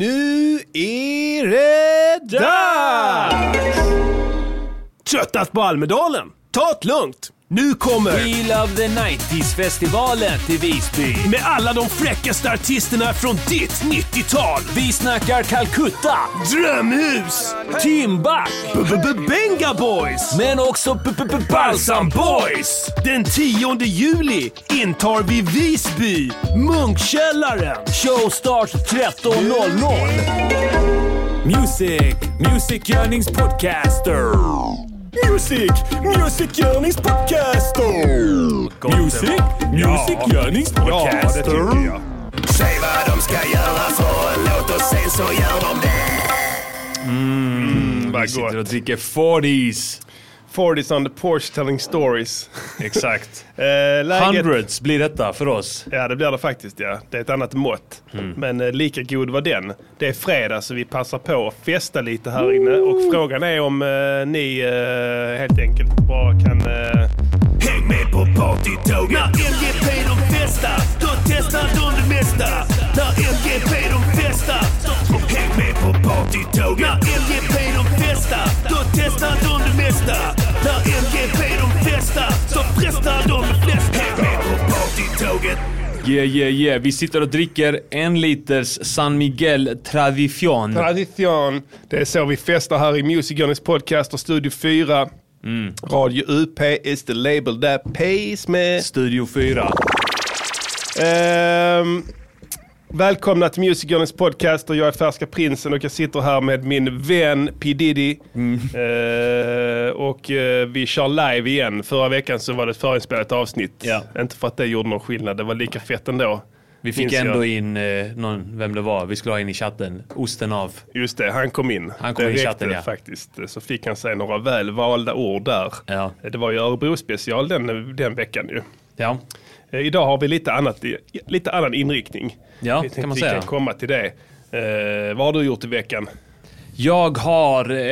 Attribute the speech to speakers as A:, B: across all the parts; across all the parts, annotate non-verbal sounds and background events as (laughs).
A: Nu är det dags! Tröttat på Almedalen? Ta det lugnt! Nu kommer...
B: Feel of the 90s-festivalen till Visby.
A: Med alla de fräckaste artisterna från ditt 90-tal!
B: Vi snackar Calcutta,
A: Drömhus!
B: Timbuk,
A: Benga Boys!
B: men också p- p- p-
A: Balsam
B: Balsam Boy.
A: Boys! Den 10 juli intar vi Visby, Munkkällaren.
B: Show starts 13.00. Music, musikgörningspodcaster.
C: Music, musikgörningspodcaster!
B: Music,
C: Ja, det tycker jag. Säg vad de ska göra för en låt och sen så gör de det. Mm, vad
D: Sitter
C: gott.
D: och dricker 40s.
C: Fordis on the porch telling stories.
D: Exakt.
C: (laughs) Eh, läget...
D: Hundreds blir detta för oss.
C: Ja, det blir det faktiskt. Ja. Det är ett annat mått. Men eh, lika god var den. Det är fredag så vi passar på att festa lite här inne. Och frågan är om eh, ni eh, helt enkelt bara kan... Eh,
A: Häng med på partytåg när MGP de festar. Då testar de det mesta. När MGP de festar. Häng med på partytåg när MGP de festar. Då testar de det mesta. När MGP de festar så frestar de de flesta. Häng med på partytåget.
D: Yeah, yeah, yeah. Vi sitter och dricker en liters San Miguel Tradition.
C: Tradition. Det är så vi festar här i Music Journeys podcast och Studio 4.
D: Mm.
C: Radio UP is the label that pays me.
D: Studio 4.
C: Ehm, välkomna till Music Journeys podcast och jag är Färska Prinsen och jag sitter här med min vän P Diddy.
D: Mm.
C: Ehm, och eh, vi kör live igen. Förra veckan så var det ett förinspelat avsnitt.
D: Ja.
C: Inte för att det gjorde någon skillnad, det var lika fett ändå.
D: Vi fick
C: Minns jag.
D: ändå in eh, någon, vem det var, vi skulle ha in i chatten. Osten av.
C: Just det, han kom in.
D: Han kom
C: det
D: in i
C: räckte
D: chatten, ja.
C: faktiskt. Så fick han säga några välvalda ord där.
D: Ja.
C: Det var ju Örebro-special den, den veckan ju.
D: Ja.
C: Eh, Idag har vi lite, annat, i- lite annan inriktning.
D: Ja,
C: Vi
D: kan
C: tänkte
D: man
C: vi
D: säga.
C: kan komma till det. Eh, vad har du gjort i veckan?
D: Jag har... Eh,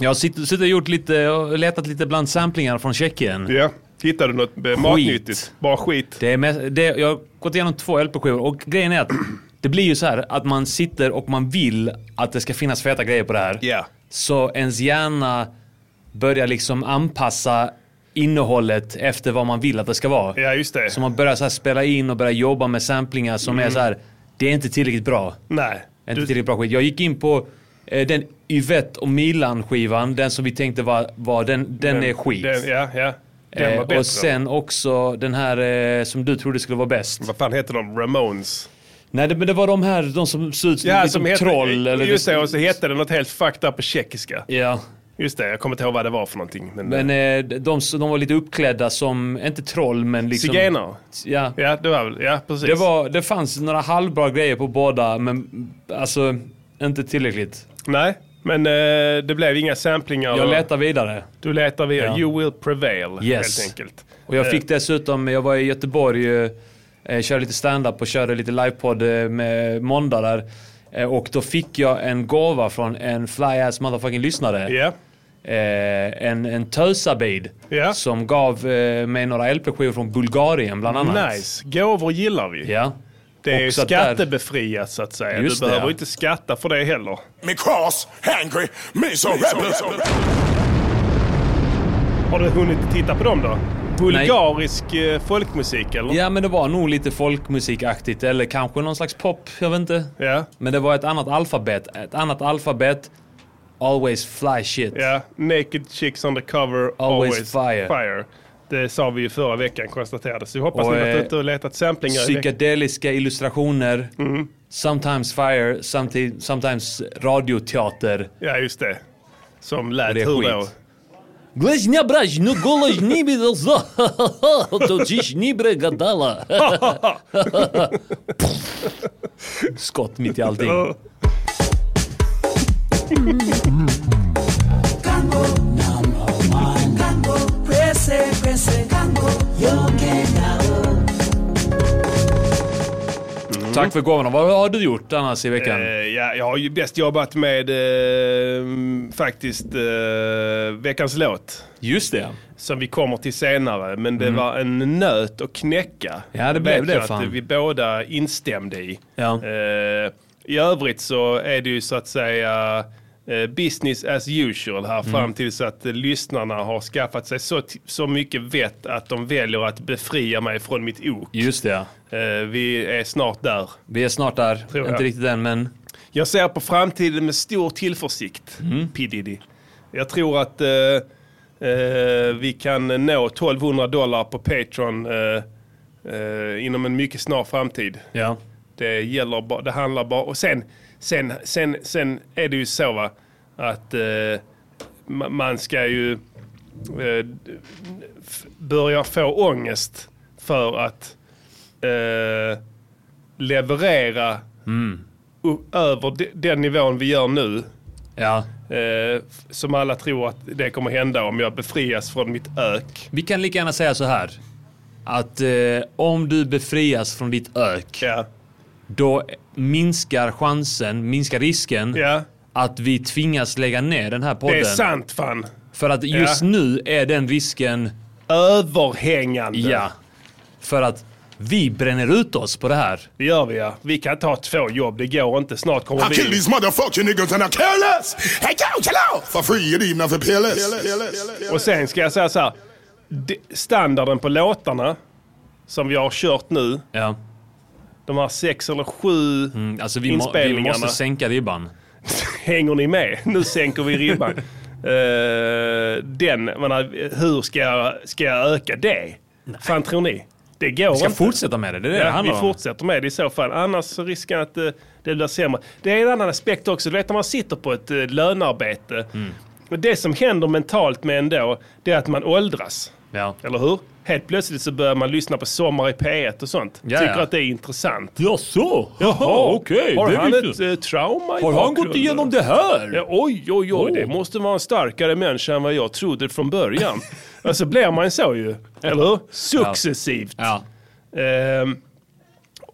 D: jag har sitt- suttit och gjort lite, och letat lite bland samplingar från Tjeckien.
C: Ja. Hittade du något eh, matnyttigt? Bara skit?
D: Det är mest, det, jag har gått igenom två LP-skivor och grejen är att det blir ju så här att man sitter och man vill att det ska finnas feta grejer på det här.
C: Ja.
D: Så ens hjärna börjar liksom anpassa innehållet efter vad man vill att det ska vara.
C: Ja, just det.
D: Så man börjar så här spela in och börjar jobba med samplingar som är så här. det är inte tillräckligt bra.
C: Nej.
D: Inte
C: Mm. Du-
D: tillräckligt bra skit. Jag gick in på eh, den Yvette och Milan-skivan, den som vi tänkte var, var den, den, är skit.
C: Den, ja, ja. Den var
D: eh,
C: bättre.
D: och sen också den här eh, som du trodde skulle vara bäst.
C: Vad fan heter de? Ramones?
D: Nej, det, men det var de här, de som ser ut som, lite som troll. Eller
C: Just det, och så hette den något helt fucked up på tjeckiska.
D: Ja,
C: Just det, jag kommer inte ihåg vad det var för någonting. Men,
D: men eh, de, de var lite uppklädda som, inte troll, men liksom...
C: Zigenare?
D: Ja.
C: eh, Ja, det var väl, ja precis.
D: Det, var, det fanns några halvbra grejer på båda, men alltså inte tillräckligt.
C: Nej, men eh, det blev inga samplingar.
D: Jag
C: och-
D: letar vidare.
C: Du letar via
D: Ja.
C: You will prevail,
D: Yes.
C: helt enkelt. Eh,
D: Och jag fick dessutom, jag var i Göteborg, eh, eh, körde lite stand-up och körde lite livepodd eh, med måndag där. Eh, Och då fick jag en gåva från en fly-ass motherfucking lyssnare.
C: Ja,
D: eh, en, en tösabid
C: Ja.
D: som gav eh, mig några LP-skivor från Bulgarien bland annat.
C: nice. Gåvor gillar vi.
D: Ja.
C: Det är ju
D: Också att där-
C: skattebefriat så att säga.
D: Just
C: du
D: det,
C: behöver
D: ja.
C: inte skatta för det heller.
E: Me cross, hangry, me so rebel.
C: Har du hunnit titta på dem då? Bulgarisk eh, folkmusik eller?
D: ja, men det var nog lite folkmusikaktigt eller kanske någon slags pop, jag vet inte.
C: Ja.
D: Men det var ett annat alfabet. Ett annat alfabet. Always fly shit.
C: Ja, Naked chicks undercover,
D: Always
C: always,
D: fire.
C: fire. Det sa vi ju förra veckan konstaterades. Så jag hoppas
D: Och,
C: ni har varit
D: eh,
C: ute och letat samplingar i veckan.
D: Psykedeliska illustrationer.
C: Mm.
D: Sometimes fire, someti- sometimes radioteater.
C: Ja, just det. Som lät
D: Det är
C: hur då?
D: skit. Glesnia braj, nu goloj nibi (laughs) dozo. To dziś nibre (laughs) gadala. Skott mitt i allting.
C: Ja.
D: Tack för gåvorna. Vad har du gjort annars i veckan?
C: Eh, ja, jag har ju bäst jobbat med eh, faktiskt eh, veckans låt.
D: Just det.
C: Som vi kommer till senare. Men det var en nöt att knäcka.
D: Mm. Ja, det blev
C: vet
D: det,
C: jag
D: fan.
C: Att vi båda instämde i.
D: Ja.
C: Eh, I övrigt så är det ju så att säga eh, business as usual här
D: Mm.
C: fram tills att eh, lyssnarna har skaffat sig så, t- så mycket vett att de väljer att befria mig från mitt ok.
D: Just det.
C: Eh, vi är snart där.
D: Vi är snart där.
C: Tror jag.
D: Inte riktigt än, men...
C: Jag ser på framtiden med stor tillförsikt, P Diddy. Jag tror att eh, eh, vi kan nå 1200 dollar på Patreon eh, eh, inom en mycket snar framtid.
D: Ja.
C: Det gäller bara, det handlar bara, och sen, sen, sen, sen är det ju så va, att eh, ma- man ska ju eh, d- f- börja få ångest för att eh, leverera
D: Mm.
C: u- över de, den nivån vi gör nu.
D: Ja.
C: Eh, f- som alla tror att det kommer hända om jag befrias från mitt ök.
D: Vi kan lika gärna säga så här. Att eh, om du befrias från ditt ök,
C: Ja,
D: då minskar chansen, minskar risken
C: ja.
D: att vi tvingas lägga ner den här podden.
C: det är sant fan.
D: För att just
C: Ja.
D: nu är den risken,
C: Överhängande.
D: ja. För att vi bränner ut oss på det här.
C: Det gör vi ja. Vi kan ta två jobb, det går inte. Snart kommer
E: I
C: vi...
E: kill these motherfucking niggas and I care less. Hey, yo, chill out. For free and even for peerless.
C: Och sen ska jag säga så här. de- Standarden på låtarna som vi har kört nu,
D: Ja.
C: de här sex eller sju,
D: Mm, Alltså vi, må, vi måste
C: Inspelningarna.
D: sänka ribban.
C: hänger ni med? (laughs) Nu sänker vi
D: (laughs)
C: ribban. Eh, den, jag menar, hur ska jag, ska jag öka det? Fan tror ni? Det går
D: Vi ska
C: inte.
D: fortsätta med det, det är det det
C: Ja, vi
D: handlar om.
C: fortsätter med det i så fall. Annars så riskerar att eh, det blir sämre. Det är en annan aspekt också. Du vet när man sitter på ett eh, lönearbete.
D: Mm.
C: och Det som händer mentalt med en då, det är att man åldras.
D: Ja.
C: Eller hur? Helt plötsligt så börjar man lyssna på Sommar i P1 och sånt.
D: Ja,
C: Tycker
D: ja.
C: att det är intressant.
D: Jaså? Jaha, okej.
C: Har han
D: visste
C: ett
D: jag.
C: eh, trauma i
D: Har han gått
C: bakgrunden?
D: igenom det här?
C: Ja, oj, oj, oj. Det
D: Oh.
C: måste vara en starkare människa än vad jag trodde från början.
D: (laughs)
C: alltså blir man så ju. Eller hur? Successivt.
D: Ja.
C: Ehm,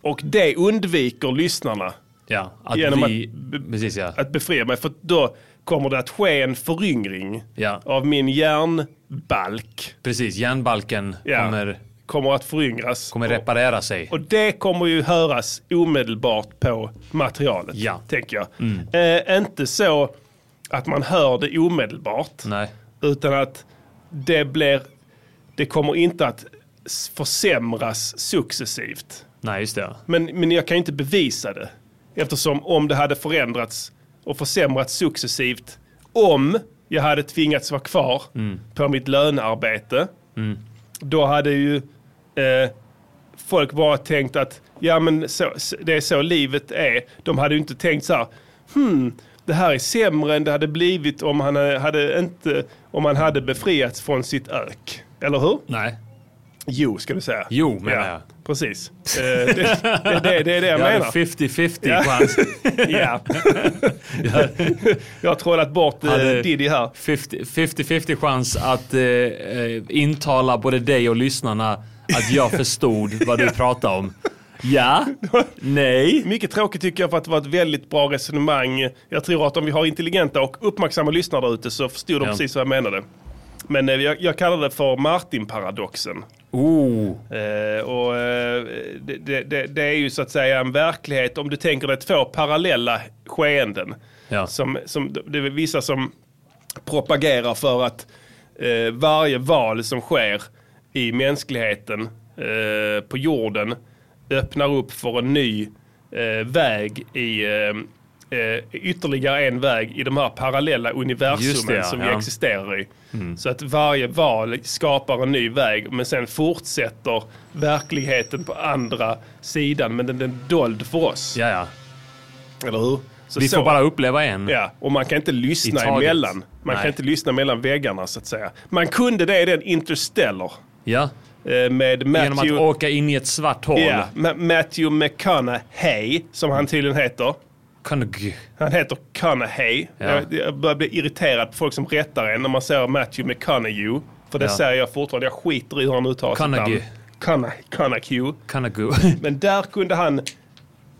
C: och det undviker lyssnarna
D: Ja, att
C: Genom
D: vi...
C: att be-
D: precis ja.
C: att befria mig. För då kommer det att ske en föryngring
D: Ja.
C: av min hjärnbalk.
D: Precis, järnbalken
C: Ja.
D: kommer,
C: Kommer att föryngras.
D: kommer reparera sig.
C: Och det kommer ju höras omedelbart på materialet,
D: Ja. Mm.
C: tänker jag. Eh, inte så att man hör det omedelbart,
D: Nej.
C: utan att det blir, det kommer inte att s- försämras successivt.
D: Nej, just det.
C: Men, men jag kan ju inte bevisa det, eftersom om det hade förändrats och försämrats successivt, om jag hade tvingats vara kvar på mitt lönearbete, då hade ju eh, folk bara tänkt att ja, men så, s- det är så livet är. De hade ju inte tänkt så här, hmm, det här är sämre än det hade blivit om han eh, hade, inte, om han hade befriats från sitt ök. Eller hur?
D: Nej.
C: Jo, ska du säga.
D: Jo, menar jag.
C: Precis. Eh, det, det, det, det är det jag
D: Jag hade
C: menar.
D: 50-50 chans.
C: Ja. (laughs) jag har trollat bort eh,
D: Hade-
C: Diddy här.
D: 50 50-50 chans att eh, eh, intala både dig och lyssnarna att jag förstod vad du pratade om. Ja. Nej.
C: Mycket tråkigt tycker jag för att det var ett väldigt bra resonemang. Jag tror att om vi har intelligenta och uppmärksamma lyssnare där ute så förstod de
D: Ja.
C: precis vad jag menade. Men eh, jag, jag kallar det för Martin-paradoxen.
D: Oh.
C: Eh, och, eh, det- det, det, det är ju så att säga en verklighet om du tänker dig två parallella skeenden.
D: Ja.
C: Som, som, det är väl vissa som propagerar för att eh, varje val som sker i mänskligheten eh, på jorden öppnar upp för en ny eh, väg i eh, eh, ytterligare en väg i de här parallella
D: Just det,
C: universumen
D: ja.
C: som vi
D: Ja.
C: existerar i. Så att varje val skapar en ny väg men sen fortsätter verkligheten på andra sidan men den den är dold för oss.
D: Ja, ja.
C: Eller hur? Så
D: Vi
C: så-
D: får bara uppleva en.
C: Ja, och man kan inte lyssna
D: I taget.
C: emellan. Man
D: Nej.
C: kan inte lyssna mellan väggarna så att säga. Man kunde det i den Interstellar
D: Ja.
C: eh, med
D: Genom att
C: Matthew,
D: åka in i ett svart hål.
C: ja, Ma- Matthew McConaughey, som han tydligen heter.
D: Kan du...
C: Han heter Conaughey.
D: Ja.
C: Jag, jag börjar bli irriterad på folk som rättar en när man säger Matthew McConaughey. För det
D: Ja.
C: säger jag fortfarande. Jag skiter i hur han uttalar sitt
D: Conaughey.
C: namn. Conaughey. Conaughey.
D: Kan du...
C: Men där kunde han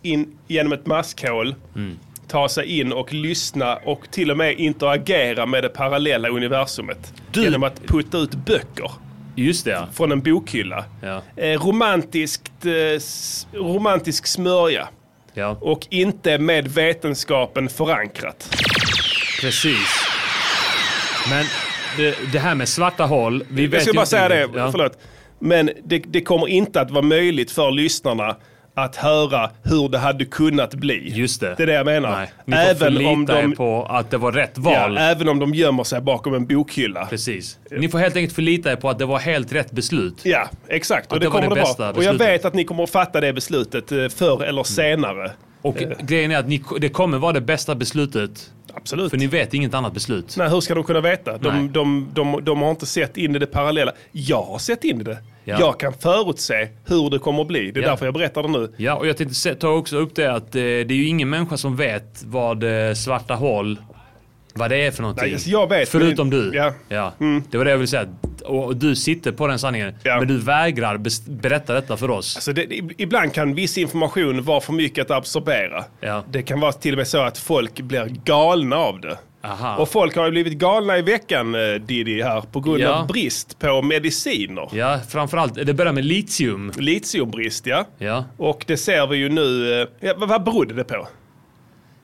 C: in genom ett maskhål,
D: Mm.
C: ta sig in och lyssna och till och med interagera med det parallella universumet. Genom att putta ut böcker
D: (laughs) Just det ja.
C: från en bokhylla.
D: Ja.
C: Eh, romantiskt, eh, s- romantisk smörja
D: ja.
C: och inte med vetenskapen förankrat.
D: Precis. Men det, det här med svarta hål. Vi vet
C: Jag ska
D: ju
C: bara
D: inte-
C: säga det,
D: Ja.
C: förlåt. Men det, det kommer inte att vara möjligt för lyssnarna att höra hur det hade kunnat bli.
D: Just det.
C: Det är det jag menar.
D: Nej, ni får förlita er på att det var rätt val.
C: ja, även om de gömmer sig bakom en bokhylla.
D: Precis. Eh, Ni får helt enkelt förlita er på att det var helt rätt beslut.
C: Ja, exakt. Och
D: Att
C: det,
D: det var
C: kommer
D: det
C: det
D: bästa
C: vara. Och jag
D: beslutet. Mm.
C: vet att ni kommer att fatta det beslutet eh, förr eller senare.
D: Och
C: Eh.
D: grejen är att ni, det kommer vara det bästa beslutet.
C: Absolut.
D: För ni vet inget annat beslut.
C: Nej, hur ska de kunna veta?
D: Nej.
C: De, de, de, de har inte sett in i det parallella. Jag har sett in i det.
D: Ja.
C: Jag kan förutse hur det kommer att bli. Det är
D: Ja.
C: därför jag berättar det nu.
D: Ja, och jag tänkte se- ta också upp det att eh, det är ju ingen människa som vet vad eh, svarta hål, vad det är för någonting.
C: Nej, alltså jag vet,
D: Förutom
C: men-
D: du.
C: ja. Mm.
D: Det var det jag ville säga. Och, och du sitter på den sanningen.
C: Ja.
D: Men du vägrar bes- berätta detta för oss.
C: Alltså det, ib- ibland kan viss information vara för mycket att absorbera.
D: Ja.
C: Det kan vara till och med så att folk blir galna av det.
D: Aha.
C: Och folk har ju blivit galna i veckan, eh, Diddy, här på grund
D: Ja.
C: av brist på mediciner.
D: Ja, framförallt. Det börjar med litium.
C: Litiumbrist, ja.
D: Ja.
C: Och det ser vi ju nu. eh, Ja, vad, vad berodde det på?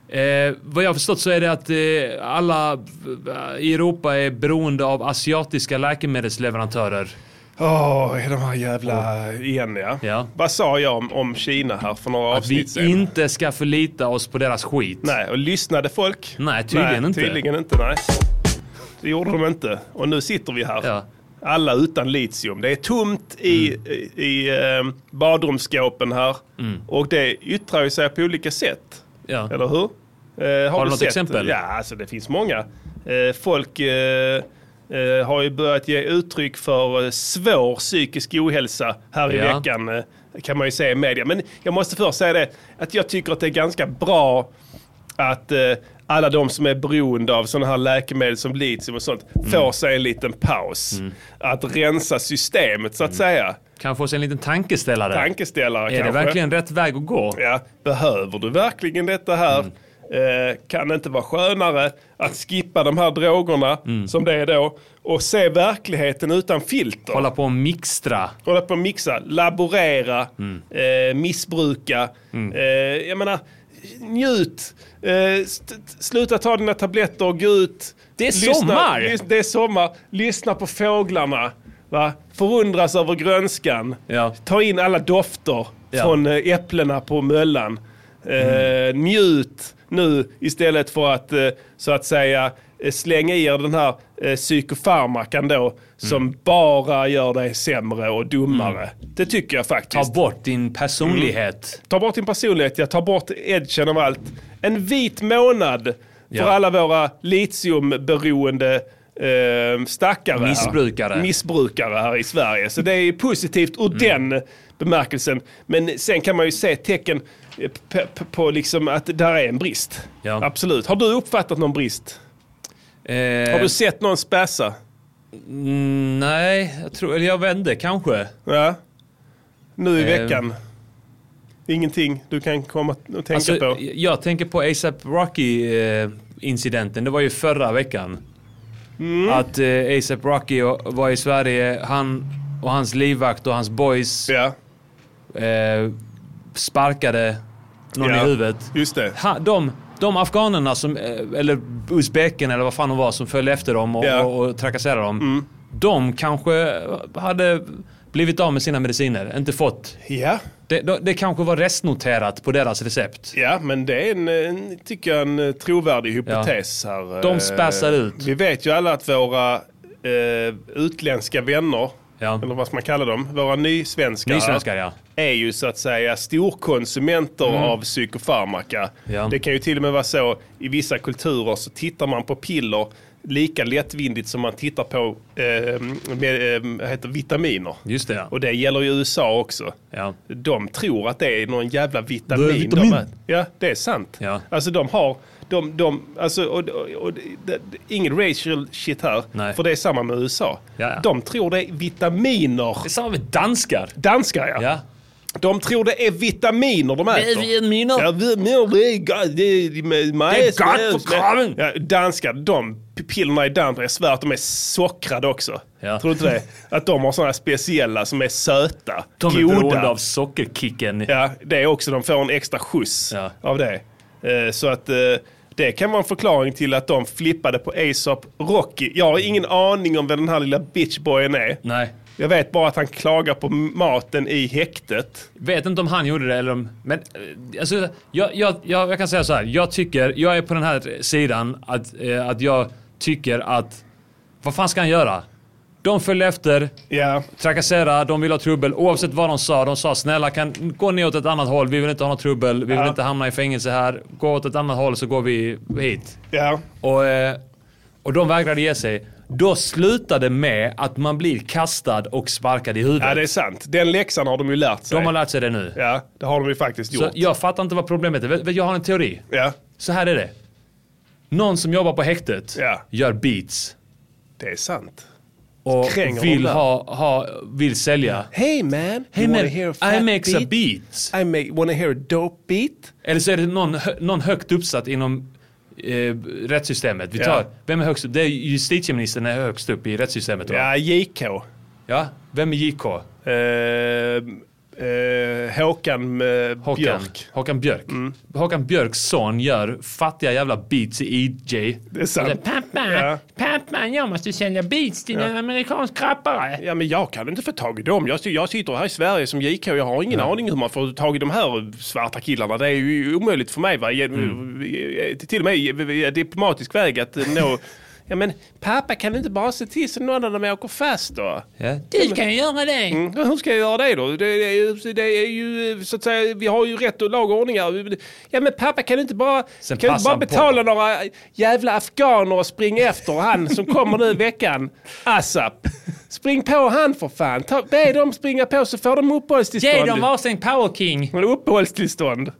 D: Eh, vad jag har förstått så är det att eh, alla eh, i Europa är beroende av asiatiska läkemedelsleverantörer.
C: Åh, är de här jävla igen ja.
D: Ja.
C: Vad sa jag om, om Kina här för några
D: Att vi
C: avsnitt sedan?
D: inte ska förlita oss på deras skit.
C: Nej, och lyssnade folk?
D: Nej, tydligen inte.
C: Tydligen inte, nej. Det gjorde de inte. Och nu sitter vi här.
D: Ja. Mm.
C: Alla utan litium. Det är tomt i, i, i eh, badrumsskåpen här. Och det yttrar ju sig på olika sätt.
D: Ja.
C: Eller hur? Eh, har
D: du
C: du
D: något
C: sett?
D: exempel?
C: Ja, alltså det finns många. Eh, folk eh, eh, har ju börjat ge uttryck för eh, svår psykisk ohälsa här i
D: Ja.
C: veckan. Eh, kan man ju säga i media. Men jag måste först säga det, att jag tycker att det är ganska bra att eh, alla de som är beroende av sådana här läkemedel som litium och sånt
D: Mm.
C: får sig en liten paus. Att rensa systemet så att säga.
D: Kan få oss en liten tankeställare.
C: Tankeställare
D: Mm. är det
C: kanske.
D: verkligen rätt väg att gå?
C: Ja, behöver du verkligen detta här?
D: Mm.
C: Eh, kan det inte vara skönare att skippa de här drogerna
D: Mm.
C: som det är då och se verkligheten utan filter?
D: Hålla på och mixtra.
C: Hålla på och mixa, laborera,
D: Mm.
C: eh, missbruka. Eh, jag menar, njut. Eh, st- t- sluta ta dina tabletter och gå ut.
D: Det är sommar.
C: lys- det är sommar. Lyssna på fåglarna. Va? Förundras över grönskan.
D: Ja.
C: Ta in alla dofter
D: Ja.
C: från eh, äpplena på möllan. Eh, Njut nu istället för att eh, så att säga eh, slänga i er den här eh, psykofarmakan då som bara gör dig sämre och dummare. Det tycker jag faktiskt.
D: Ta bort
C: Mm.
D: din personlighet.
C: Ta bort din personlighet, ja, ta bort edgen av allt. En vit månad för
D: Ja.
C: alla våra litiumberoende eh, stackare.
D: Missbrukare.
C: Här. Missbrukare här i Sverige. Så det är ju positivt ur
D: Mm.
C: den bemärkelsen. Men sen kan man ju se tecken eh, p- p- på liksom att det där är en brist.
D: Ja.
C: Absolut. Har du uppfattat någon brist?
D: Eh,
C: Har du sett någon spässa?
D: mm, nej, jag tror, eller jag vände kanske.
C: Ja. Nu i
D: Eh.
C: veckan? Ingenting du kan komma att tänka
D: Alltså,
C: på?
D: jag- jag tänker på ASAP Rocky-incidenten. det var ju förra veckan.
C: Mm.
D: Att eh, ASAP Rocky och- var i Sverige. Han och hans livvakt och hans boys
C: Ja,
D: eh, sparkade någon
C: Ja.
D: i huvudet.
C: just det.
D: Ha, de, de afghanerna, som, eh, eller uzbekerna eller vad fan de var, som följde efter dem och,
C: Ja. Mm.
D: och, och trakasserade dem. De kanske hade blivit av med sina mediciner, inte fått.
C: Ja.
D: Det, det, det kanske var restnoterat på deras recept.
C: Ja, men det är en, en, tycker jag, en eh, trovärdig hypotes här.
D: De
C: Eh,
D: spassar ut.
C: Vi vet ju alla att våra eh, utländska vänner,
D: Ja.
C: eller vad ska man kalla dem, våra nysvenskar,
D: Nysvenskar ja. Mm.
C: är ju så att säga storkonsumenter av psykofarmaka.
D: Ja.
C: Det kan ju till och med vara så, i vissa kulturer så tittar man på piller lika lättvindigt som man tittar på eh, med, eh, vad heter, vitaminer.
D: Just det ja.
C: Och det gäller ju USA också.
D: Ja.
C: De tror att det är någon jävla vitamin.
D: Det är vitamin.
C: De äter. ja, det är sant.
D: Ja.
C: Alltså de har, de, de, alltså, och, och, och, det- det- ingen racial shit här,
D: Nej.
C: för det är samma med USA.
D: Ja, ja.
C: De tror det är vitaminer.
D: Det är samma med danskar.
C: Danskar ja.
D: Ja.
C: De tror det är vitaminer de äter.
D: Vitaminer.
C: Ja, vitaminer, det är gott. Det är med majs.
D: Det är gott
C: med-
D: för kraven.
C: Ja, danskar, de p- pillerna i Danmark, jag svär att de är sockrade också.
D: Ja.
C: Tror du inte det?
D: (laughs)
C: Att de har sådana speciella som är söta,
D: De är
C: goda.
D: beroende av sockerkicken.
C: Ja, det är också. De får en extra skjuts
D: Ja.
C: av det. Eh, Så att eh, det kan vara en förklaring till att de flippade på ASAP Rocky. Jag har ingen aning om vem den här lilla bitchboyen är.
D: Nej.
C: Jag vet bara att han klagar på maten i häktet.
D: Vet inte om han gjorde det eller om... Men eh, alltså, jag, jag, jag, jag kan säga så här. Jag tycker, jag är på den här sidan att, eh, att jag tycker att... Vad fan ska han göra? De följer efter,
C: Ja,
D: trakasserar, de vill ha trubbel. Oavsett vad de sa. De sa snälla kan gå ner åt ett annat håll. Vi vill inte ha något trubbel. Vi vill inte hamna i fängelse här. Gå åt ett annat håll så går vi hit.
C: ja.
D: Och, eh, och de vägrade ge sig. Då slutade med att man blir kastad och sparkad i huvudet.
C: ja, det är sant. Den läxan har de ju lärt sig.
D: De har lärt sig det nu.
C: Ja, det har de ju faktiskt
D: Så
C: gjort.
D: jag fattar inte vad problemet är. Vet- vet- Jag har en teori.
C: Ja,
D: Så här är det. Någon som jobbar på häktet
C: Ja.
D: gör beats
C: det är sant.
D: och
C: Kränger de
D: vill,
C: där?
D: ha, ha, vill sälja.
C: Hey man,
D: Hey
C: you
D: man,
C: wanna hear a fat
D: I makes
C: beat?
D: a beat.
C: I make, wanna hear a dope beat?
D: Eller så är det någon, hö- någon högt uppsatt inom eh, rättssystemet. Vi
C: Ja.
D: tar, Vem är högst upp? Det är justitieministern är högst upp i rättssystemet va?
C: Ja, JK.
D: ja. Vem är JK?
C: Eh, eh, Håkan eh,
D: Håkan
C: Björk. Mm.
D: Håkan Björk. Håkan Björks son gör fattiga jävla beats i E EJ.
C: Det är sant.
F: Pappa,
C: Ja.
F: pappa, jag måste sälja beats till en amerikansk rappare.
C: Ja, men jag kan inte få tag i dem. Jag, jag sitter här i Sverige som JK. Jag har ingen aning hur man får tag i de här svarta killarna. Det är ju omöjligt för mig. Va? Ge- Till och med via diplomatisk väg att eh, nå... Ja, men pappa, kan du inte bara se till så någon av dem åker fast då?
D: Ja.
F: Du kan göra det.
C: Mm, Hur ska jag göra det då? Det är, ju, det är ju så att säga, vi har ju rätt och lag och ordning här. Ja men pappa kan du inte bara, kan
D: Sen
C: du inte
D: passar
C: bara
D: han på.
C: betala några jävla afghaner och springa efter han som kommer nu i veckan? ASAP. Spring på han för fan. Ta, be dem springa på så får de uppehållstillstånd.
F: Ge dem varsin power king.
C: Men uppehållstillstånd.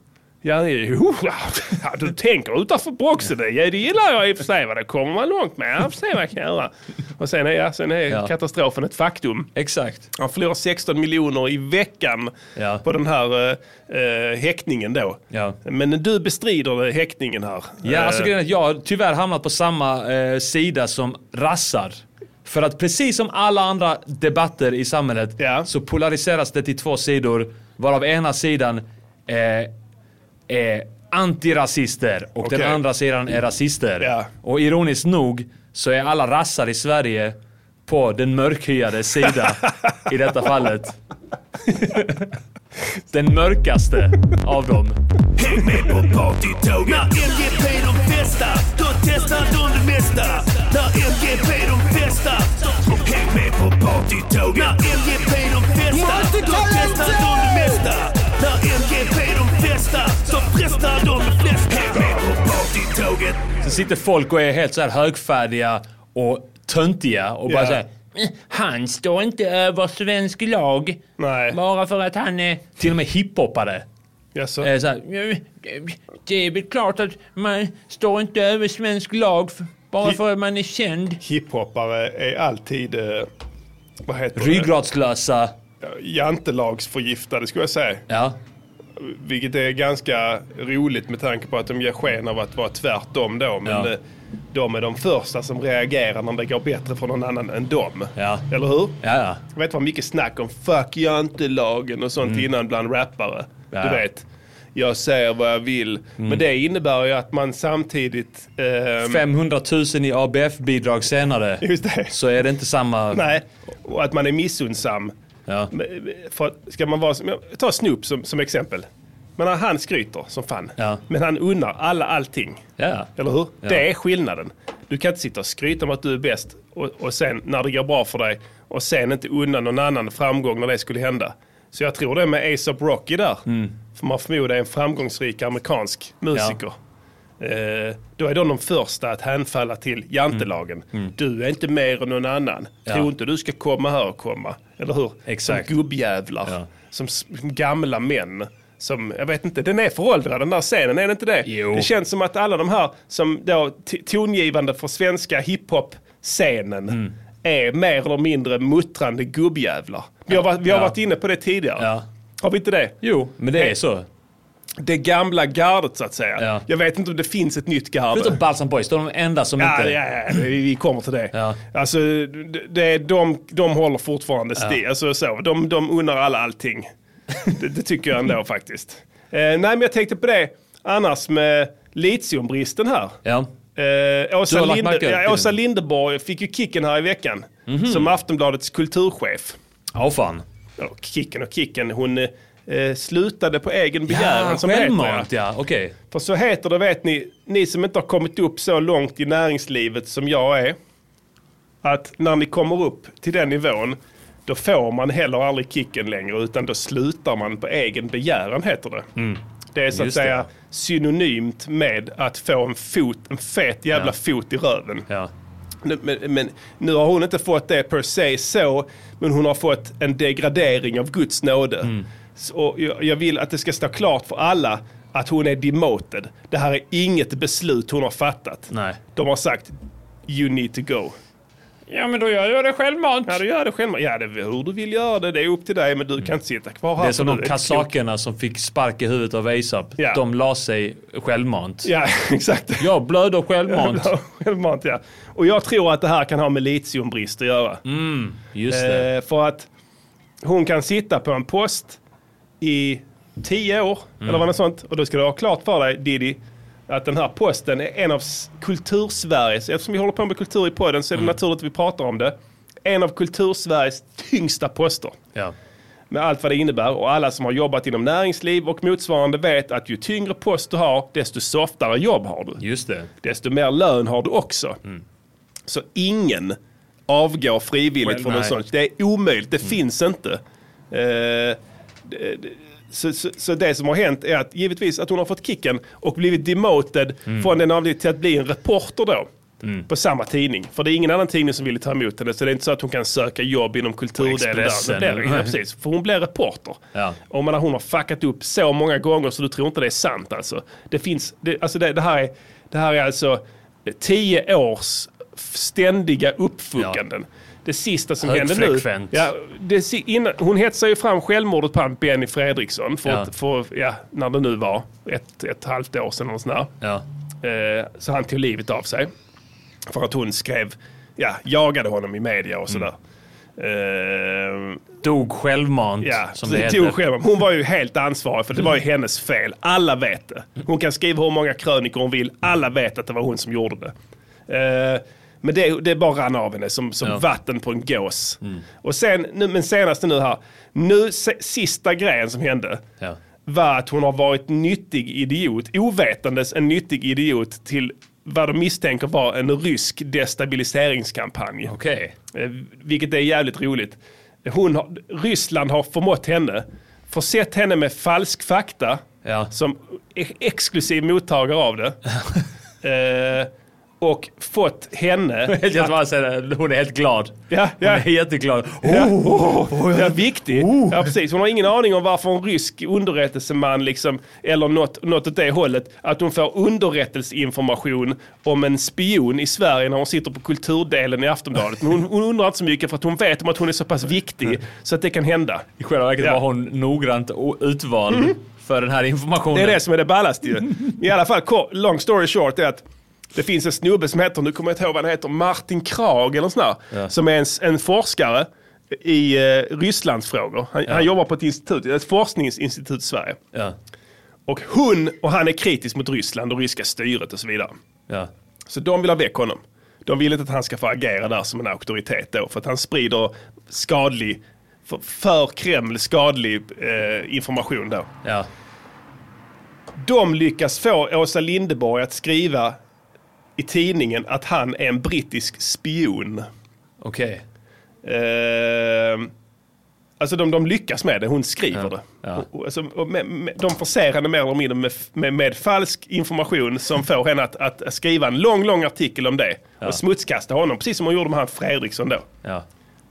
C: Ja, jo, ja, du tänker utanför boxen. Ja, det gillar jag i och för sig. va. Det kommer man långt med. Jag får se vad jag kan göra. Och sen är, ja, sen är
D: Ja.
C: katastrofen ett faktum.
D: Exakt.
C: Han förlorar 16 miljoner i veckan
D: Ja.
C: på den här eh, eh, häktningen då.
D: Ja.
C: Men du bestrider häktningen här.
D: Ja,
C: Eh,
D: alltså grejen är att jag har tyvärr hamnat på samma eh, sida som rassar. För att precis som alla andra debatter i samhället
C: Ja.
D: så polariseras det till två sidor. Varav ena sidan eh, är antirasister och
C: Okej.
D: den andra sidan är rasister.
C: Ja.
D: Och ironiskt nog så är alla rassar i Sverige på den
C: (laughs)
D: mörkhyade sida i detta fallet. den mörkaste av dem.
A: Häng med på partytåg När MGP de festar Då testar de det mesta När MGP de festar Häng med på partytåg När MGP de festar Då testar de det mesta När MGP de festar Så frestar de de flesta Häng med på partytåget
D: Så sitter folk och är helt så här högfärdiga och töntiga och bara
C: Ja.
D: så här,
F: Han står inte över svensk lag.
C: Nej.
F: Bara för att han är...
D: till och med hiphoppare.
C: Jaså?
D: Är så här, "Mm,
F: Det är väl klart att man står inte över svensk lag f- bara för att man är känd.
C: Hiphoppare är alltid, eh, vad heter
D: ryggradslösa.
C: det? Jantelagsförgiftade skulle jag säga.
D: Ja.
C: Vilket är ganska roligt med tanke på att de ger sken av att vara tvärtom då. Men
D: Ja.
C: eh, de är de första som reagerar när det går bättre för någon annan än dem.
D: Ja.
C: Eller hur?
D: Ja, ja.
C: Jag vet vad mycket snack om fuck jantelagen och sånt innan bland rappare.
D: Mm. Ja. Mm.
C: Du vet. Jag säger vad jag vill. Men det innebär ju att man samtidigt... ehm,
D: 500 000 i ABF-bidrag senare
C: (laughs) Just det.
D: så är det inte samma...
C: Nej. Och att man är missundsam.
D: Ja.
C: Men, För, att- ska man vara, som- jag tar Snoop som, som exempel. Men han- han skryter som fan.
D: Ja.
C: Men han unnar alla allting.
D: Ja.
C: Eller hur?
D: Ja.
C: Det är skillnaden. Du kan inte sitta och skryta om att du är bäst och, och sen när det går bra för dig och sen inte unna någon annan framgång när det skulle hända. Så jag tror det är med ASAP Rocky där.
D: Mm.
C: För man förmodar är en framgångsrik amerikansk musiker. Eh, då är de de första att hänfalla till jantelagen. Du är inte mer än någon annan.
D: Mm. Ja.
C: Tror inte du ska komma här och komma. Eller hur?
D: Exakt.
C: Som gubbjävlar.
D: Ja.
C: Som s- gamla män. Som, jag vet inte, den är föråldrad den där scenen, är den inte det?
D: Jo.
C: Det känns som att alla de här som då t- tongivande för svenska hiphop-scenen
D: Mm.
C: är mer eller mindre muttrande gubbjävlar. Vi har, varit- vi har
D: Ja.
C: varit inne på det tidigare.
D: Ja.
C: Har vi inte det?
D: Jo, men det är så.
C: Det gamla gardet så att säga.
D: Ja.
C: Jag vet inte om det finns ett nytt garde.
D: Förutom Balsam Boys, de är de enda som
C: Ja,
D: inte...
C: ja, ja, vi vi kommer till det.
D: Ja.
C: Alltså, det, det, är- de, de håller fortfarande sti. Alltså, så, de, de unnar alla
D: (laughs)
C: allting. det, det tycker jag ändå faktiskt. Eh, nej, men jag tänkte på det annars med litiumbristen här.
D: Ja.
C: Eh,
D: Du
C: Åsa,
D: har lagt
C: Linde,
D: märke Mhm. till
C: ja, Åsa
D: den.
C: Linderborg fick ju kicken här i veckan som Aftonbladets kulturchef.
D: Åh fan.
C: Ja, kicken och kicken, hon eh, slutade på egen begäran
D: Ja,
C: som det heter. Ah, ja.
D: självmant ja. Okej.
C: För så heter det vet ni, ni som inte har kommit upp så långt i näringslivet som jag är. Att när ni kommer upp till den nivån, då får man heller aldrig kicken längre utan då slutar man på egen begäran heter det. Det är så att
D: Mm. Just
C: säga
D: det.
C: synonymt med att få en fot, en fet jävla fot i röven.
D: Ja.
C: Nu- Men, men nu har hon inte fått det per se så, men hon har fått en degradering av Guds nåde.
D: Mm.
C: Så, och jag, jag vill att det ska stå klart för alla att hon är demoted. Det här är inget beslut hon har fattat.
D: Nej.
C: De har sagt you need to go.
F: Ja, men då gör jag det självmant.
C: Ja, du gör det själv. Ja, det är hur du vill göra det. Det är upp till dig, men du kan inte sitta kvar här.
D: Mm. Det är som
C: för
D: de
C: du är ett klok-
D: kasakerna som fick spark i huvudet av ASAP.
C: Ja.
D: De la sig självmant.
C: Ja, (laughs) exakt.
D: Jag blöder självmant.
C: (laughs) Självmant, ja. Och jag tror att det här kan ha med litiumbrist att göra.
D: Just det.
C: Eh, för att hon kan sitta på en post i tio år,
D: Mm.
C: eller vad något sånt. Och då ska du ha klart för dig, Diddy, att den här posten är en av s- kultursveriges, eftersom vi håller på med kultur i podden så är det
D: Mm.
C: naturligt att vi pratar om det, en av kultursveriges tyngsta poster.
D: Ja.
C: Med allt vad det innebär och alla som har jobbat inom näringsliv och motsvarande vet att ju tyngre post du har, desto softare jobb har du
D: Just det.
C: desto mer lön har du också.
D: Mm.
C: Så ingen avgår frivilligt
D: Well,
C: från en
D: nej. Mm.
C: sån. Det är omöjligt, det finns inte. Eh, det- det- så, så, så det som har hänt är att givetvis att hon har fått kicken och blivit demoted
D: Mm.
C: från den avdelningen till att bli en reporter då. På samma tidning. För det är ingen annan tidning som ville ta emot henne. Så det är inte så att hon kan söka jobb inom kulturdelen. Där.
D: Expressen
C: Men det,
D: eller-
C: ja, precis, för hon blir reporter.
D: Ja.
C: Och man, hon har fuckat upp så många gånger så du tror inte det är sant alltså. Det finns, det, alltså det, det, här, är, det här är alltså tio års ständiga uppfuckanden. Det sista som hände nu...
D: Högfrekvent.
C: Ja, det, si- innan, hon hetsar ju fram självmordet på han Benny Fredriksson för,
D: Ja.
C: ett- för ja, när det nu var, ett, ett halvt år sedan eller sånt där.
D: Ja.
C: Eh, så han tog livet av sig. För att hon skrev, ja, jagade honom i media och sådär. Eh,
D: Dog självmant,
C: Ja,
D: som
C: så
D: det
C: det tog
D: heter.
C: själv. Hon var ju helt ansvarig för det var ju hennes fel. Alla vet det. Hon kan skriva hur många krönikor hon vill. Alla vet att det var hon som gjorde det. Eh, men det, det bara rann av henne som, som
D: Ja. Mm.
C: vatten på en gås. Och sen, nu, men senaste nu här. Nu, se, sista grejen som hände
D: Ja.
C: var att hon har varit nyttig idiot, ovetandes en nyttig idiot till vad de misstänker var en rysk destabiliseringskampanj.
D: Okej.
C: Eh, Vilket är jävligt roligt. Hon har, Ryssland har förmått henne, försett henne med falsk fakta,
D: Ja.
C: som e- exklusiv mottagare av det. eh, och fått
D: (laughs)
C: henne...
D: Jag ska bara säga det, hon är helt glad.
C: Ja,
D: Hon
C: ja.
D: är jätteglad.
C: Ja. ja, viktig. Ja, precis. Hon har ingen aning om varför en rysk underrättelseman, liksom, eller något, något åt det hållet, att hon får underrättelseinformation om en spion i Sverige när hon sitter på kulturdelen i Aftonbladet. Men hon, hon undrar inte så mycket för att hon vet om att hon är så pass viktig så att det kan hända.
D: I själva verket
C: Ja. Mhm.
D: var hon noggrant o- utvald för den här informationen.
C: Det är det som är det ballaste ju. I alla fall, kort- long story short är att det finns en snubbe som heter, nu kommer jag inte ihåg vad han heter, Martin Krag eller sådär. Som är en, s- en forskare i eh, Rysslandsfrågor. Han, han jobbar på ett institut, ett forskningsinstitut i Sverige.
D: Ja.
C: Och hon och han är kritisk mot Ryssland och ryska styret och så vidare.
D: Ja.
C: Så de vill ha väck honom. De vill inte att han ska få agera där som en auktoritet då, för att han sprider skadlig, för, för Kreml skadlig eh, information då.
D: Ja.
C: De lyckas få Åsa Lindeborg att skriva i tidningen att han är en brittisk spion.
D: Okej.
C: Eh, alltså de, de lyckas med det, hon skriver det.
D: ja.
C: Och, och, alltså, och med, med, de förser henne mer eller mindre med, med, med falsk information
D: (laughs)
C: som får henne att, att skriva en lång, lång artikel om det. Och smutskasta honom, precis som hon gjorde med han Fredriksson då.
D: Ja.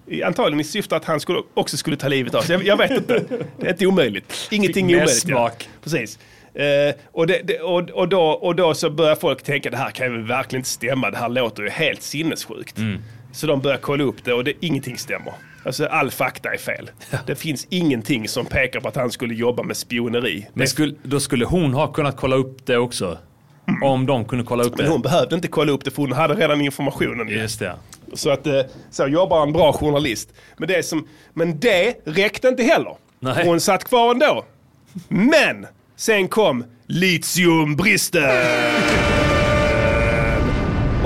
C: I- Antagligen i syfte att han skulle, också skulle ta livet av sig. Jag, jag vet inte. Det är inte omöjligt. Ingenting är
D: Fick
C: omöjligt. ja.
D: smak.
C: Precis. Eh, och, det, det, och, och, då, och då så börjar folk tänka det här kan ju
D: Mm.
C: verkligen inte stämma. Det här låter ju helt sinnessjukt. Så de börjar kolla upp det och det, ingenting stämmer. Alltså all fakta är fel. Det finns ingenting som pekar på att han skulle jobba med spioneri.
D: Men skulle, då skulle hon ha kunnat kolla upp det också. Om de kunde kolla upp
C: Men
D: det.
C: hon behövde inte kolla upp det för hon hade redan informationen. ju.
D: Just det.
C: Så att eh, så jobbar en bra journalist. Men det, som, men det räckte inte heller.
D: Nej.
C: Hon satt kvar ändå. Men sen kom litiumbristen.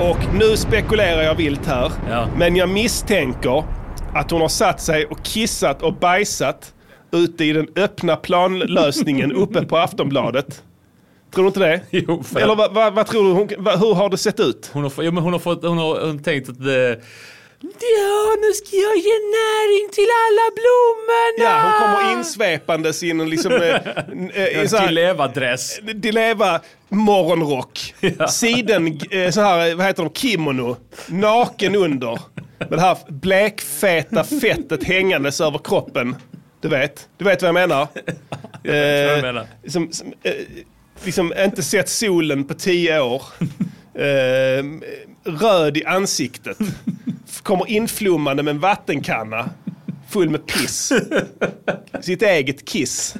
C: Och nu spekulerar jag vilt här.
D: Ja.
C: Men jag misstänker att hon har satt sig och kissat och bajsat ute i den öppna
D: (laughs)
C: planlösningen uppe på Aftonbladet. Tror du inte det?
D: Jo, för-
C: Eller vad, vad, vad tror du? Hon, vad, hur har det sett ut?
D: Hon har, få- ja, men hon har, fått, hon har, hon har tänkt att... Det, ja, nu ska jag ge näring till alla blommorna!
C: Ja, hon kommer insvepandes i en liksom... Eh, n- eh, i en sån här-
D: Till levadress.
C: Di Leva morgonrock. Siden, eh, så här, vad heter de, kimono. Naken under. Med det här blekfeta fettet hängandes över kroppen. Du vet, du vet vad jag menar.
D: jag
C: Eh,
D: menar.
C: Som, som, eh, liksom inte sett solen på tio
D: (laughs)
C: år. Eh, röd i ansiktet. Kommer inflummande med en vattenkanna. Full med piss. Sitt eget kiss.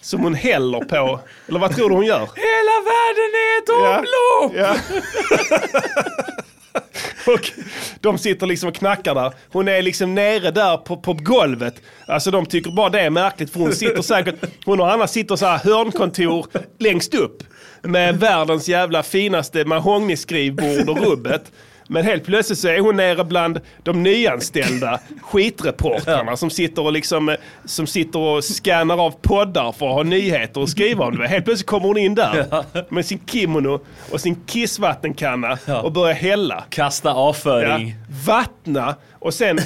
C: Som hon häller på. Eller vad tror du hon gör?
D: Hela världen är ett omlopp!
C: Ja. (laughs) och de sitter liksom och knackar där. Hon är liksom nere där på, på golvet. Alltså de tycker bara det är märkligt för hon sitter säkert, hon och Anna sitter så här hörnkontor längst upp. Med världens jävla finaste mahogniskrivbord och rubbet. Men helt plötsligt så är hon nere bland de nyanställda skitreportrarna som sitter och liksom, eh, som sitter och scannar av poddar för att ha nyheter och skriva om det. Helt plötsligt kommer hon in där med sin kimono och sin kissvattenkanna och börjar hälla.
D: Kasta
C: Ja,
D: avföring.
C: vattna och sen,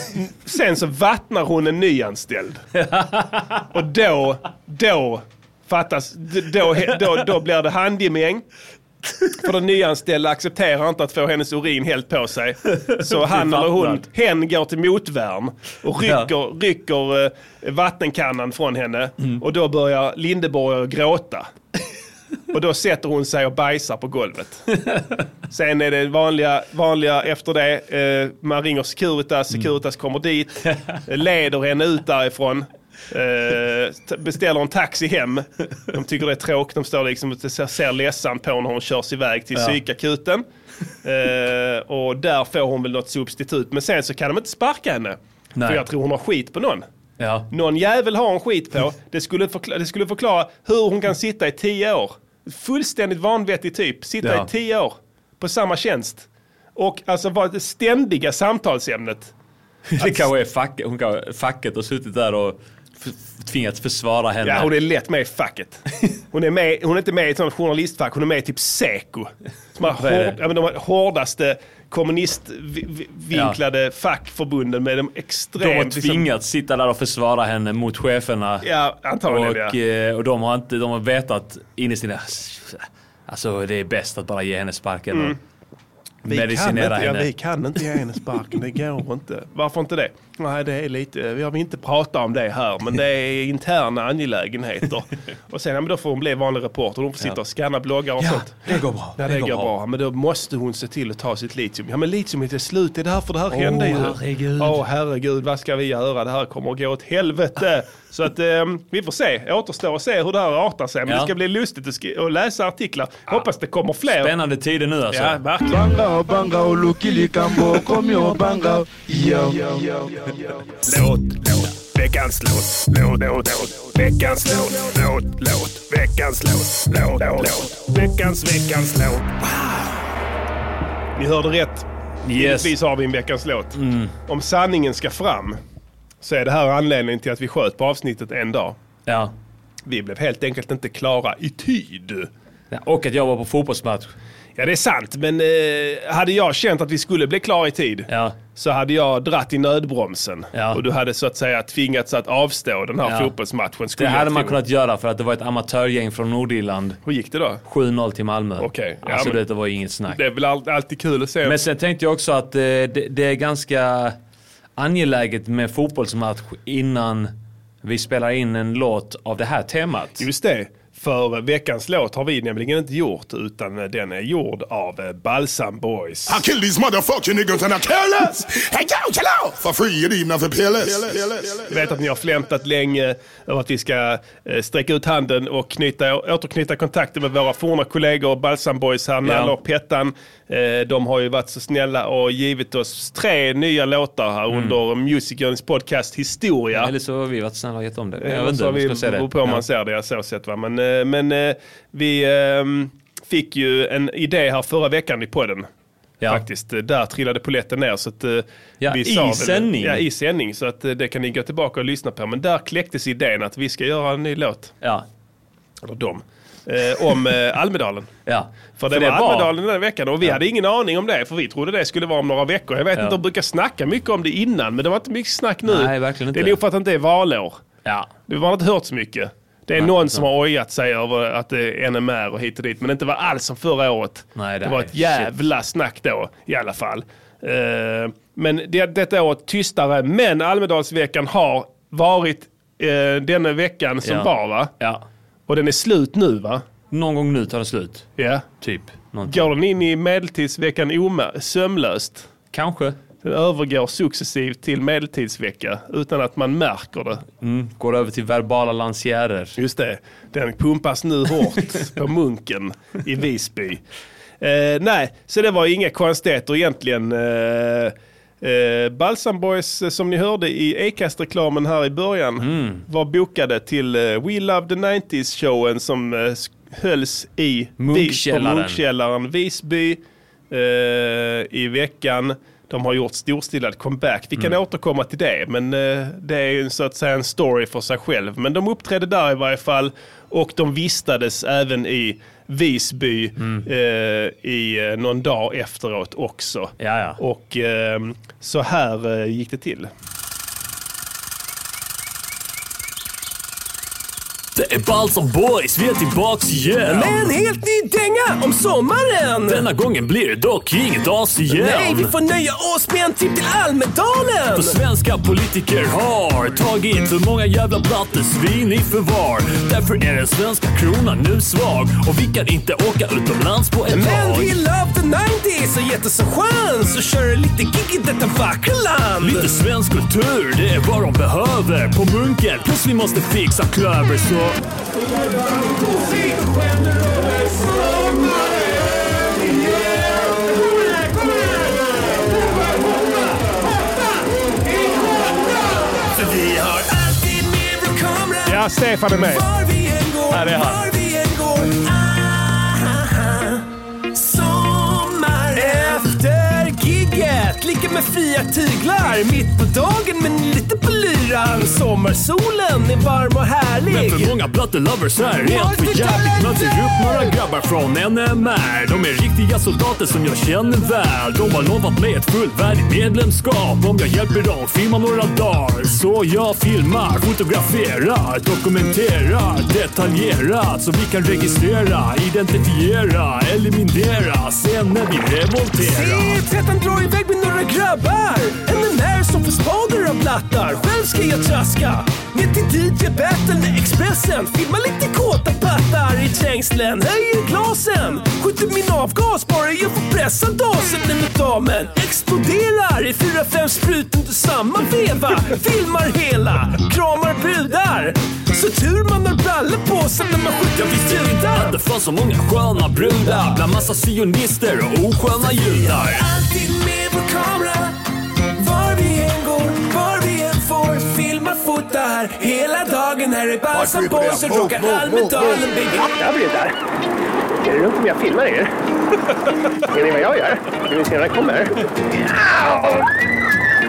C: sen så vattnar hon en
D: (laughs)
C: nyanställd. Och då, då fattas, då, då, då blir det handgemäng. För den nyanställda accepterar inte att få hennes urin helt på sig. Så han eller hon,
D: vattnad.
C: hen går till motvärn och rycker,
D: Ja.
C: rycker eh, vattenkannan från henne.
D: Mm.
C: Och då börjar Lindeborg att
D: (laughs)
C: gråta. Och då sätter hon sig och bajsar på golvet. Sen är det vanliga, vanliga efter det, eh, man ringer Securitas, Securitas kommer dit, eh, leder henne ut därifrån. Eh, t- beställer en taxi hem. De tycker det är tråkigt, de står liksom och ser, ser ledsen på när hon körs iväg till psykakuten. Eh, och där får hon väl något substitut. Men sen så kan de inte sparka henne.
D: Nej.
C: För jag tror hon har skit på någon.
D: Ja.
C: Någon jävel har hon skit på. Det skulle, förkla- det skulle förklara hur hon kan sitta i tio år. Fullständigt vanvettig typ. Sitta
D: Ja.
C: i tio år på samma tjänst. Och alltså vara det ständiga samtalsämnet.
D: (laughs) Det kanske är fack, hon kanske, facket har suttit där och f- tvingats försvara henne.
C: Ja, hon är lätt med i facket. Hon är, med, hon är inte med i ett sånt journalistfack, hon är med i typ Seko. De, här
D: Vad är det?
C: hår, ja, men de här hårdaste kommunistvinklade fackförbunden med de
D: de har
C: extremt...
D: tvingats sitta där och försvara henne mot cheferna.
C: ja, antagligen
D: och,
C: ja.
D: eh, och de har inte, de har vetat in i sina... Alltså det är bäst att bara ge henne sparken och medicinera
C: Mm. inte, Ja,
D: henne.
C: vi kan inte ge henne sparken, det går inte. Varför inte det? Nej, det är lite, jag vill inte prata om det här, men det är interna
D: (laughs)
C: angelägenheter. Och sen, ja, men då får hon bli vanlig reporter, hon får sitta och scanna bloggar och sånt.
D: det går bra.
C: Ja, det, går, bra. Men då måste hon se till att ta sitt litium. Ja, men litium är till slut. Det är därför det här hände ju.
D: herregud.
C: Åh, herregud. Vad ska vi göra? Det här kommer att gå åt
D: (laughs)
C: helvete. Så att ehm, vi får se. Återstår att se hur det här artar sig. Men
D: Ja.
C: det ska bli lustigt att, skri- att läsa artiklar. Hoppas det kommer fler.
D: Spännande tider nu alltså.
C: Ja, verkligen.
A: Låt, låt, veckans låt, låt, låt, låt, veckans låt, låt, låt, veckans låt, låt, låt, låt, veckans, veckans låt.
C: Ni hörde rätt.
D: Yes.
C: Givetvis har vi en veckans låt. Om sanningen ska fram så är det här anledningen till att vi sköt på avsnittet en dag.
D: Ja.
C: Vi blev helt enkelt inte klara i tid.
D: Ja, Och att jag var på fotbollsmatch.
C: Ja, det är sant, men eh, hade jag känt att vi skulle bli klara i tid
D: Ja.
C: så hade jag dratt i nödbromsen.
D: Ja.
C: Och du hade så att säga tvingats att avstå den här
D: Ja.
C: fotbollsmatchen.
D: Det
C: Skulle jag
D: hade man
C: tro.
D: kunnat göra för att det var ett amatörgäng från Nordirland.
C: Hur gick det då?
D: 7-0 till Malmö.
C: Okej, ja,
D: alltså
C: men-
D: det, det var inget snack.
C: Det är väl all- alltid kul att se.
D: Men sen tänkte jag också att eh, det, det är ganska angeläget med fotbollsmatch innan vi spelar in en låt av det här temat.
C: Just det. För veckans låt har vi nämligen inte gjort utan den är gjord av eh, Balsam Boys.
D: Ah,
E: I kill these motherfucking niggas and I care less. Hey yo, chill out. For free and even if it peerless.
C: Jag vet att ni har flämtat länge över att vi ska eh, sträcka ut handen och knyta, återknyta kontakter med våra forna kollegor Balsam Boys här, Nalle och Pettan. Eh, De har ju varit så snälla och givit oss tre nya låtar
D: Mm.
C: här under Music Journeys podcast historia.
D: Eller så har vi varit snälla och gett om det.
C: Eh,
D: Jag vet inte
C: så
D: om
C: vi-
D: jag ska säga det.
C: beror på om man
D: Ja.
C: ser det så sett. Va? Men, eh, men eh, vi ehm, fick ju en idé här förra veckan i podden.
D: Ja.
C: Faktiskt. Eh, Där trillade polletten ner. Så att, eh,
D: Ja,
C: vi
D: i
C: sa väl-
D: sändning.
C: Ja, i sändning. Så att, eh, det kan ni gå tillbaka och lyssna på. Men där kläcktes idén att vi ska göra en ny låt,
D: Ja.
C: eller dem, eh, om eh, Almedalen.
D: ja.
C: För det, var Almedalen den här veckan och vi hade ingen aning om det för vi trodde det skulle vara om några veckor. Jag vet
D: Ja.
C: inte, de brukar snacka mycket om det innan men det var inte mycket snack nu.
D: Nej, verkligen
C: Det är
D: inte.
C: nog för att det inte är valår.
D: Ja.
C: Det har inte hört så mycket. Det är någon som har ojat sig över att det är NMR och hit och dit, men det inte var alls som förra året.
D: Nej, det
C: det var
D: är-
C: ett jävla snack då, i alla fall. Eh, men det, detta året tystare, men Almedalsveckan har varit uh, denna veckan som
D: Ja.
C: var, va?
D: ja.
C: Och den är slut nu, va?
D: Någon gång nu tar det slut.
C: Ja.
D: Typ. Någonting.
C: Går den in i medeltidsveckan oma- sömlöst?
D: Kanske.
C: Den övergår successivt till medeltidsvecka utan att man märker det.
D: Går över till verbala lansierer.
C: Just det. Den pumpas nu hårt på Munken i Visby. Eh, nej, så det var inga konstigheter egentligen. Eh, eh, Balsam Boys, eh, som ni hörde i Acast-reklamen här i början, var bokade till eh, We Love the 90s-showen som eh, sk- hölls i
D: Munkkällaren.
C: på Munkkällaren Visby eh, i veckan. De har gjort storstilad comeback. Vi kan
D: Mm.
C: återkomma till det, men eh, det är ju en, så att säga en story för sig själv. Men de uppträdde där i varje fall och de vistades även i Visby
D: Mm.
C: eh, i eh, någon dag efteråt också.
D: Ja, ja.
C: Och eh, så här eh, gick det till.
B: Det är Balsam Boys, vi är tillbaks igen! Med en helt ny dänga om sommaren! Denna gången blir det dock inget as igen. Nej, vi får nöja oss med en tipp till Almedalen! För svenska politiker har tagit för många jävla plattesvin i förvar. Därför är den svenska kronan nu svag och vi kan inte åka utomlands på ett tag.
G: Men vi love the 90s och gett oss en chans att köra lite gig i detta vackra land.
B: Lite svensk kultur, det är vad de behöver på Munken. Plus vi måste fixa klöver så...
G: För vi har alltid med vår kamera.
C: Ja, Stefan är med.
G: Var vi än går,
C: Här är han.
G: var vi än går. Ah, sommar efter gigget. Ligger med fria tyglar mitt på dagen men lite på lyran. Sommarsolen är varm och
B: Men
G: härlig.
B: för många blattelovers här är helt för jävligt Möter upp några grabbar från NMR De är riktiga soldater som jag känner väl De har lovat mig ett fullvärdigt medlemskap Om jag hjälper dem filma några dagar Så jag filmar, fotograferar, dokumenterar detaljerat Så vi kan registrera, identifiera, eliminera Sen när vi revolterar
G: Ser tvätten drar iväg med några grabbar NMR som får spader av blattar Själv ska jag traska Ner till DJ Battle med Expressen Filma lite kåta pattar i trängslen Höjer glasen Skjuter min avgas bara jag får pressa dasen Eller damen Exploderar i fyra, fem sprut under samma veva Filmar hela Kramar brudar Så tur man har brallor på sig när man skjuter vid
B: Det
G: slutar
B: fanns så många sköna brudar Bland massa sionister och osköna judar
G: Alltid med vår kamera Var vi än går, var vi än får Filmar, fotar hela dagen Här är Balsam
E: Varsågod,
G: Boys och
E: ja.
G: rockar
E: Move, move, move,
G: Almedalen baby
H: Ja, brudar. Är det lugnt om jag filmar er? Ser ni vad jag gör? Vill ni se när jag kommer? Au!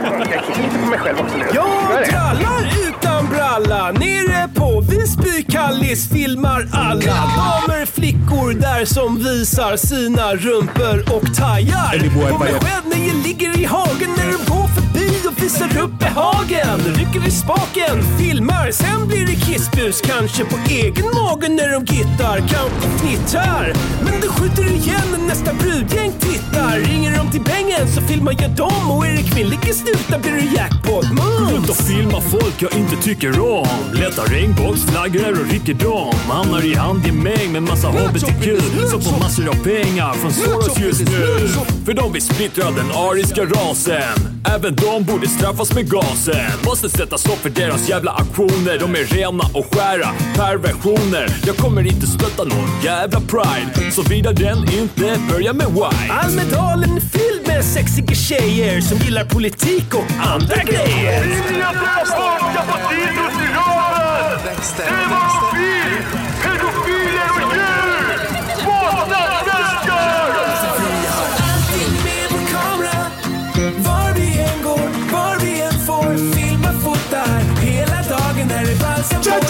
H: Jag kikar lite på mig själv också nu. Gör
G: Jag
H: det.
G: drallar utan bralla Nere på Visby Kallis filmar alla Damer, flickor där som visar sina rumpor och tajar Kommer själv när jag ligger i hagen När de går förbi och visar upp behagen Rycker i spaken, filmar Sen blir det kissbus Kanske på egen mage när de gittar Kanske fnittrar Men det skjuter igen när nästa brudgäng tittar Ringer de till bängen så filmar jag dem och är det kvinnlig gesnuta blir det jackpot. Mums!
B: Ut och filma folk jag inte tycker om. Letar regnbågsflaggor och rikedom. Hamnar i handgemäng med massa hbtq. Som får massor av pengar från Soros just nu. För de vill splittra den ariska rasen. Även de borde straffas med gasen. Måste sätta stopp för deras jävla aktioner. De är rena och skära perversioner. Jag kommer inte stötta någon jävla pride. Såvida den inte börjar med why.
G: Almedalen är fylld med sexiga tjejer som gillar politik och andra grejer. Allting med vår kamera, var vi än går, var vi än får. Filmar, fotar, hela dagen här är valsen vår.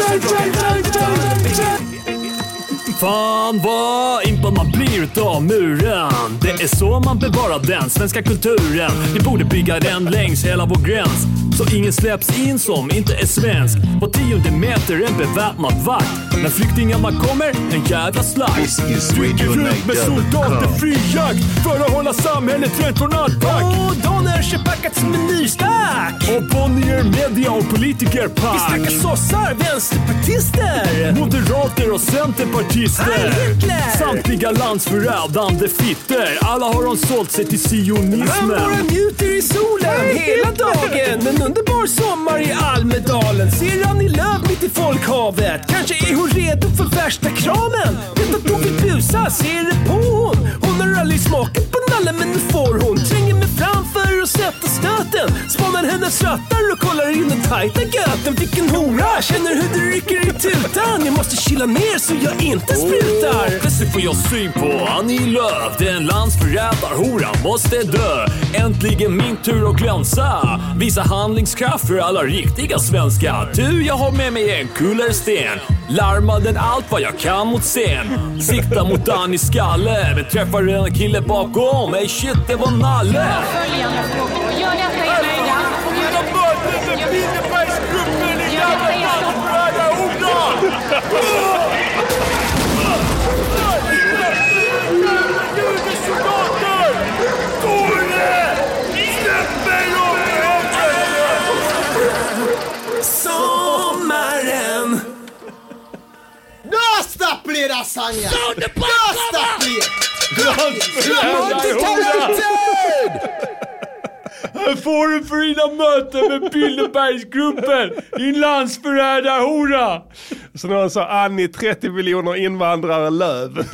B: Fan vad impad man blir utav muren. Det är så man bevarar den svenska kulturen. Vi borde bygga den längs hela vår gräns. Så ingen släpps in som inte är svensk. På tionde meter en beväpnad vakt. När flyktingarna kommer, en jävla slakt. Dricker runt med soldater, fri jakt. För att hålla samhället rent från attack.
G: Och Donners är packat som en nystack.
B: Och Bonnier media och politiker
G: Vi snackar
B: pack.
G: sossar, vänsterpartister.
B: Moderater och centerpartister.
G: Heil Hitler!
B: Samtliga landsförrädande fitter. Alla har de sålt sig till
G: Mammorna
B: sionismen.
G: njuter i solen hela dagen. En underbar sommar i Almedalen. Ser han i löv mitt i folkhavet. Kanske är hon redo för värsta kramen. Vet att hon vill busa, ser det på hon. Hon har aldrig smakat på nallen men nu får hon. Tränger mig framför och sätter stöten. Spanar hennes rattar och kollar in den tajta göten. Vilken hora! Känner hur det rycker i tutan. Jag måste kyla ner så jag inte sprutar.
B: Plötsligt får jag syn på Annie Lööf. Den landsförrädarhoran måste dö. Äntligen min tur att glänsa. Visa handlingskraft för alla riktiga svenskar. Du, jag har med mig en kullersten. Larmar den allt vad jag kan mot scen. Siktar mot Annies skalle. Men träffar en kille bakom. Ey shit, det var Nalle.
I: följande frågor. Gör detta i nöjda. Gör detta i Stockholm.
G: Sommaren!
J: Rösta fler Asanja! Rösta fler!
D: Här får du för dina möten med Bilderbergsgruppen, din landsförrädarhora!
C: Så någon sa Annie 30 miljoner invandrare löv.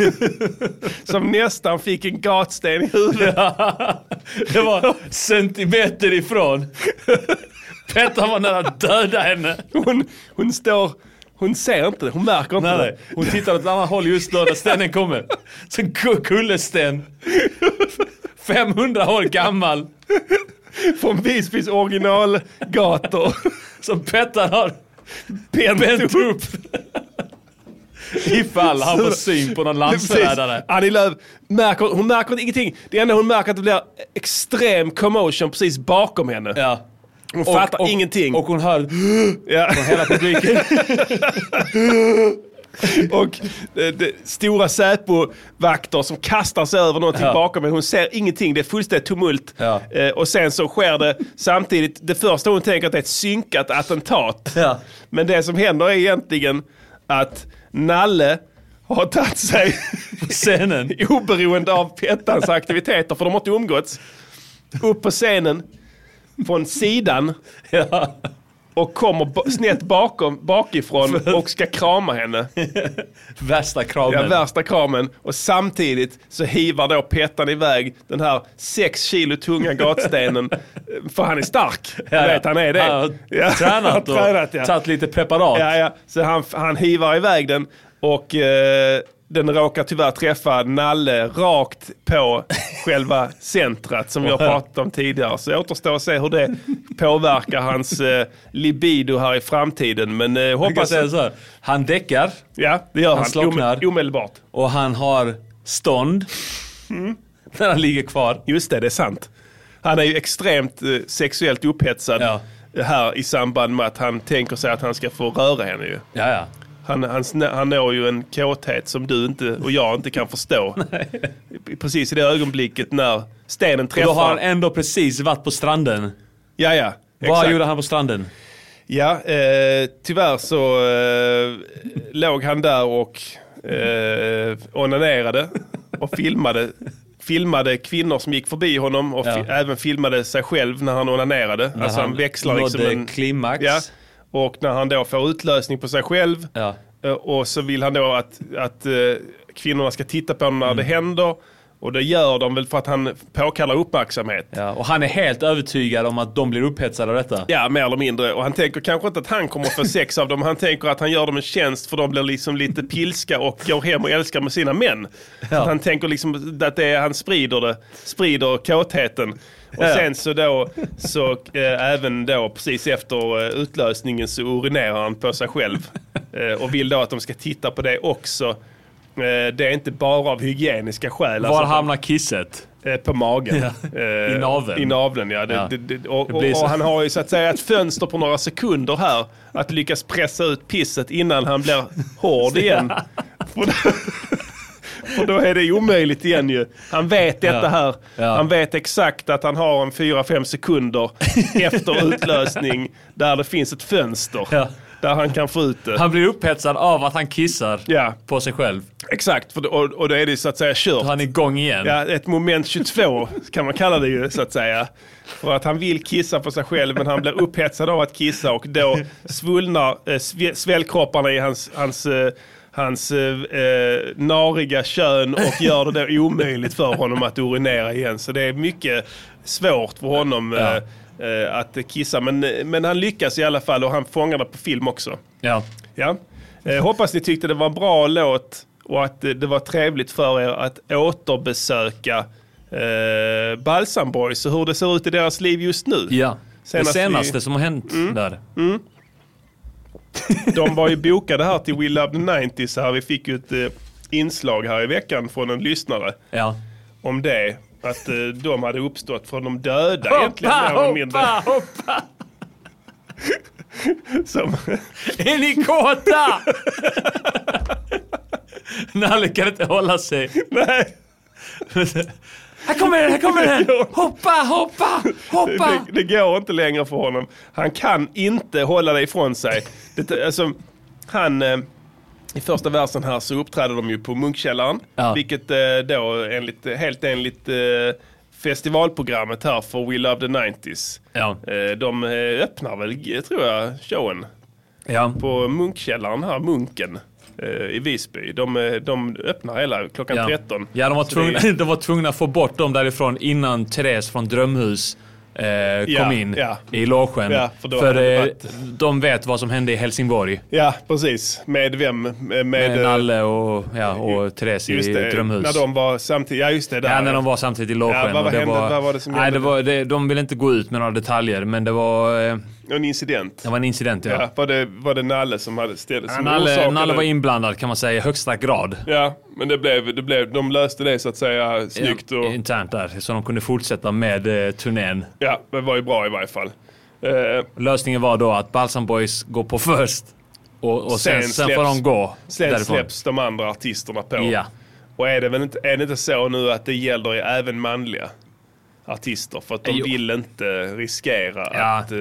C: Som nästan fick en gatsten i huvudet.
D: (laughs) Det var centimeter ifrån. Petter var nära att döda henne.
C: Hon, hon står, hon ser inte det, hon märker inte
D: Nej,
C: det.
D: nej. Hon tittar åt ett annat håll just då när stenen kommer. Så Ku- kullesten. 500 år gammal.
C: Från Visbys originalgator.
D: Som Petter har bänt upp. Ifall han får syn på någon landsförrädare.
C: Annie Lööf, märker, hon märker ingenting. Det enda hon märker är att det blir extrem commotion precis bakom henne.
D: Ja.
C: Hon fattar ingenting.
D: Och hon hör
C: ja.
D: från hela publiken.
C: (laughs) Och eh, det, stora Säpo-vakter som kastar sig över någonting
D: Ja.
C: bakom henne. Hon ser ingenting, det är fullständigt tumult.
D: Ja.
C: Eh, och sen så sker det samtidigt, det första hon tänker att det är ett synkat attentat.
D: Ja.
C: Men det som händer är egentligen att Nalle har tagit sig
D: Scenen.
C: (laughs) oberoende av Pettans aktiviteter, för de har inte umgåtts, upp på scenen från sidan
D: (laughs) Ja.
C: och kommer ba- snett bakom,
D: (laughs)
C: bakifrån och ska krama henne.
D: Värsta kramen.
C: Ja, värsta kramen. Och samtidigt så hivar då Pettan iväg den här sex kilo tunga
D: (laughs)
C: gatstenen. För han är stark.
D: Ja,
C: Du
D: ja.
C: vet, han är det.
D: Han har
C: Ja, (laughs)
D: tränat och
C: han har tränat, ja.
D: tagit lite preparat.
C: Ja, ja. Så han, han hivar iväg den och eh, den råkar tyvärr träffa Nalle rakt på själva centrat som vi har pratat om tidigare. Så återstår att se hur det påverkar hans eh, libido här i framtiden. Men eh,
D: Jag kan
C: hoppas...
D: säga så här. Han däckar
C: Ja, det gör han.
D: slocknar.
C: Ome- Omedelbart.
D: och han har stånd.
C: Mm.
D: När han ligger kvar.
C: Just det, det är sant. Han är ju extremt eh, sexuellt upphetsad
D: Ja.
C: här i samband med att han tänker sig att han ska få röra henne ju.
D: Ja, ja.
C: Han, han, snä- han når ju en kåthet som du inte och jag inte kan
D: (laughs)
C: förstå. I- Precis i det ögonblicket när stenen
D: Och
C: träffar.
D: då har han ändå precis varit på stranden.
C: Ja, ja.
D: Vad
C: Exakt.
D: gjorde han på stranden?
C: Ja, eh, tyvärr så eh, låg han där och eh, onanerade och filmade. Filmade kvinnor som gick förbi honom och fi-
D: Ja.
C: även filmade sig själv när han onanerade.
D: När
C: alltså han,
D: han
C: växlar liksom
D: nådde
C: en...
D: klimax.
C: Ja, och när han då får utlösning på sig själv
D: Ja.
C: eh, och så vill han då att, att eh, kvinnorna ska titta på honom när det händer. Och det gör de väl för att han påkallar uppmärksamhet.
D: Ja, och han är helt övertygad om att de blir upphetsade av detta.
C: Ja, mer eller mindre. Och han tänker kanske inte att han kommer att få sex av dem. Han tänker att han gör dem en tjänst för de blir liksom lite pilska och går hem och älskar med sina män. Så att han tänker liksom att det är, han sprider det, sprider kåtheten. Och
D: Ja.
C: sen så då, så eh, även då precis efter eh, utlösningen så urinerar han på sig
D: (laughs)
C: själv. Eh, och vill då att de ska titta på det också. Eh, det är inte bara av hygieniska skäl.
D: Var
C: Alltså,
D: hamnar kisset?
C: Eh, På magen.
D: Ja.
C: Eh,
D: I naveln.
C: I naveln, ja. Det,
D: Ja.
C: Det, det, och,
D: Det
C: och,
D: blir så.
C: och han har ju så att säga ett fönster på några sekunder här. Att lyckas pressa ut pisset innan han blir
D: (laughs)
C: hård igen. För då, för då är det omöjligt igen ju. Han vet detta
D: Ja.
C: här.
D: Ja.
C: Han vet exakt att han har en 4-5
D: (laughs)
C: sekunder efter utlösning där det finns ett fönster.
D: Ja.
C: Där han kan få ut det.
D: Han blir upphetsad av att han kissar
C: Ja.
D: på sig själv.
C: Exakt, för, då- och, och då är det ju så att säga kört.
D: Han är igång igen.
C: Ja, ett moment 22 kan man kalla det ju så att säga. För att han vill kissa på sig själv men han blir upphetsad av att kissa och då svullnar eh, sve- svällkropparna i hans, hans, eh, hans eh, eh, nariga kön och gör det då omöjligt för honom att urinera igen. Så det är mycket svårt för honom eh, eh, att kissa. Men, eh, men han lyckas i alla fall och han fångar det på film också.
D: Ja.
C: Ja. Eh, hoppas ni tyckte det var en bra låt och att eh, det var trevligt för er att återbesöka eh, Balsam Boys och hur det ser ut i deras liv just nu.
D: ja.
C: Senast
D: det senaste
C: vi- Mm.
D: som har hänt där.
C: De var ju bokade här till We Love the 90s. Här. Vi fick ju ett eh, inslag här i veckan från en lyssnare
D: Ja.
C: om det. Att eh, de hade uppstått från de döda egentligen. mer eller mindre.
D: hoppa!
C: (laughs) Som,
D: Är ni
C: (laughs)
D: kåta? (laughs) Nalle kan inte hålla sig.
C: nej,
D: Här kommer den, här kommer den! Hoppa, hoppa, hoppa!
C: det, det går inte längre för honom. Han kan inte hålla det ifrån sig. Det, alltså, han... Eh, I första versen här så uppträder de ju på Munkkällaren.
D: Ja.
C: Vilket eh, då enligt, helt enligt eh, festivalprogrammet här för We Love the 90s.
D: Ja.
C: Eh, de eh, öppnar väl, tror jag, showen
D: Ja.
C: på Munkkällaren här, Munken. eh, I Visby. De, eh, de öppnar hela klockan
D: Ja.
C: 13.
D: Ja, de var,
C: Så
D: tvungna,
C: det är-
D: (laughs) de var tvungna att få bort dem därifrån innan Therese från Drömhus eh, kom in
C: ja.
D: i logen.
C: Ja, för då
D: för
C: hade det
D: eh,
C: varit-
D: de vet vad som hände i Helsingborg.
C: Ja, precis. Med vem? Med,
D: Med
C: eh,
D: Nalle och, ja, och Therese i
C: Just det,
D: Drömhus.
C: när de var samtidigt. Ja, just det. Där.
D: Ja, när de var samtidigt i logen.
C: Ja, vad
D: och
C: hände? Vad var det som
D: nej,
C: hände?
D: det var, det, De ville inte gå ut med några detaljer, men det var, eh,
C: En incident.
D: det var en incident. Ja.
C: Ja, var, det, var det Nalle som hade ställt som
D: Nalle,
C: orsakade-
D: Nalle var inblandad kan man säga i högsta grad.
C: Ja, men det blev, det blev, de löste det så att säga snyggt.
D: Ja,
C: Och,
D: Internt där, så de kunde fortsätta med eh, turnén.
C: ja, det var ju bra i varje fall. Eh,
D: Lösningen var då att Balsam Boys går på först och, och sen,
C: Sen
D: sen, får
C: släpps-
D: de gå
C: sen släpps de andra artisterna på.
D: Ja.
C: Och är det, väl inte, är det inte så nu att det gäller ju även manliga artister? För att de
D: Jo.
C: vill inte riskera
D: Ja.
C: att... eh,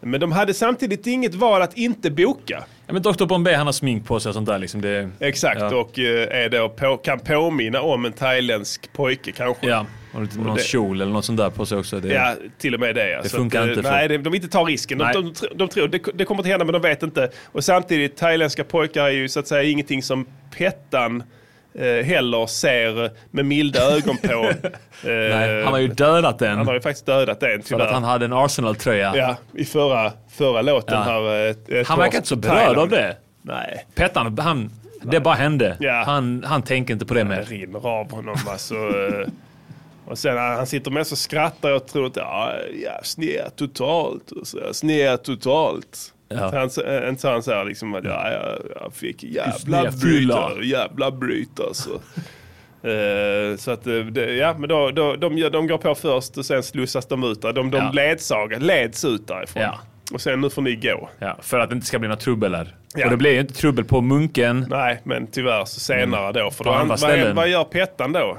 C: men de hade samtidigt inget val att inte boka.
D: Ja, men Dr Bombay han har smink på sig och sånt där liksom. Det,
C: Exakt,
D: Ja.
C: och eh, är då på, kan påminna om en thailändsk pojke kanske.
D: ja, och lite någon
C: det-
D: kjol eller något sånt där på sig också. Det,
C: Ja, till och med det. ja. Så
D: funkar
C: att, eh,
D: inte för-
C: Nej, de, de vill inte ta risken. De,
D: Nej.
C: de, tr- de tror det, det kommer att hända, men de vet inte. Och samtidigt, thailändska pojkar är ju så att säga ingenting som Pettan eh, heller ser med milda ögon på.
D: (laughs) Nej,
C: Eh,
D: han har ju dödat den
C: han har ju faktiskt dödat en
D: för
C: tyvärr.
D: att han hade en Arsenal-tröja.
C: Ja, i förra, förra låten
D: Ja.
C: här. eh, eh,
D: Han
C: Torsk-
D: verkar inte så berörd
C: Thailand.
D: av det.
C: Nej.
D: Pettan, han, det bara hände.
C: Ja.
D: Han, han tänker inte på det
C: Det
D: mer.
C: rinner av honom alltså. eh. Och sen när han sitter med så skrattar jag och tror att ja, ja snea totalt. Och så, "Jag snea totalt.
D: Ja.
C: Så han, så- inte så han säger liksom att ja, jag, jag fick jävla
D: Snea fylla.
C: bryt, jävla bryt alltså. Eh, så att eh, det, ja, men då, då, de, gör- de går på först och sen slussas de ut där. De, de
D: Ja.
C: ledsagas, leds ut därifrån.
D: Ja.
C: Och sen nu får ni gå.
D: Ja, för att det inte ska bli några trubbel här.
C: Ja.
D: Och det blir ju inte trubbel på munken.
C: Nej, men tyvärr så senare då. För
D: Mm. På
C: då han,
D: andra
C: vad,
D: ställen.
C: vad gör Pettan då?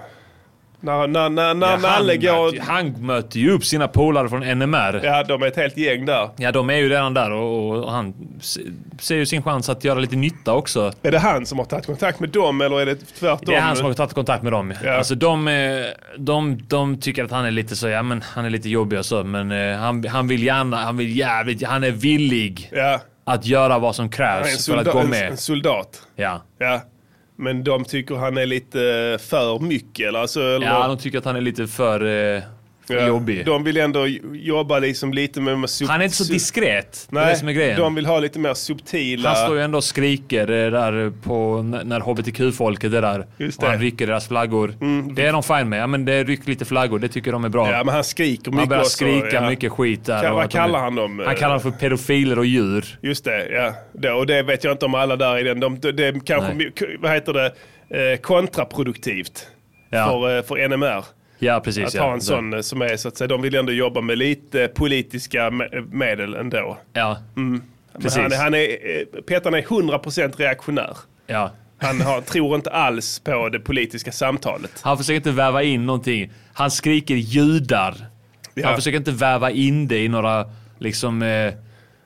C: När, när, när, när Nalle
D: han,
C: går...
D: möter, han möter ju upp sina polare från NMR. Ja.
C: Ja, de är ett helt gäng där.
D: de är ju redan där och, och han se- ser ju sin chans att göra lite nytta också.
C: Är det han som har tagit kontakt med dem eller är det tvärtom?
D: Det är han som har tagit kontakt med dem.
C: Ja.
D: Alltså de, eh, de, de tycker att han är lite så, ja men han är lite jobbig och så, men eh, han, han vill gärna, han vill jävligt, han är villig
C: Ja,
D: att göra vad som
C: han är en,
D: krävs för att
C: soldat,
D: gå
C: en,
D: med.
C: en soldat.
D: Ja.
C: Ja. Men de tycker han är lite eh, för mycket eller? Alltså, eller
D: ja, de tycker att han är lite för, eh, för
C: Ja,
D: jobbig.
C: De vill ändå j- jobba liksom lite med... med sub-
D: Han är inte så
C: sub-
D: diskret, det är
C: Nej,
D: det som är grejen.
C: de vill ha lite mer subtila...
D: Han står ju ändå och skriker eh, där på, n- när hbtq-folket är där.
C: Just
D: Och
C: det. Mm,
D: han rycker deras flaggor. Det är de fine med. Ja, men det rycker lite flaggor, det tycker de är bra.
C: Ja, men han skriker mycket
D: man börjar
C: också,
D: skrika
C: ja.
D: mycket skit där.
C: Ka-
D: och
C: vad
D: att de-
C: kallar han dem?
D: Han kallar dem för pedofiler och djur.
C: Just det, ja. Det, och det vet jag inte om alla där i den. De, de, det är kanske,
D: Nej.
C: k- vad heter det, eh, kontraproduktivt
D: Ja.
C: för, eh, för NMR.
D: Ja, precis.
C: Att
D: ja.
C: ha en sån eh, som är så att säga, de vill ändå jobba med lite politiska me- medel ändå.
D: Ja,
C: Mm. Men
D: precis.
C: Han, han är, eh, Petan är 100% reaktionär.
D: ja.
C: Han
D: (laughs)
C: har, tror inte alls på det politiska samtalet.
D: han försöker inte väva in någonting. Han skriker judar.
C: Ja.
D: Han försöker inte väva in det i några, liksom, eh,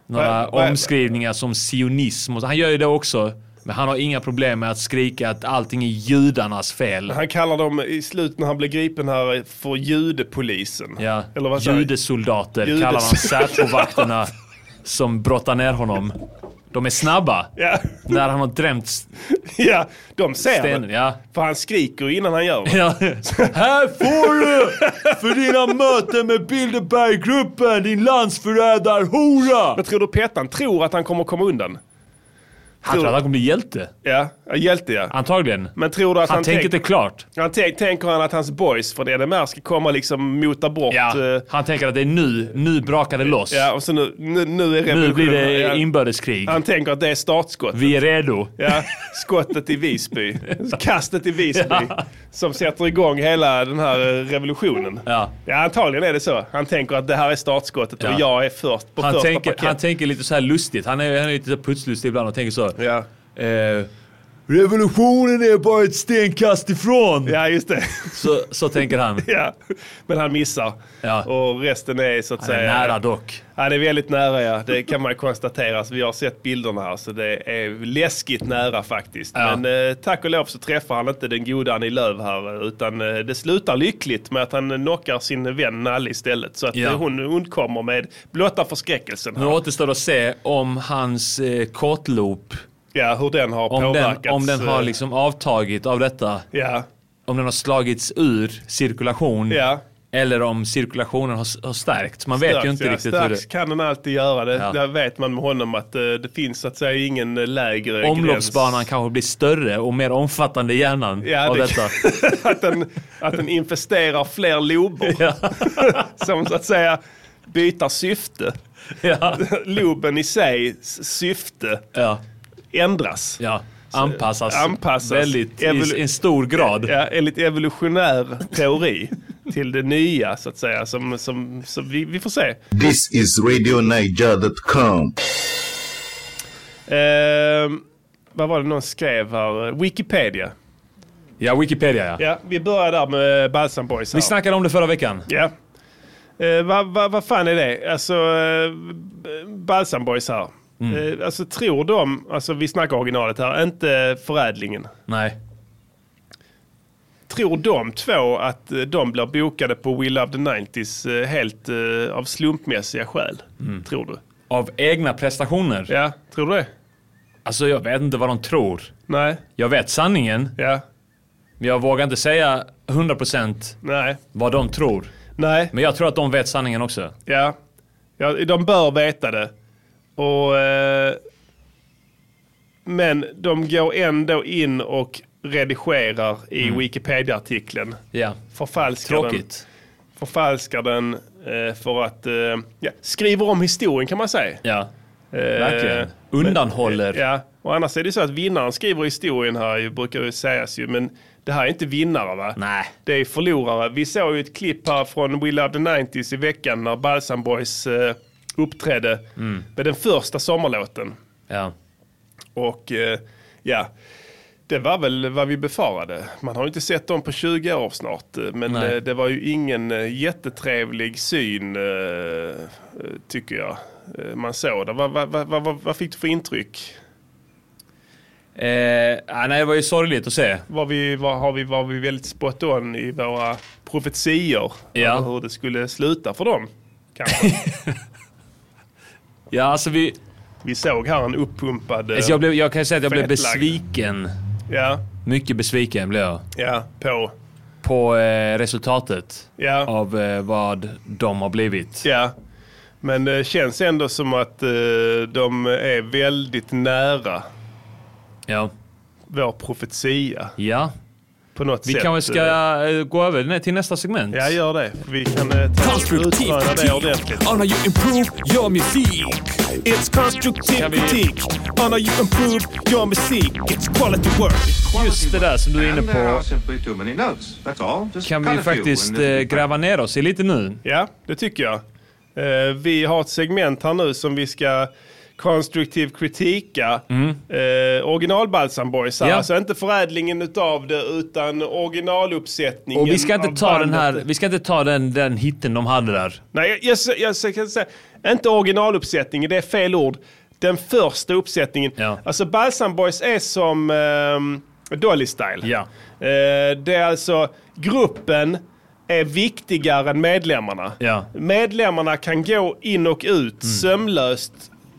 D: några
C: Vad- vad-
D: omskrivningar som sionism. och så. Han gör ju det också. Men han har inga problem med att skrika att allting är judarnas fel.
C: Han kallar dem i slutet när han blir gripen här för judepolisen.
D: Ja.
C: Eller vad säger
D: Judesoldater
C: Judes-
D: kallar han
C: (laughs)
D: Säpovakterna som brottar ner honom. De är snabba.
C: Ja. (laughs)
D: När han har drämt
C: ja, de ser
D: stenen.
C: det.
D: Ja.
C: För han skriker ju innan han gör det.
D: Ja. Här får du! För dina möten med Bilderberggruppen, din landsförrädarhora!
C: Men tror du Petan tror att han kommer komma undan?
D: Han tror att han kommer bli hjälte.
C: Ja, ja, hjälte ja.
D: Antagligen.
C: Men tror du att han,
D: Han tänker inte klart.
C: han tänk, tänker han att hans boys från NMR ska komma liksom mota bort?
D: Ja.
C: eh,
D: Han tänker att det är nu, nu brakar det loss.
C: ja och så nu, nu, nu är
D: Nu blir
C: Ja,
D: det inbördeskrig.
C: Han tänker att det är startskottet.
D: Vi är redo.
C: Ja, skottet i
D: (laughs)
C: Visby. Kastet i Visby. Som sätter igång hela den här eh, revolutionen.
D: Ja.
C: antagligen är det så. Han tänker att det här är startskottet och
D: Ja.
C: jag är först på
D: Han
C: första
D: tänker,
C: parkett.
D: han tänker lite så här lustigt. Han är, han är lite så här putslustig ibland och tänker så.
C: ja.
D: Eh, revolutionen är bara ett stenkast ifrån!
C: ja, just det.
D: Så, så tänker han.
C: (laughs) ja. Men han missar.
D: Ja.
C: Och resten är så att
D: Han är
C: säga...
D: nära dock.
C: Ja, det är väldigt nära ja. Det kan man ju konstatera. Så vi har sett bilderna här så det är läskigt nära faktiskt.
D: Ja.
C: Men eh, tack och lov så träffar han inte den goda Annie Lööf här utan eh, det slutar lyckligt med att han knockar sin vän Nalle istället. Så att
D: Ja.
C: eh, hon undkommer med blotta förskräckelsen.
D: Nu återstår att se om hans eh, kortloop,
C: Ja, hur den har
D: om
C: påverkats.
D: den, om den har
C: eh,
D: liksom avtagit av detta,
C: Ja,
D: om den har slagits ur cirkulation
C: ja.
D: eller om cirkulationen har, s- har stärkts. Man vet ju
C: Strax,
D: inte
C: ja.
D: riktigt hur
C: Strax
D: det...
C: kan den alltid göra det.
D: Ja.
C: Där vet man med honom att eh, det finns så att säga ingen eh, lägre
D: Omloppsbanan
C: gräns.
D: kanske blir större och mer omfattande i hjärnan
C: Ja,
D: av
C: det, (laughs)
D: detta.
C: att, den, att den infesterar fler lober.
D: Ja,
C: (laughs) som så att säga byter syfte.
D: ja,
C: Loben i sig, s- syfte,
D: ja,
C: ändras.
D: ja. Anpassas,
C: Anpassas.
D: väldigt
C: Evolu-
D: i, i en stor grad.
C: Ja, enligt evolutionär teori till det nya så att säga. Som, som, så vi, vi får se.
K: This is RadioNiger.com.
C: Ehm, vad var det någon skrev här? Wikipedia.
D: Ja, Wikipedia ja.
C: Ja, vi börjar där med Balsam Boys. här.
D: Vi snackade om det förra veckan.
C: Ja. Eh, Vad vad- vad fan är det? Alltså, eh, B- Balsam Boys här. Eh, alltså tror de, alltså vi snackar originalet här, inte förädlingen.
D: Nej.
C: Tror de två att eh, de blir bokade på We Love the 90s eh, helt eh, av slumpmässiga skäl? Tror du?
D: Av egna prestationer?
C: Ja, tror du det?
D: Alltså jag vet inte vad de tror.
C: Nej,
D: Jag vet sanningen,
C: ja,
D: men jag vågar inte säga 100%
C: nej,
D: vad de tror.
C: nej,
D: Men jag tror att de vet sanningen också.
C: ja. ja de bör veta det. Och, eh, men de går ändå in och redigerar i Wikipedia-artikeln.
D: Ja.
C: Förfalskar den.
D: Mm. Tråkigt.
C: Förfalskar den eh, för att... Eh, ja, skriver om historien kan man säga.
D: Ja.
C: Eh,
D: Verkligen. Undanhåller.
C: Ja, och annars är det så att vinnaren skriver historien här, ju, brukar det sägas ju. Men det här är inte vinnare va?
D: Nej.
C: Det är förlorare. Vi såg ju ett klipp här från We Love the 90s i veckan när Balsam Boys eh, uppträdde
D: Mm.
C: med den första sommarlåten.
D: Ja.
C: Och eh, ja, det var väl vad vi befarade. Man har ju inte sett dem på 20 år snart. eh, Men
D: Nej.
C: eh, det var ju ingen eh, jättetrevlig syn, eh, eh, tycker jag. eh, Man såg det. Vad, vad, vad, vad, vad fick du för intryck?
D: Eh, ah, nej, det var ju sorgligt att se.
C: Var vi, var, har vi, var vi väldigt spot on i våra profetior?
D: Ja.
C: Över hur det skulle sluta för dem? Kanske.
D: ja, alltså vi...
C: Vi såg här en uppumpad... eh,
D: Alltså jag, blev, jag kan ju säga att jag blev
C: fetlagd.
D: besviken.
C: eh, Ja,
D: Mycket besviken blev jag.
C: ja, på...
D: På eh, resultatet
C: Ja.
D: av eh, vad de har blivit.
C: Ja, men det känns ändå som att eh, de är väldigt nära
D: Ja.
C: vår profetia.
D: Ja.
C: På något
D: Vi
C: sätt.
D: kanske ska
C: eh,
D: eh, gå över nä- till nästa segment.
C: Ja, gör det. Vi kan eh, ta
B: Konstruktiv
C: utröna det ordentligt.
B: kritik on how you improve your music. It's constructive critique on how you improve your music. It's quality work.
D: Just det där som du är inne på kan vi
B: kind of few
D: faktiskt
B: and
D: eh, gräva ner oss i lite nu.
C: Ja, det tycker jag. Eh, vi har ett segment här nu som vi ska konstruktiv kritika. Mm. Eh, originalbalsam boys här.
D: Ja.
C: Alltså inte förädlingen utav det utan originaluppsättningen.
D: Och vi ska inte
C: av
D: ta den
C: bandet.
D: här, vi ska inte ta den, den hitten de hade där.
C: Nej, jag, jag, jag, jag kan säga, inte originaluppsättningen, det är fel ord. Den första uppsättningen. Alltså Balsam Boys är som ehm, Dolly Style. Eh, det är alltså gruppen är viktigare än medlemmarna.
D: Ja. Mm.
C: Medlemmarna kan gå in och ut sömlöst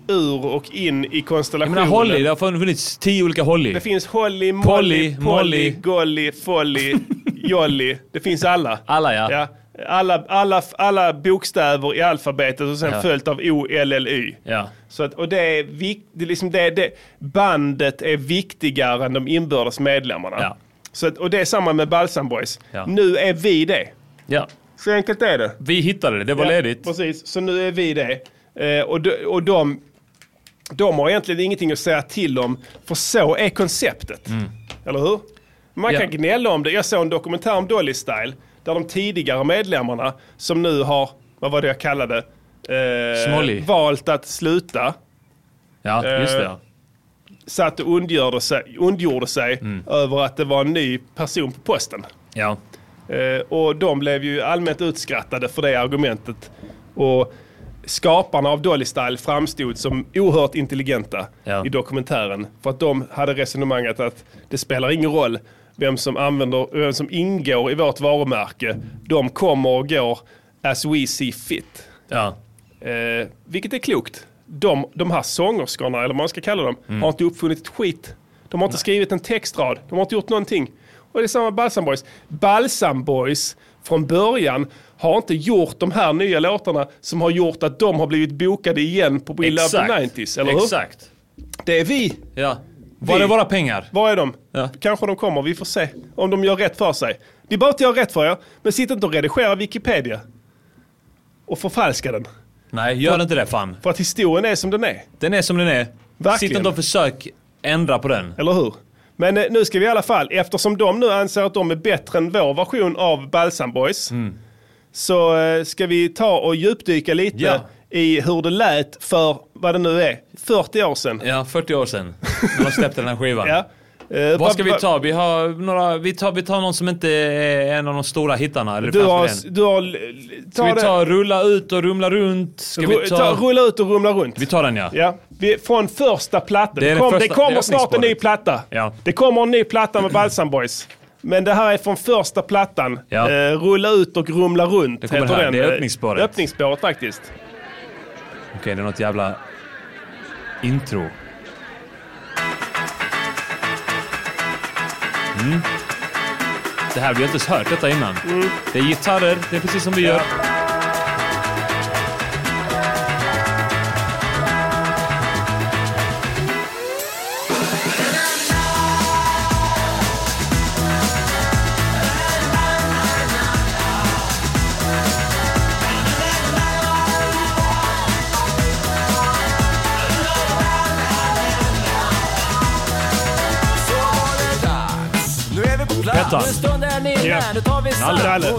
C: ur och in i
D: Jag
C: konstellationen.
D: menar Holly, det har funnits tio olika Holly.
C: Det finns Holly, Molly,
D: Polly,
C: Polly,
D: Molly.
C: Golly,
D: (laughs)
C: Folly, Jolly. Det finns alla.
D: Alla ja.
C: Alla, alla, alla bokstäver i alfabetet och sen
D: Ja.
C: följt av O, L, L, Y.
D: Ja.
C: Så att, och det är vik, det är liksom det, det, bandet är viktigare än de inbördes medlemmarna.
D: Ja.
C: Så att, och det är samma med Balsam Boys.
D: Ja.
C: Nu är vi det.
D: ja.
C: Så enkelt är det.
D: Vi hittade det, det var
C: Ja,
D: ledigt.
C: Precis, så nu är vi det. Eh, och de, och de, de har egentligen ingenting att säga till om, för så är konceptet. Eller hur? Man
D: Mm. Ja.
C: kan gnälla om det. Jag såg en dokumentär om Dolly Style, där de tidigare medlemmarna, som nu har, vad var det jag kallade
D: Smolly.
C: eh, valt att sluta,
D: Ja, just det.
C: Eh,
D: ja.
C: satt och ondgjorde sig, ondgjorde sig
D: Mm.
C: över att det var en ny person på posten.
D: Ja.
C: Eh, och de blev ju allmänt utskrattade för det argumentet. Och skaparna av Dolly Style framstod som oerhört intelligenta
D: Ja.
C: i dokumentären. För att de hade resonemanget att det spelar ingen roll vem som, använder, vem som ingår i vårt varumärke. De kommer och går as we see fit.
D: Ja.
C: Eh, vilket är klokt. De, de här sångerskorna, eller vad man ska kalla dem,
D: Mm.
C: har inte uppfunnit ett skit. De har inte skrivit en textrad. De har inte gjort någonting. Och det är samma med Balsam Boys. Balsam Boys från början har inte gjort de här nya låtarna som har gjort att de har blivit bokade igen på We Love
D: Exakt.
C: the 90s, eller hur?
D: Exakt.
C: Det är vi.
D: Ja. Var
C: Vi-
D: det våra pengar?
C: Var är de?
D: Ja.
C: Kanske de kommer, vi får se. Om de gör rätt för sig. Det är bara att göra rätt för er, men sitt inte och redigera Wikipedia. Och förfalska den.
D: Nej, gör inte det fan.
C: För att historien är som den är.
D: Den är som den är.
C: Verkligen.
D: Sitt inte och försök ändra på den.
C: Eller hur? Men eh, nu ska vi i alla fall, eftersom de nu anser att de är bättre än vår version av Balsam Boys,
D: Mm.
C: så eh, ska vi ta och djupdyka lite
D: Ja.
C: i hur det lät för, vad det nu är, 40 år sedan.
D: Ja, 40 år (laughs) sedan. När de släppte den här skivan.
C: Ja. Eh,
D: Vad ska vi ta? Vi, har några, vi, tar, vi tar någon som inte är en av de stora hittarna. Eller
C: Du
D: framför
C: har,
D: den.
C: du har...
D: Ska
C: det-
D: vi ta rulla ut och rumla runt? Ska
C: Ru-
D: vi ta...
C: ta, rulla ut och rumla runt.
D: Vi tar den ja.
C: Ja, vi, från första plattan.
D: Det
C: Det,
D: är den
C: kom,
D: första-
C: det kommer
D: det är
C: snart en ny
D: öppningsspåret.
C: platta.
D: Ja.
C: Det kommer en ny platta med Balsam Boys. Men det här är från första plattan.
D: Ja.
C: Eh, rulla ut och rumla runt
D: Det kommer här.
C: den.
D: Det är öppningsspåret.
C: Eh, Öppningsspåret faktiskt.
D: Okej, det är något jävla intro. Mm. Det här, vi har inte ens hört detta innan.
C: Mm.
D: Det är gitarrer, det är precis som vi gör.
L: Så är det dags. Nu är vi på plats.
D: Vänta.
L: Nu stundar ni
G: Ja. Nalle. Nalle.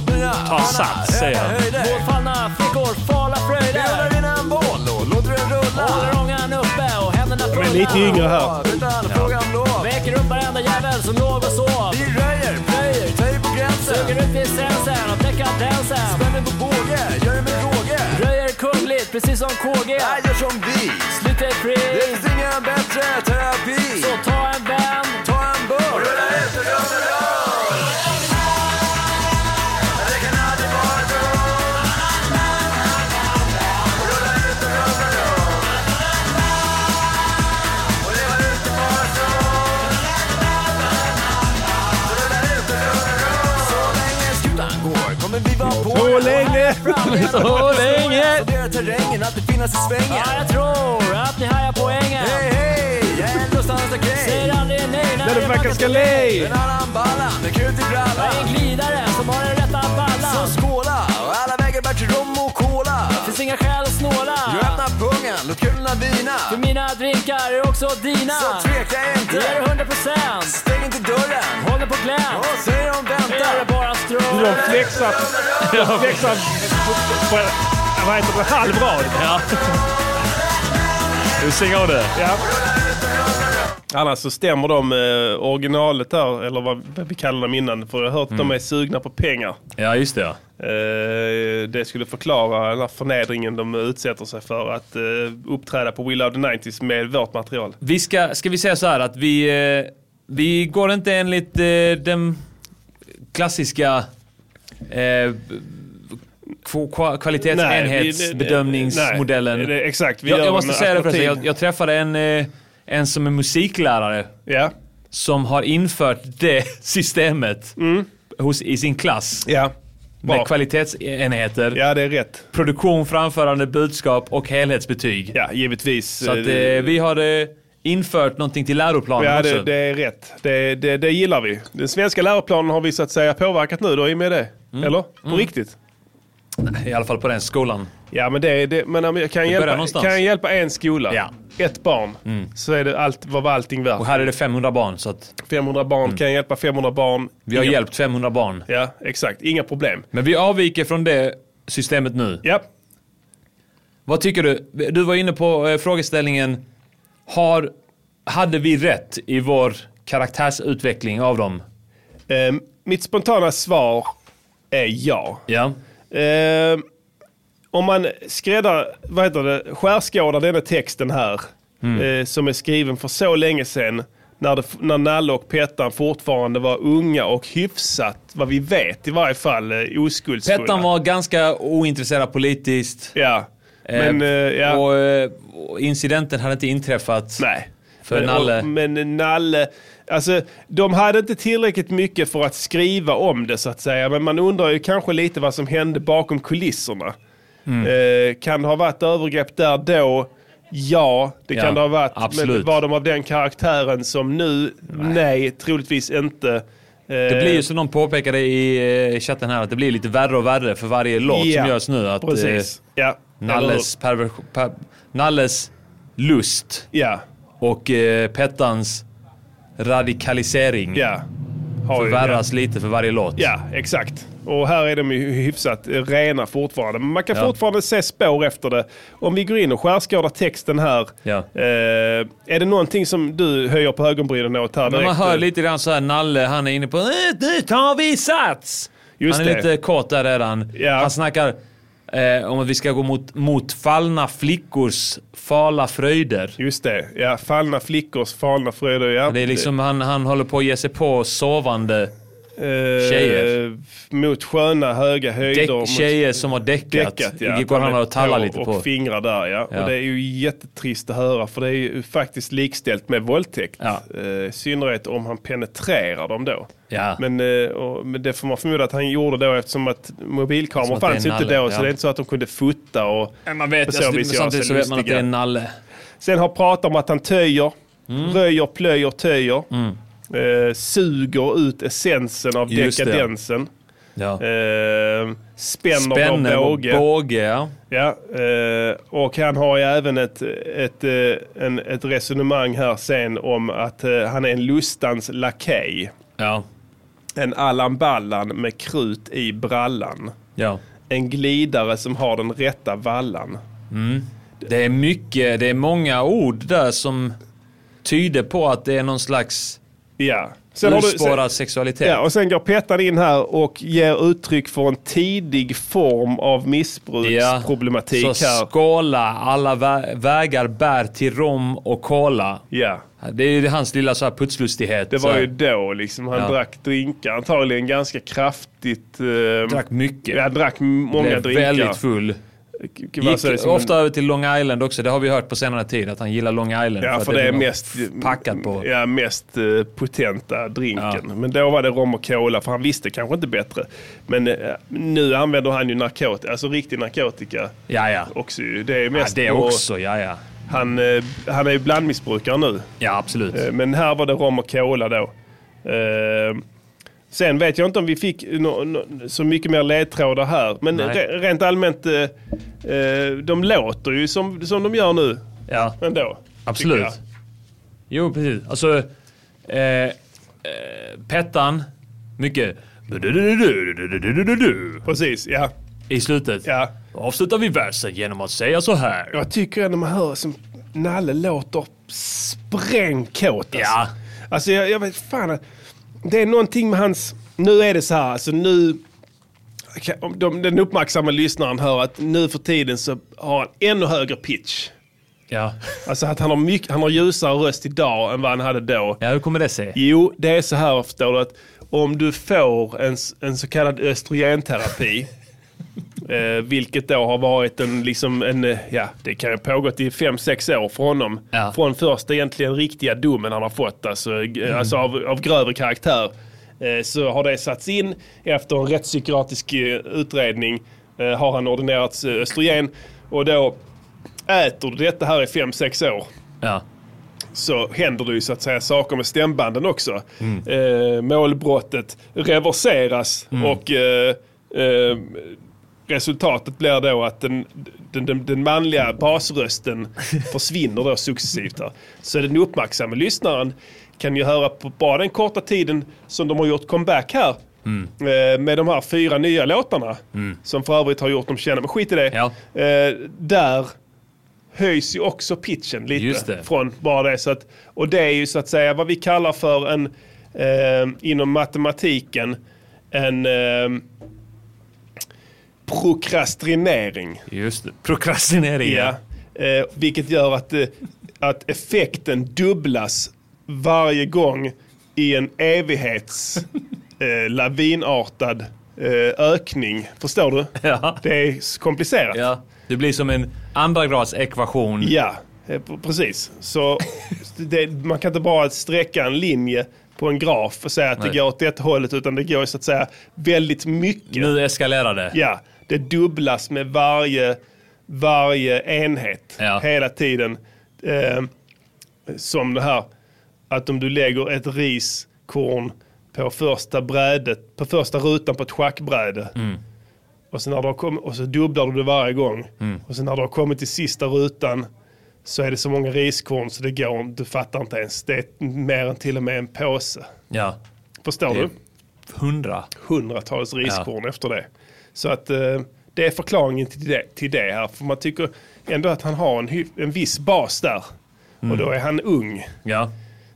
D: Ta sats, säger han.
L: Målfallna flickor fala fröjder. Rullar in en boll och låter den rulla. Håller ångan uppe och händerna
C: De är lite yngre här.
L: Utan fråga om lov. Väcker upp varenda jävel som låg och sov. Vi röjer, plöjer, töjer på gränsen. Suger ut licensen och dekadensen. Spänner på båge, gör det med råge. Röjer kungligt, precis som KG. Jag gör som vi. Slutet fri. Det finns ingen bättre terapi. Så ta en vän. Ta en burk. Och rulla ut och rulla Kommer vi vara på
G: Så länge!
L: Så länge! Studera terrängen, alltid finnas i svängen. Ja, jag tror att ni hajar poängen. Hej, hej! Jag är någonstans okej. Säger aldrig nej
G: När det verkar ska lej.
L: En annan balla med krut i brallan. Jag är en glidare som har den rätta ballan. Så skåla och alla vägar bär till rom och cola. Finns inga skäl att snåla. Jag öppnar pungen, låt kulorna vina. För mina drinkar är också dina. Så tveka inte. Jag ger hundra procent. Stäng inte dörren. Håller på glänt. Och säger de vänta. Är det bara strunt?
C: De flexar, de flexar på, på, vad heter det, halv rad.
D: Ja. Du synger av det?
C: Ja. Annars så stämmer de eh, originalet där, eller vad, vad vi kallade dem innan. För jag har hört att de är sugna på pengar.
D: Ja, just det. ja.
C: Eh, det skulle förklara den här förnedringen de utsätter sig för. Att eh, uppträda på Will of the 90s med vårt material.
D: Vi ska, ska vi säga så här att vi, eh, vi går inte enligt eh, den klassiska eh, kv- kva- kvalitetsenhetsbedömningsmodellen.
C: Nej, det- exakt. Vi
D: Jag,
C: gör
D: jag måste
C: en
D: säga det förresten, jag,
C: alternativ.
D: jag träffade en, eh, en som är musiklärare
C: Ja.
D: som har infört det (laughs) systemet hos, i sin klass.
C: Ja.
D: Med
C: Bra.
D: kvalitetsenheter,
C: Ja, det är rätt.
D: produktion, framförande, budskap och helhetsbetyg.
C: Ja, givetvis.
D: Så att, eh,
C: Eh,
D: vi har eh, infört någonting till läroplanen
C: Ja,
D: också.
C: det, det är rätt. Det, det, det gillar vi. Den svenska läroplanen har vi så att säga påverkat nu då, i och med det.
D: Mm.
C: Eller? På riktigt.
D: I alla fall på den skolan.
C: Ja, men, det, det, men om jag kan,
D: börjar
C: hjälpa,
D: någonstans.
C: kan jag hjälpa en skola,
D: Ja. Mm.
C: ett barn, så är det allt, vad var allting värt.
D: Och här är det 500 barn, så att
C: 500 barn, kan jag hjälpa 500 barn?
D: Mm. vi har
C: Inga-
D: hjälpt 500 barn.
C: Ja, exakt. Inga problem.
D: Men vi avviker från det systemet nu.
C: Ja,
D: Vad tycker du? Du var inne på eh, frågeställningen, har, hade vi rätt i vår karaktärsutveckling av dem?
C: Ehm, mitt spontana svar är ja.
D: Ja.
C: Ehm, om man skräddar, vad heter det, skärskådar denna texten här, eh, som är skriven för så länge sedan, när, det, när Nalle och Pettan fortfarande var unga och hyfsat, vad vi vet i varje fall, eh, oskuldsfulla.
D: Pettan var ganska ointresserad politiskt.
C: Ja, men...
D: eh,
C: eh, ja.
D: och, eh, och incidenten hade inte inträffat.
C: Nej.
D: För
C: men,
D: Nalle.
C: Och, men Nalle, alltså de hade inte tillräckligt mycket för att skriva om det så att säga. Men man undrar ju kanske lite vad som hände bakom kulisserna.
D: Mm.
C: Eh, kan det ha varit övergrepp där då? Ja, det
D: Ja,
C: kan det ha varit. Men
D: absolut.
C: var de av den karaktären som nu? Nej, troligtvis inte.
D: Det
C: Eh.
D: blir ju som någon påpekade i eh, chatten här, att det blir lite värre och värre för varje låt
C: Ja,
D: som görs nu. Att, eh,
C: Precis. Ja.
D: Nalles, perver- per- Nalles lust
C: Eller hur? Ja,
D: och eh, Pettans radikalisering
C: ja. Har ju- ja.
D: förvärras lite för varje låt.
C: Ja, exakt. Och här är de ju hyfsat eh, rena fortfarande. Men man kan
D: Ja.
C: fortfarande se spår efter det. Om vi går in och skärskådar texten här.
D: Ja.
C: Eh, är det någonting som du höjer på ögonbrynen åt här
D: Men man
C: direkt?
D: hör lite grann så här Nalle, han är inne på "Eh, nu tar vi sats!
C: Just
D: han är
C: det.
D: lite kort där redan.
C: Ja.
D: Han snackar eh, om att vi ska gå mot, mot fallna flickors fala fröjder.
C: Just det. Ja, fallna flickors fallna fröder. Ja.
D: Det är liksom han, han håller på att ge sig på sovande
C: Eh,
D: tjejer.
C: Mot sköna höga höjder.
D: däck,
C: mot
D: tjejer som har däckat.
C: däckat, ja.
D: Vilket går han och tallar
C: Tår
D: lite på.
C: Och fingrar där ja.
D: Ja.
C: Och det är ju jättetrist att höra för det är ju faktiskt likställt med våldtäkt.
D: Ja.
C: Eh, I synnerhet om han penetrerar dem då.
D: Ja.
C: Men, eh, och, men det får man förmoda att han gjorde då eftersom att
D: Som
C: mobilkameror
D: att
C: fanns
D: det
C: ju
D: är
C: inte då.
D: nalle,
C: Så
D: ja.
C: det är inte så att de kunde fota och
D: Man vet,
C: på
D: alltså,
C: så
D: men
C: vis göra sig
D: samtidigt så vet man att det är
C: lustiga.
D: en nalle.
C: Sen har pratat om att han töjer,
D: Mm.
C: röjer, plöjer, töjer. Eh, suger ut essensen av
D: Just det.
C: dekadensen.
D: Ja.
C: Eh, spänner,
D: Spänner
C: vår
D: och
C: båge.
D: båge. Ja.
C: Ja, eh, och han har ju även ett, ett, eh, en, ett resonemang här sen om att eh, han är en lustans lakej.
D: Ja.
C: En Allan Ballan med krut i brallan.
D: Ja.
C: En glidare som har den rätta vallan.
D: Mm. Det är mycket, det är många ord där som tyder på att det är någon slags
C: ja. Sen har du-
D: urspårad
C: sen-
D: sexualitet.
C: Ja, och sen går Pettan in här och ger uttryck för en tidig form av missbruksproblematik
D: Så
C: här.
D: skåla, alla vä- vägar bär till rom och kola.
C: Ja.
D: Det är ju hans lilla så här putslustighet.
C: Det
D: så
C: var
D: här.
C: ju då liksom. Han
D: Ja.
C: drack drinkar antagligen ganska kraftigt. eh,
D: Drack mycket.
C: Ja, drack m- många
D: Blev
C: drinkar.
D: väldigt full.
C: Gick,
D: Gick ofta över till Long Island också. Det har vi hört på senare tid att han gillar Long Island.
C: Ja,
D: att
C: för det är
D: blir
C: mest,
D: packat på.
C: ja, mest eh, potenta drinken. Men då var det rom och cola, för han visste kanske inte bättre. Men eh, nu använder han ju narkotika, alltså riktig narkotika.
D: Ja, ja.
C: Också, ju. det är
D: Ja,
C: mest
D: det
C: på-
D: också, ja, ja.
C: Han, eh, han är ju blandmissbrukare nu.
D: Ja, absolut.
C: Eh, Men här var det rom och cola då. Eh, Sen vet jag inte om vi fick nå- nå- så mycket mer ledtrådar här. Men
D: Nej.
C: re- rent allmänt, eh, eh, de låter ju som, som de gör nu.
D: Ja.
C: Ändå.
D: Absolut.
C: tycker
D: Jo, precis. Alltså, eh, eh, Pettan, mycket...
C: Precis, ja.
D: I slutet.
C: Ja.
D: Avslutar vi versen genom att säga så här.
C: Jag tycker ändå man hör som Nalle låter sprängkåt. Alltså.
D: Ja.
C: Alltså jag, jag vet fan. att- Det är någonting med hans... Nu är det så här, alltså nu... om De, den uppmärksamma lyssnaren hör att nu för tiden så har han ännu högre pitch.
D: Ja.
C: Alltså att han har, mycket, han har ljusare röst idag än vad han hade då.
D: Ja, hur kommer det sig?
C: Jo, det är så här förstår du att om du får en, s- en så kallad östrogenterapi Eh, vilket då har varit en, liksom en, eh, ja det kan ju ha pågått i 5-6 år för honom. Från första egentligen riktiga domen han har fått, alltså, g-
B: Mm.
C: alltså av, av grövre karaktär. Eh, så har det satts in efter en rättspsykiatrisk eh, utredning. Eh, har han ordinerats eh, östrogen och då äter du detta här i 5-6 år.
D: Ja.
C: Så händer det ju så att säga saker med stämbanden också
B: Mm.
C: eh, målbrottet reverseras
B: Mm.
C: och eh, eh, resultatet blir då att den, den, den, den manliga
B: (laughs)
C: basrösten försvinner då successivt. Där. Så den uppmärksamma lyssnaren kan ju höra på bara den korta tiden som de har gjort comeback här
B: Mm.
C: eh, med de här fyra nya låtarna som för övrigt har gjort dem kända, men skit i det. Eh, där höjs ju också pitchen lite
D: Just det.
C: från bara det. Så att, och det är ju så att säga vad vi kallar för en, eh, inom matematiken, en eh, prokrastinering.
D: Just det. Prokrastinering.
C: Ja. Eh, vilket gör att, eh, att effekten dubblas varje gång i en evighets eh, lavinartad eh, ökning. Förstår du? Det är s- komplicerat.
D: Ja. Det blir som en andragradsekvation.
C: Ja, eh, p- precis. Så (laughs) det, man kan inte bara sträcka en linje på en graf och säga att
D: Nej.
C: det går åt det hållet utan det går ju så att säga väldigt mycket.
D: Nu eskalerar det.
C: Ja, det dubblas med varje, varje enhet hela tiden. Eh, som det här att om du lägger ett riskorn på första brädet, på första rutan på ett schackbräde
B: Mm.
C: och, sen när du har kommit, och så dubblar du det varje gång.
B: Mm.
C: Och sen när du har kommit till sista rutan så är det så många riskorn så det går, du fattar inte ens. Det är mer än till och med en påse.
D: Ja.
C: Förstår
D: Det är
C: du?
D: Hundra.
C: Hundratals riskorn efter det. Så att eh, det är förklaringen till det, till det här. För man tycker ändå att han har en, hy- en viss bas där.
D: Mm.
C: Och då är han ung.
D: Ja.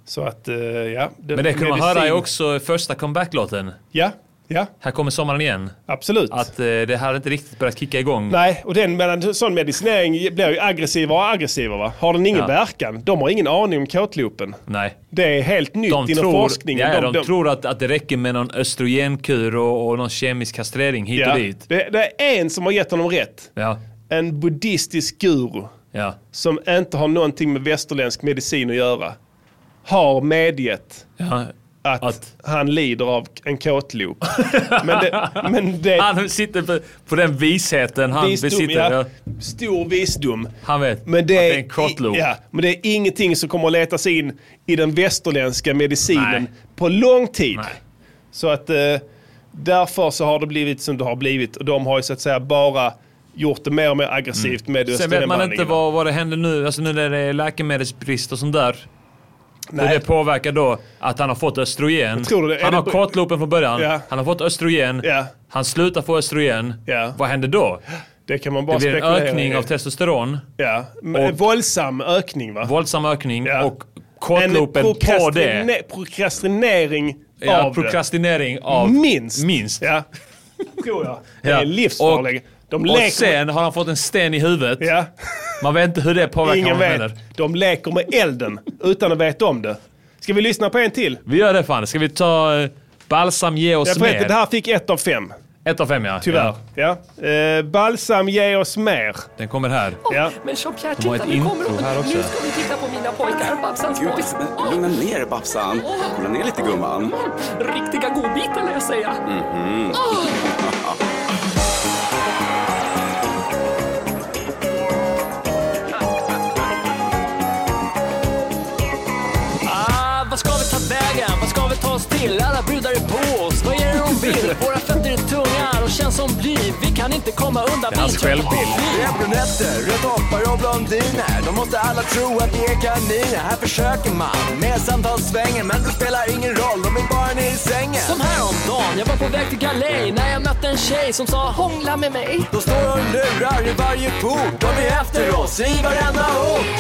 C: Så att, eh, ja.
D: Men det kunde man höra i
C: medicin-
D: också i första comeback-låten.
C: Ja, ja.
D: Här kommer sommaren igen.
C: Absolut.
D: Att eh, det här inte riktigt börjat kicka igång.
C: Nej, och den medan sån medicinering blir ju aggressivare och aggressivare. Va? Har den ingen
D: Ja.
C: verkan? De har ingen aning om kåtloopen.
D: Nej.
C: Det är helt nytt inom forskningen.
D: Ja, ja, de, tror att, att det räcker med någon östrogenkur och, och någon kemisk kastrering hit
C: Ja.
D: och dit.
C: Det, det är en som har gett honom rätt.
D: Ja.
C: En buddhistisk guru
D: Ja.
C: som inte har någonting med västerländsk medicin att göra har medgett att, han lider av en kåtloop. men det, men det,
D: (laughs) Han sitter på, på den visheten han
C: Visdom,
D: besitter.
C: ja. Stor visdom.
D: Han vet
C: Men det,
D: att
C: är,
D: det är en kortloop.
C: Ja, men det är ingenting som kommer att leta sig in i den västerländska medicinen på lång tid. Så att eh, därför så har det blivit som det har blivit. Och de har ju så att säga bara gjort det mer och mer
D: Mm.
C: aggressivt med
D: Sen vet man inte
C: östrogenbehandlingen.
D: vad, vad det händer nu. Alltså nu när det är läkemedelsbrist och sånt där. Och det påverkar då att han har fått östrogen.
C: Tror du det? Är
D: Han
C: det
D: har
C: på-
D: kortloopen från början.
C: Ja.
D: Han har fått östrogen. Han slutar få östrogen. Vad händer då?
C: Det kan man bara
D: blir en
C: spekulera i.
D: ökning av testosteron.
C: Ja, men
D: Och-
C: våldsam ökning va?
D: Våldsam ökning och
C: En
D: kortloopen på det.
C: prokrastine- prokrastinering
D: Ja,
C: av
D: prokrastinering av...
C: Minst.
D: Minst. (laughs)
C: Ja. det. Tror jag. Det är livsfarligt.
D: Och,
C: De
D: och
C: leker-
D: sen har han fått en sten i huvudet. (laughs) Man vet inte hur det påverkar
C: Ingen
D: honom
C: vet.
D: heller.
C: De leker med elden utan att veta om det. Ska vi lyssna på en till?
D: Vi gör det fan. Ska vi ta eh, Balsam ge oss
C: Jag får inte,
D: mer?
C: det här fick ett av fem.
D: Ett av fem ja.
C: Tyvärr. Ja. Eh, balsam, ge oss mer.
D: Den kommer här.
C: Ja.
M: Men Jean-Pierre,
C: De har
M: titta
C: ett
M: nu kommer
C: intro
M: hon.
C: här också.
M: Nu ska vi titta på mina pojkar, Babsans boys.
N: liksom Lugna ner dig, Babsan. Kolla ner lite, gumman.
M: Riktiga godbitar lär jag säga.
N: Mhm.
M: Åh!
L: Ah, vad ska vi ta vägen? Vad ska vi ta oss till? Alla brudar är på oss. Vad är det de
D: (laughs)
L: vill? Våra fötter är tunga och känns som bly. Vi kan inte komma undan.
D: Det är hans
L: Vi kör på.
D: självbild.
L: Vi är
O: brunetter, rödhoppar och blondiner. De måste alla tro att vi är kaniner. Här försöker man med samtalssvängen, men det spelar ingen roll. De är bara ner i sängen.
L: Som häromdagen, jag var på väg till galej när jag mötte en tjej som sa hångla med mig.
O: De står och lurar i varje port. De är efter oss i varenda ort.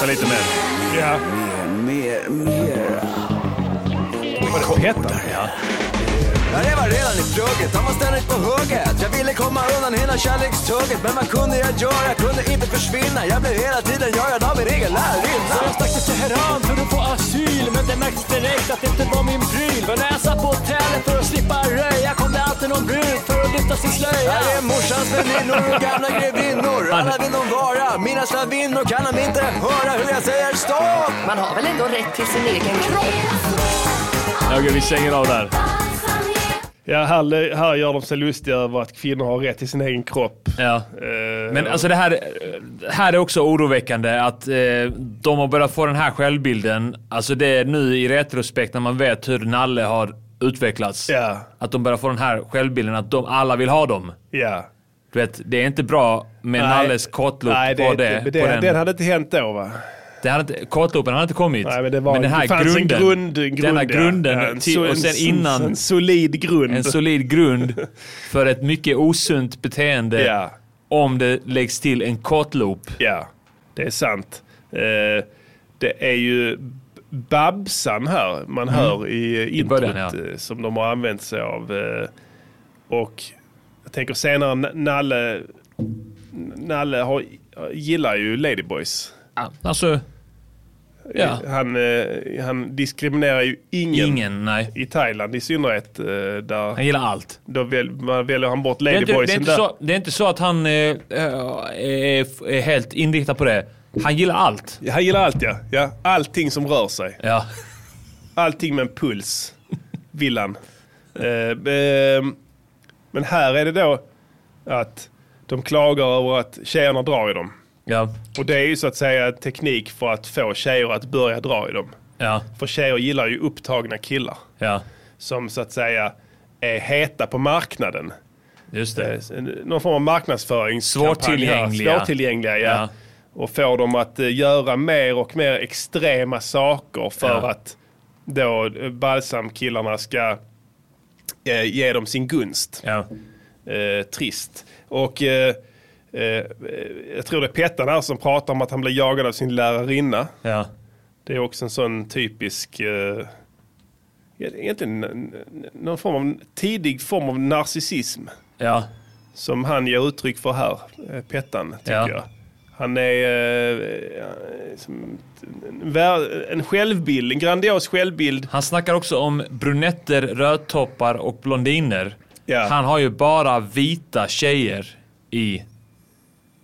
D: Så lite mer.
C: Ja.
O: Mer, mer.
C: Var det Petter?
D: Ja.
O: Ja, det var redan i plugget, han var ständigt på hugget. Jag ville komma undan hela kärlekstugget. Men vad kunde jag göra? Jag kunde inte försvinna. Jag blev hela tiden jagad av min egen lärarinna.
L: Så jag stack till Teheran för att få asyl Men det märktes direkt att det inte var min pryl Men när jag satt på hotellet för att slippa röja Kom det alltid någon brud för att lyfta sin slöja
O: Här är morsans väninnor och gamla grevinnor. Alla vill de vara mina slavinnor. Kan de inte höra hur jag säger stopp?
M: Man har väl ändå rätt till sin egen kropp?
D: Okej, vi stänger av där.
C: Ja, här, här gör de sig lustiga över att kvinnor har rätt till sin egen kropp.
D: Ja.
C: Eh,
D: Men alltså det här, det här är också oroväckande att eh, de har börjat få den här självbilden. Alltså det är nu i retrospekt när man vet hur Nalle har utvecklats. Att de börjar få den här självbilden att de alla vill ha dem.
C: Ja.
D: Du vet, det är inte bra med
C: Nej.
D: Nalles kortloop
C: Nej, det,
D: på
C: är
D: det.
C: inte-
D: på
C: det, den.
D: den.
C: hade inte hänt då va?
D: Det hade inte, kortloopen hade inte kommit.
C: Nej, men det, var,
D: den här
C: det fanns
D: grunden,
C: en grund. En grund
D: denna grunden
C: ja. Ja, en
D: till,
C: so- en
D: och sen
C: so-
D: innan.
C: En solid grund.
D: En solid grund för ett mycket osunt beteende
C: Ja.
D: om det läggs till en kortloop.
C: Ja, det är sant. Eh, det är ju Babsan här man
D: Mm.
C: hör i
D: I
C: introt
D: början, ja.
C: eh, som de har använt sig av. eh, Och jag tänker senare N- Nalle, Nalle har, gillar ju Ladyboys.
D: Alltså, ja.
C: Han, eh, han diskriminerar ju ingen,
D: Ingen,
C: i Thailand i synnerhet. eh, Där han
D: gillar allt.
C: Då väl, man väljer han bort
D: Det är, inte, det, är
C: Ladyboysen
D: inte
C: där.
D: så, det är inte så att han eh, eh, är, är helt inriktad på det. Han gillar allt.
C: Han gillar allt ja. ja. Allting som rör sig.
D: Ja.
C: Allting med en puls vill han. Eh, eh, men här är det då att de klagar över att tjejerna drar i dem.
D: Ja.
C: Och det är ju så att säga teknik för att få tjejer att börja dra i dem.
D: Ja.
C: För tjejer gillar ju upptagna killar.
D: Ja.
C: Som så att säga är heta på marknaden.
D: Just
C: Eh, Någon form av marknadsföring.
D: Svårtillgängliga.
C: Svårtillgängliga, ja. Och får dem att eh, göra mer och mer extrema saker för
D: Ja.
C: att då eh, balsamkillarna ska eh, ge dem sin gunst. Eh, trist. Och eh, eh, jag tror det är Pettan här som pratar om att han blir jagad av sin lärarinna. Det är också en sån typisk eh, Egentligen n- n- någon form av tidig form av narcissism.
D: Ja.
C: Som han ger uttryck för här, eh, Pettan, tycker
D: Ja.
C: jag. Han är eh, eh, som en, vär- en självbild, en grandios självbild.
D: Han snackar också om brunetter, rödtoppar och blondiner.
C: Ja.
D: Han har ju bara vita tjejer i,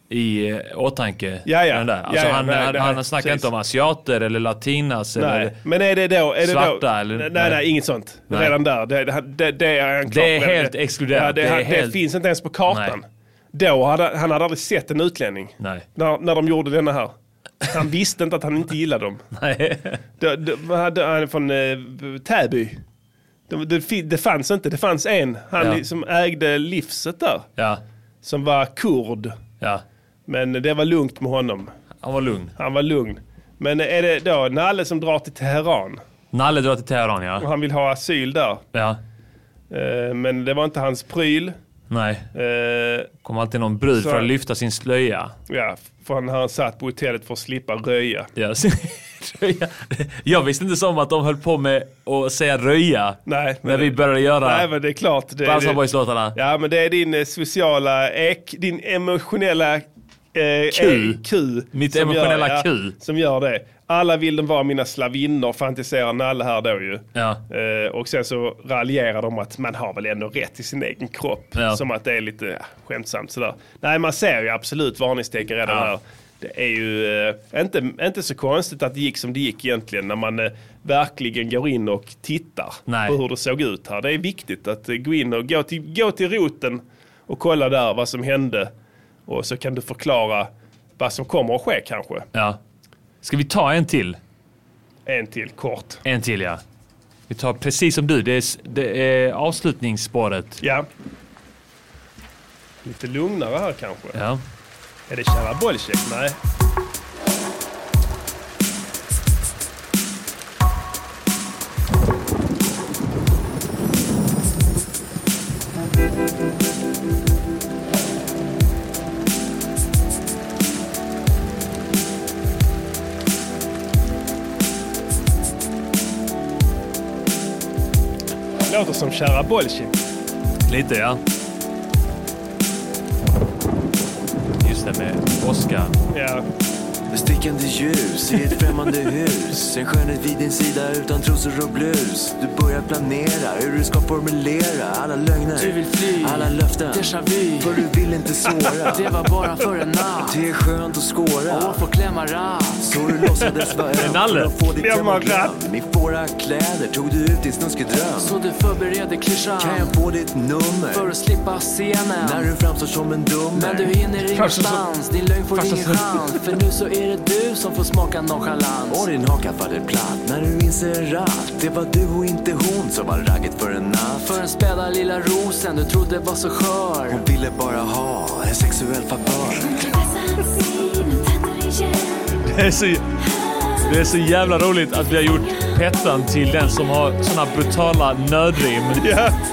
D: i eh, åtanke.
C: Ja, ja.
D: Den där.
C: Ja,
D: Alltså
C: ja,
D: han,
C: nej,
D: han,
C: nej,
D: han snackar
C: precis.
D: inte om asiater eller latinas.
C: Nej.
D: Eller,
C: Men är det då? Är det då?
D: Svarta eller-
C: nej, nej,
D: nej.
C: nej, inget sånt.
D: Nej.
C: Redan där. Det, det, det, det är, han
D: Det
C: klart
D: är
C: redan-
D: helt exkluderat.
C: Ja, det,
D: Det är
C: han,
D: helt-
C: det finns inte ens på kartan. Då hade han hade aldrig sett en utlänning.
D: Nej.
C: När, när de gjorde denna här. Han visste inte att han inte gillade dem.
D: (laughs) Nej.
C: Det, det, vad hade han från eh, Täby. De, det, fi- det fanns inte, det fanns en. Han
D: Ja.
C: li- som ägde livset där. Som var kurd. Men det var lugnt med honom.
D: Han var lugn.
C: Han var lugn. Men är det då Nalle som drar till Teheran?
D: Nalle drar till Teheran ja.
C: Och han vill ha asyl där.
D: Ja.
C: Eh, Men det var inte hans pryl.
D: Nej.
C: Eh,
D: Kommer alltid någon brud
C: Så-
D: för att lyfta sin slöja.
C: Ja, för han han satt på hotellet för att slippa röja.
D: (laughs) Yes. Jag visste inte som att de höll på med att säga röja.
C: Nej.
D: När vi började göra
C: Nej men det är klart. Det,
D: Balsa
C: det-
D: Boys-låtarna.
C: Ja men det är din eh, sociala ek, din emotionella eh,
D: Ku.
C: eh, ku
D: Mitt
C: som
D: emotionella
C: gör,
D: ku.
C: Som gör det. Alla vill de vara mina slavinnor fantiserar Nalle här då ju. Eh, och sen så raljerar de om att man har väl ändå rätt till sin egen kropp.
D: Ja.
C: Som att det är lite ja, skämtsamt sådär. Nej man ser ju absolut varningstecken redan
D: Ja.
C: här. Det är ju eh, inte, inte så konstigt att det gick som det gick egentligen när man eh, verkligen går in och tittar
D: Nej.
C: på hur det såg ut här. Det är viktigt att eh, gå in och gå till, gå till roten och kolla där vad som hände. Och så kan du förklara vad som kommer att ske kanske.
D: Ja. Ska vi ta en till?
C: En till kort.
D: En till ja. Vi tar precis som du, det är, s- det är avslutningsspåret.
C: Ja. Lite lugnare här kanske.
D: Ja.
C: Är det kära Bollcheck? Nej. Låter som kära Bollcheck.
D: Lite ja. Just det med Oskar.
C: Ja.
O: Stickande ljus i ett främmande hus. En skönhet vid din sida utan trosor och blus. Du börjar planera hur du ska formulera alla lögner.
L: Du vill fly.
O: Alla löften.
L: Déjà vu.
O: För du vill inte såra.
L: (laughs) Det var bara för en natt.
O: Det är skönt att skåra.
L: Åh, få klämma ratt.
O: Så du låtsades vara
L: Det är Nalle.
O: för att få ditt hem
L: Klämma
O: och glöm. I fåra kläder tog du ut din snuskedröm.
L: Så du förbereder klyschan.
O: Kan jag få ditt
L: För
O: nummer?
L: att slippa scenen.
O: När du framstår som en dummer.
L: Men du hinner ingenstans, din lögn får
O: Första
L: ingen
O: så-
L: chans. För nu så är det du som får smaka nonchalans.
O: Och din haka faller platt när du inser att det var du och inte hon som var ragget för en natt.
L: För den späda lilla rosen du trodde var så skör.
O: Hon ville bara ha en sexuell favör.
D: (laughs) Det är så, det är så jävla roligt att vi har gjort Pettan till den som har såna brutala nödrim.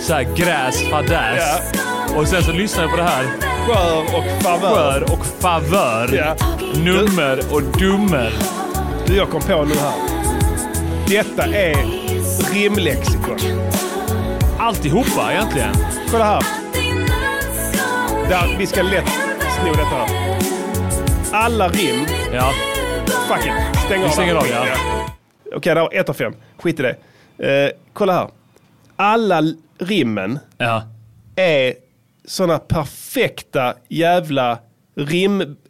D: Så här gräs, fadäs. Och sen så lyssnar jag på det här.
C: Skör och favör.
D: Skör och favör.
C: Ja.
D: Nummer och dummer.
C: Du, jag kom på nu här. Detta är rimlexikon.
D: Alltihopa egentligen.
C: Kolla här. Där, vi ska lätt sno detta här. Alla rim.
D: Ja.
C: Fuck it. Stäng av.
D: Vi stänger
C: den
D: av,
C: skiten,
D: ja.
C: Okej, där var ett av fem. Skit i det. Eh, kolla här. Alla l- rimmen är såna perfekta jävla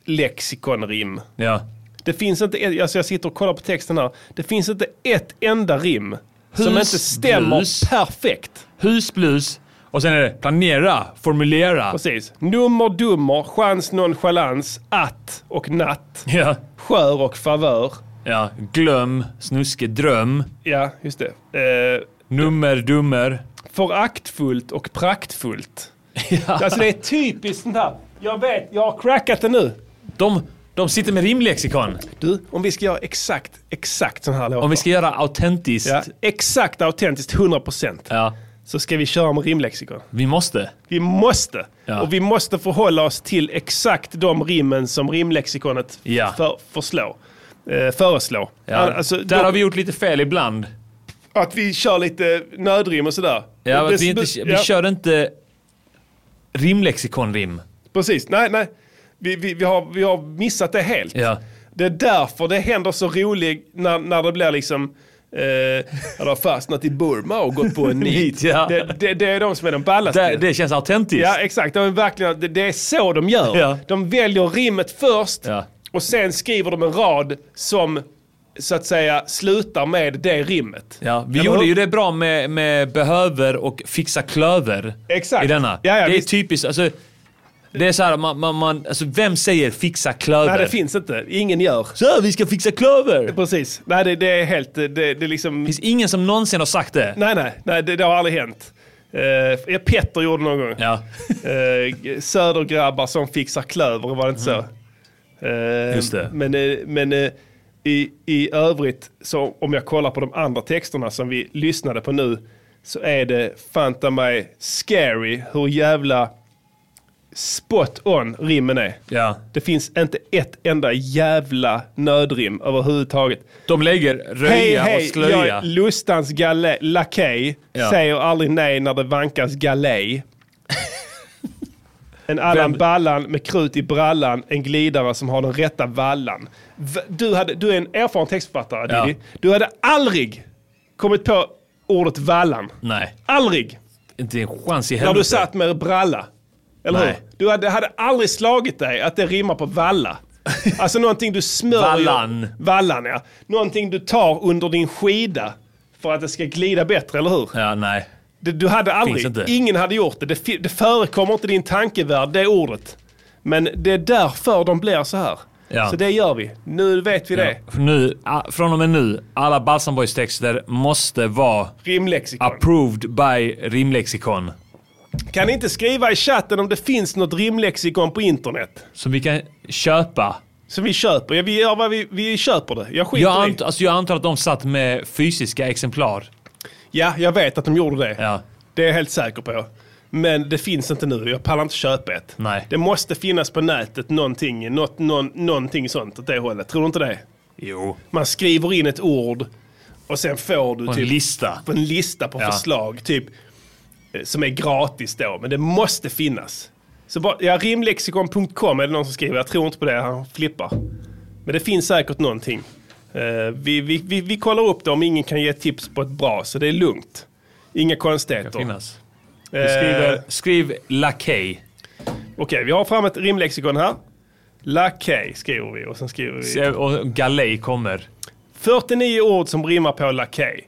C: rimlexikonrim.
D: Ja.
C: Det finns inte, ett- alltså jag sitter och kollar på texten här. Det finns inte ett enda rim som inte stämmer perfekt.
D: Husblus. Och sen är det planera, formulera.
C: Precis. Nummer, dummer, chans, nonchalans, att och natt.
D: (laughs) Ja.
C: Skör och favör.
D: Ja. Glöm, snuske, dröm.
C: Ja, just det. Eh,
D: Nummer, dummer.
C: Föraktfullt och
D: (laughs)
C: praktfullt. Alltså det är typiskt sånt här. Jag vet, jag har crackat det nu.
D: De, de sitter med rimlexikon.
C: Du, om vi ska göra exakt, exakt sån här låtar.
D: Om vi ska göra autentiskt.
C: Ja, exakt autentiskt, 100%.
D: Ja.
C: Så ska vi köra med rimlexikon.
D: Vi måste.
C: Vi måste.
D: Ja.
C: Och vi måste förhålla oss till exakt de rimmen som rimlexikonet
D: Ja.
C: för, förslår, eh, föreslår.
D: Ja.
C: Alltså,
D: Där
C: de-
D: har vi gjort lite fel ibland.
C: Att vi kör lite nödrim och sådär.
D: Ja,
C: Det-
D: att vi, inte,
C: det-
D: vi
C: ja.
D: kör inte rimlexikonrim.
C: Precis, nej, nej. Vi, vi, vi, har, vi har missat det helt. Det är därför det händer så roligt när, när det blir liksom Eh, jag har fastnat i Burma och gått på en
D: (laughs)
C: nit.
D: Nit, ja.
C: det, det, Alltså, det är de som är de ballaste.
D: Det, det känns autentiskt.
C: Ja, exakt. De är verkligen, det, det är så de gör.
D: Ja.
C: De väljer rimmet först och sen skriver de en rad som så att säga slutar med det rimmet.
D: Ja, vi
C: Eller
D: gjorde
C: hur?
D: ju det bra med, med behöver och fixa klöver
C: Exakt.
D: i denna.
C: Ja, ja,
D: det är
C: visst.
D: typiskt, alltså Det är så här, man, man, man, alltså vem säger fixa klöver?
C: Nej, det finns inte. Ingen gör.
D: Så, vi ska fixa klöver!
C: Precis. Nej, det, det är helt... Det, det är liksom...
D: finns ingen som någonsin har sagt det.
C: Nej, nej. nej det, det har aldrig hänt. Uh, Petter gjorde det någon gång.
D: Ja.
C: Eh, södergrabbar som fixar klöver, var det inte så? Eh,
D: Mm. Just det.
C: Men, eh, men eh, i, i övrigt, så om jag kollar på de andra texterna som vi lyssnade på nu, så är det fanta mig scary hur jävla spot on rimmen är.
D: Ja.
C: Det finns inte ett enda jävla nödrim överhuvudtaget.
D: De lägger röja
C: hej, hej,
D: och slöja.
C: Jag är lustans gale- lakej
D: Ja.
C: säger aldrig nej när det vankas
D: (laughs)
C: galej. en Allan
D: Vem-
C: Ballan med krut i brallan, en glidare som har den rätta vallan. V- Du, hade, du är en erfaren textförfattare,
D: Ja.
C: Diddy. Du hade aldrig kommit på ordet vallan.
D: Nej,
C: Aldrig!
D: inte en chans i helvete.
C: När du satt med bralla. Eller
D: Nej.
C: hur? Du hade, hade aldrig slagit dig att det rimmar på
D: (laughs)
C: valla. Alltså någonting du smörjer.
D: Vallan.
C: Vallan, ja. Någonting du tar under din skida för att det ska glida bättre, eller hur?
D: Ja, nej.
C: Det, du hade aldrig,
D: Finns inte.
C: ingen hade gjort det. Det, fi- det förekommer inte i din tankevärld, det ordet. Men det är därför de blir så här.
D: Ja.
C: Så det gör vi. Nu vet vi
D: Ja.
C: det.
D: Nu, a- från och med nu, alla Balsam Boys texter måste vara
C: Rimlexikon.
D: approved by rimlexikon.
C: Kan ni inte skriva i chatten om det finns något rimlexikon på internet?
D: Som vi kan köpa.
C: Som vi köper? Ja, vi gör vad vi, vi köper det. Jag skiter
D: Jag,
C: i.
D: ant- alltså jag antar att de satt med fysiska exemplar.
C: Ja, jag vet att de gjorde det.
D: Ja.
C: Det är jag helt säker på. Men det finns inte nu. Jag pallar inte köpa ett.
D: Nej.
C: Det måste finnas på nätet någonting, något, någon, någonting sånt åt det hållet. Tror du inte det?
D: Jo.
C: Man skriver in ett ord och sen får du
D: På en
C: typ,
D: lista.
C: på en lista på
D: Ja.
C: förslag. Typ, eh, som är gratis då, men det måste finnas. Så bara, ja, rimlexikon.com är det någon som skriver. Jag tror inte på det, han flippar. Men det finns säkert någonting. Eh, vi, vi, vi, vi kollar upp det om ingen kan ge tips på ett bra, så det är lugnt. Inga konstigheter.
D: Finnas.
C: Eh,
D: Vi skriver, skriv lakej.
C: Okej, vi har fram ett rimlexikon här. Lakej skriver vi och sen skriver vi...
D: Se- Och galej kommer.
C: 49 ord som rimmar på lakej.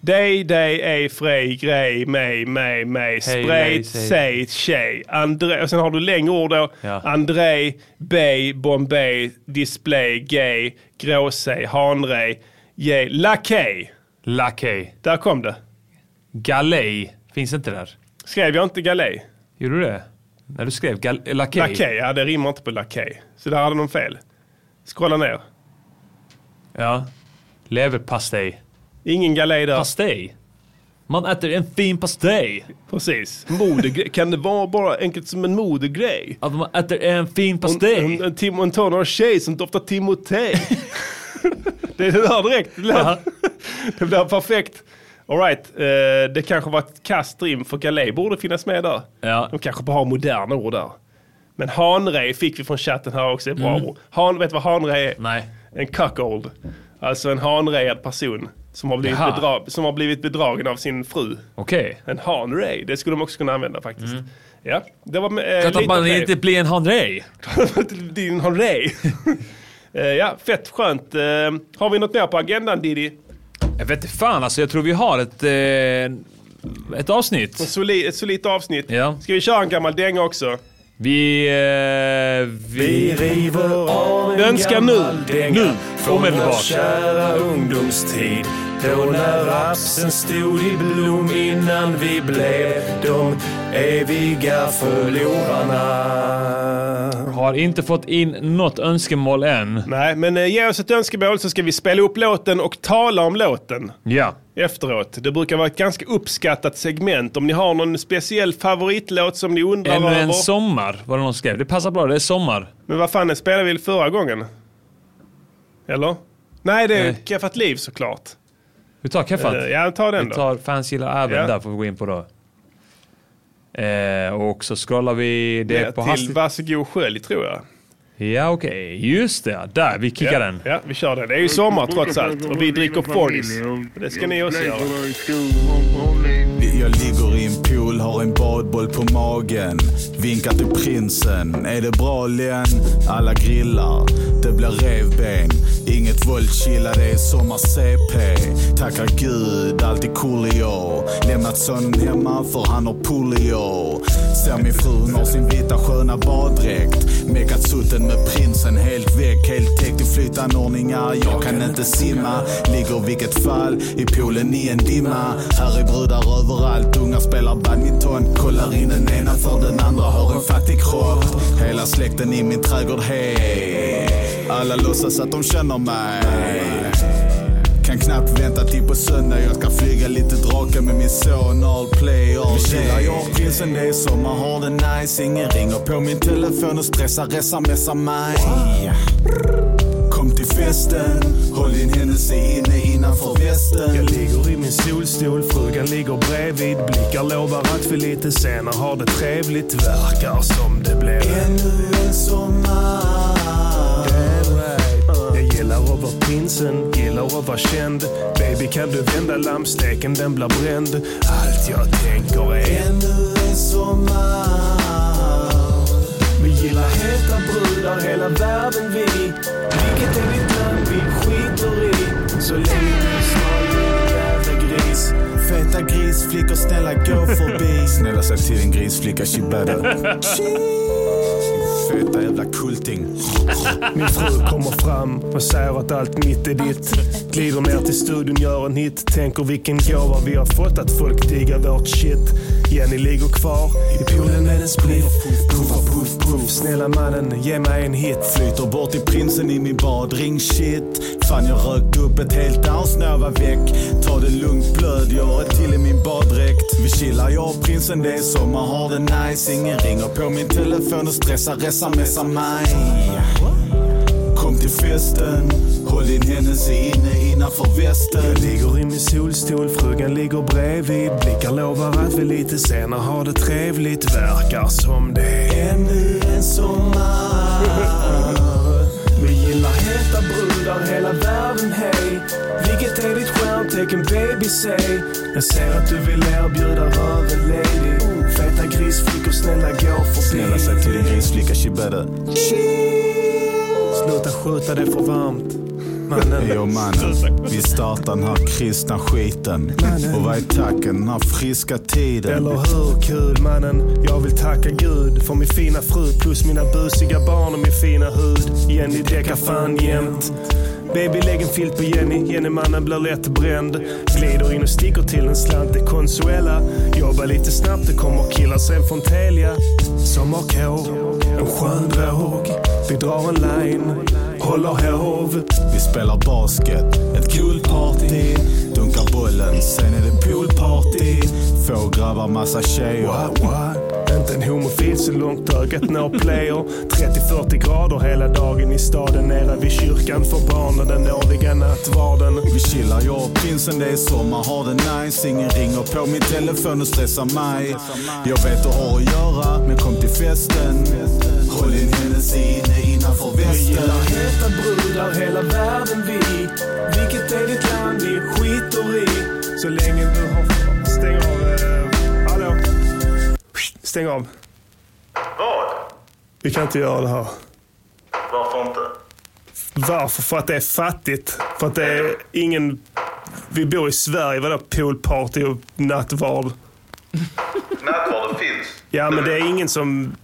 C: Dig, dig, ej, frej, grej, mig, mig, mig,
D: mig,
C: sprejt,
D: säg.
C: säg, tjej, André. Och sen har du längre ord då.
D: Ja.
C: André, Bey, Bombay, Display, Gay, Gråsej, Hanrej, Gej, Lakej.
D: Lakej.
C: Där kom det.
D: Galej finns inte där.
C: Skrev jag inte galej?
D: Gjorde du det? När du skrev gal- lakej?
C: Lakej, ja det rimmar inte på lakej. Så där hade de fel. Scrolla ner.
D: Ja. Leverpastej.
C: Ingen galej där.
D: Pastej? Man äter en fin pastej.
C: Precis. Modegrej. kan det vara bara enkelt som en modegrej?
D: Att man äter en fin pastej.
C: En, en, en, Tim, en tonårig tjej som doftar Timotej.
D: (laughs)
C: det är det där direkt. Det blir, (laughs) det blir perfekt. Alright, eh, det kanske var ett kasst rim för galej borde finnas med där.
D: Ja.
C: De kanske bara har moderna ord där. Men hanrej fick vi från chatten här också, det är bra ord. Han, vet du vad hanrej är?
D: Mm. Nej.
C: En cuckold. Alltså en hanrejad person som har, blivit
D: Jaha.
C: bedra- som har blivit bedragen av sin fru.
D: Okej.
C: En hanrej, det skulle de också kunna använda faktiskt. Ja, det var eh,
D: Mm. Att
C: av
D: man
C: det.
D: inte blir en hanrej.
C: (laughs) Din
D: (laughs)
C: Honrej. Eh, ja, fett skönt. Eh, har vi något mer på agendan Diddy?
D: Jag vet inte fan alltså, jag tror vi har ett, eh, ett
C: En
D: avsnitt.
C: soli, ett solitt avsnitt.
D: Ja.
C: Ska vi köra en gammal dänga också?
D: Vi... Eh, vi...
P: river av en
C: Önska nu.
P: gammal dänga
D: Nu.
P: Från vår
D: Omedelbart.
P: kära ungdomstid Då när rapsen stod i blom innan vi blev de eviga förlorarna
D: Har inte fått in något önskemål än.
C: Nej, men eh, ge oss ett önskemål så ska vi spela upp låten och tala om låten
D: Ja.
C: efteråt. Det brukar vara ett ganska uppskattat segment. Om ni har någon speciell favoritlåt som ni undrar
D: Ännu
C: över.
D: en sommar var det någon som skrev. Det passar bra, det är sommar.
C: Men vad fan spelade vi förra gången? Eller? Nej, det är
D: Nej.
C: Kaffat liv såklart.
D: Vi tar kaffet.
C: Eh, Ja, ta den
D: Vi
C: då.
D: tar Fans gillar även
C: Ja.
D: där får vi gå in på då. Eh, och så scrollar vi det
C: Ja,
D: på
C: till
D: hastigt.
C: Varsågod skölj tror jag.
D: Ja okej, just det. Där, vi kickar
C: ja,
D: den.
C: Ja, vi kör den. Det är ju sommar trots allt och vi dricker 40s. Det ska ni också göra.
Q: Jag ligger i en pool, har en badboll på magen. Vinkar till prinsen. Är det bra Len? Alla grillar. Det blir revben. inget våld, chilla det är sommar-CP. Tackar gud, alltid coolio. Lämnat sonen hemma för han har polio. Ser min fru, hon har sin vita sköna baddräkt. Mekat sutten med prinsen helt väck, helt täckt i flytanordningar. Jag kan inte simma, ligger i vilket fall i poolen i en dimma. Här är brudar överallt, unga spelar badminton. Kollar in den ena för den andra har en fattig kropp. Hela släkten i min trädgård, hej. Alla låtsas att de känner mig. Kan knappt vänta till på söndag. Jag ska flyga lite drake med min son all play all day. Vi chillar jag och prinsen, det är sommar, har det nice. Ingen ringer på min telefon och stressar, smsar mig. Kom till festen, håll din händelse inne innanför västen.
R: Jag ligger i min solstol, frugan ligger bredvid. Blickar lovar att vi lite senare har det trevligt. Verkar som det blev
Q: ännu en sommar.
R: Jag gillar att vara prinsen, gillar att vara känd. Baby kan du vända lammsteken, den blir bränd. Allt jag tänker är...
Q: Ännu en sommar.
R: Vi gillar heta brudar, hela världen vi. Vilket är ditt land vi skiter i. Så länge du smal, jävla gris.
Q: Feta grisflickor, snälla gå förbi. snälla säg till din grisflicka, she better. Feta jävla kulting.
R: Min fru kommer fram och säger att allt mitt är ditt. Glider ner till studion, gör en hit. Tänker vilken gåva vi har fått att folk diggar vårt shit. Jenny ligger kvar i poolen med en spliff. Puffa puff puff. Snälla mannen, ge mig en hit.
Q: Flyter bort till prinsen i min badring, shit. Fan jag rökt upp ett helt ounce när jag var väck. Ta det lugnt blöd, jag har ett till i min baddräkt. Vi chillar jag och prinsen, det är sommar, har det nice. Ingen ringer på min telefon och stressar, smsar mig. Kom till festen, håll din händelse inne innanför västen.
R: Jag ligger i min solstol, frugan ligger bredvid. Blickar lovar att vi lite senare har det trevligt. Verkar som det är
Q: ännu en sommar.
R: Vi gillar heta brudar, hela världen hej. Vilket är ditt stjärntecken baby säg? Jag ser att du vill erbjuda röven lady. Feta grisflickor snälla gå förbi.
Q: Snälla säg till din grisflicka, she better.
R: Sluta skjuta, det är för varmt. Mannen.
Q: Hej och mannen, vi startar den här kristna skiten.
R: Mannen.
Q: Och vad är tacken den här friska tiden?
R: Eller hur kul mannen? Jag vill tacka Gud för min fina fru plus mina busiga barn och min fina hud. Jenny däckar fan jämt. Baby lägg en filt på Jenny, Jenny mannen blir lätt bränd. Glider in och sticker till en slant till Consuela. Jobbar lite snabbt, det kommer killar sen från Telia. Som har K, en skön drog. Vi drar en line, håller hov.
Q: Vi spelar basket, ett kul party. Dunkar bollen, sen är det poolparty. Få grabbar, massa tjejer.
R: Inte en homofil så långt ögat når player. 30-40 grader hela dagen i staden nere vid kyrkan för barnen den årliga nattvarden.
Q: Vi chillar jag och prinsen, det är sommar, har det nice. Ingen ringer på min telefon och stressar mig. Jag vet du har att göra, men kom till festen. Håll din händelse inne innanför
R: Vi gillar
Q: västen.
R: heta brudar, hela världen vi. Vilket är ditt land vi skiter i. Så länge du har... Stäng av. Eh, hallå? Stäng av.
S: Vad?
R: Vi kan inte göra det här.
S: Varför inte?
R: Varför? För att det är fattigt. För att det är ingen... Vi bor i Sverige. Vadå poolparty och nattvard?
S: Nattvården finns.
R: Ja, men det är ingen som...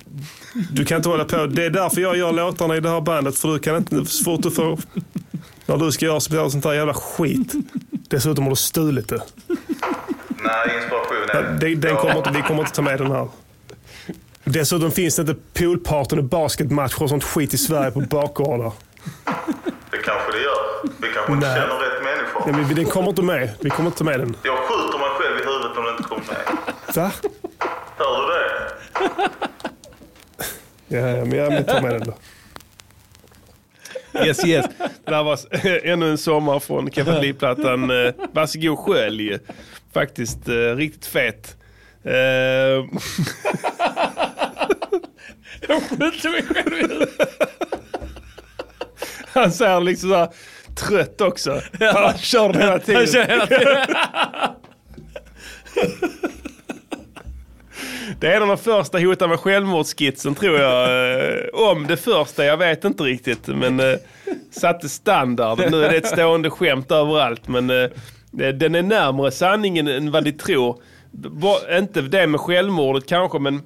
R: Du kan inte hålla på. Det är därför jag gör låtarna i det här bandet. För du kan inte... Så fort du får... När du ska göra så- sånt där jävla skit. Dessutom har du stulit det.
S: Nej, inspiration
R: Ja,
S: är
R: det- Den kommer inte, vi kommer inte ta med den här. Dessutom finns det inte poolparten och basketmatcher och sånt skit i Sverige på bakgårdar.
S: Det kanske det gör. Vi kanske inte
R: Nej.
S: känner rätt människor.
R: Nej, men den kommer inte med. Vi kommer inte ta med den.
S: Jag skjuter mig själv i huvudet om det inte kommer med.
R: Va?
S: Hör du det?
R: Ja, ja, men jag tar med den då.
C: Yes, yes. Det där var s- (laughs) ännu en sommar från Kevin
F: (laughs)
C: Lee-plattan. Eh, Varsågod skölj. Faktiskt eh, riktigt fet. Eh, (laughs)
F: skjuter mig själv i huvudet.
C: han säger liksom såhär trött också. Han kör den hela tiden.
F: Han kör hela tiden.
C: Det är en av de första hota med självmordsskitsen tror jag. Eh, Om det första, jag vet inte riktigt. Men eh, satte standard. Nu är det ett stående skämt överallt. Men eh, det- den är närmare sanningen än vad ni tror. B- ba- inte det med självmordet kanske, men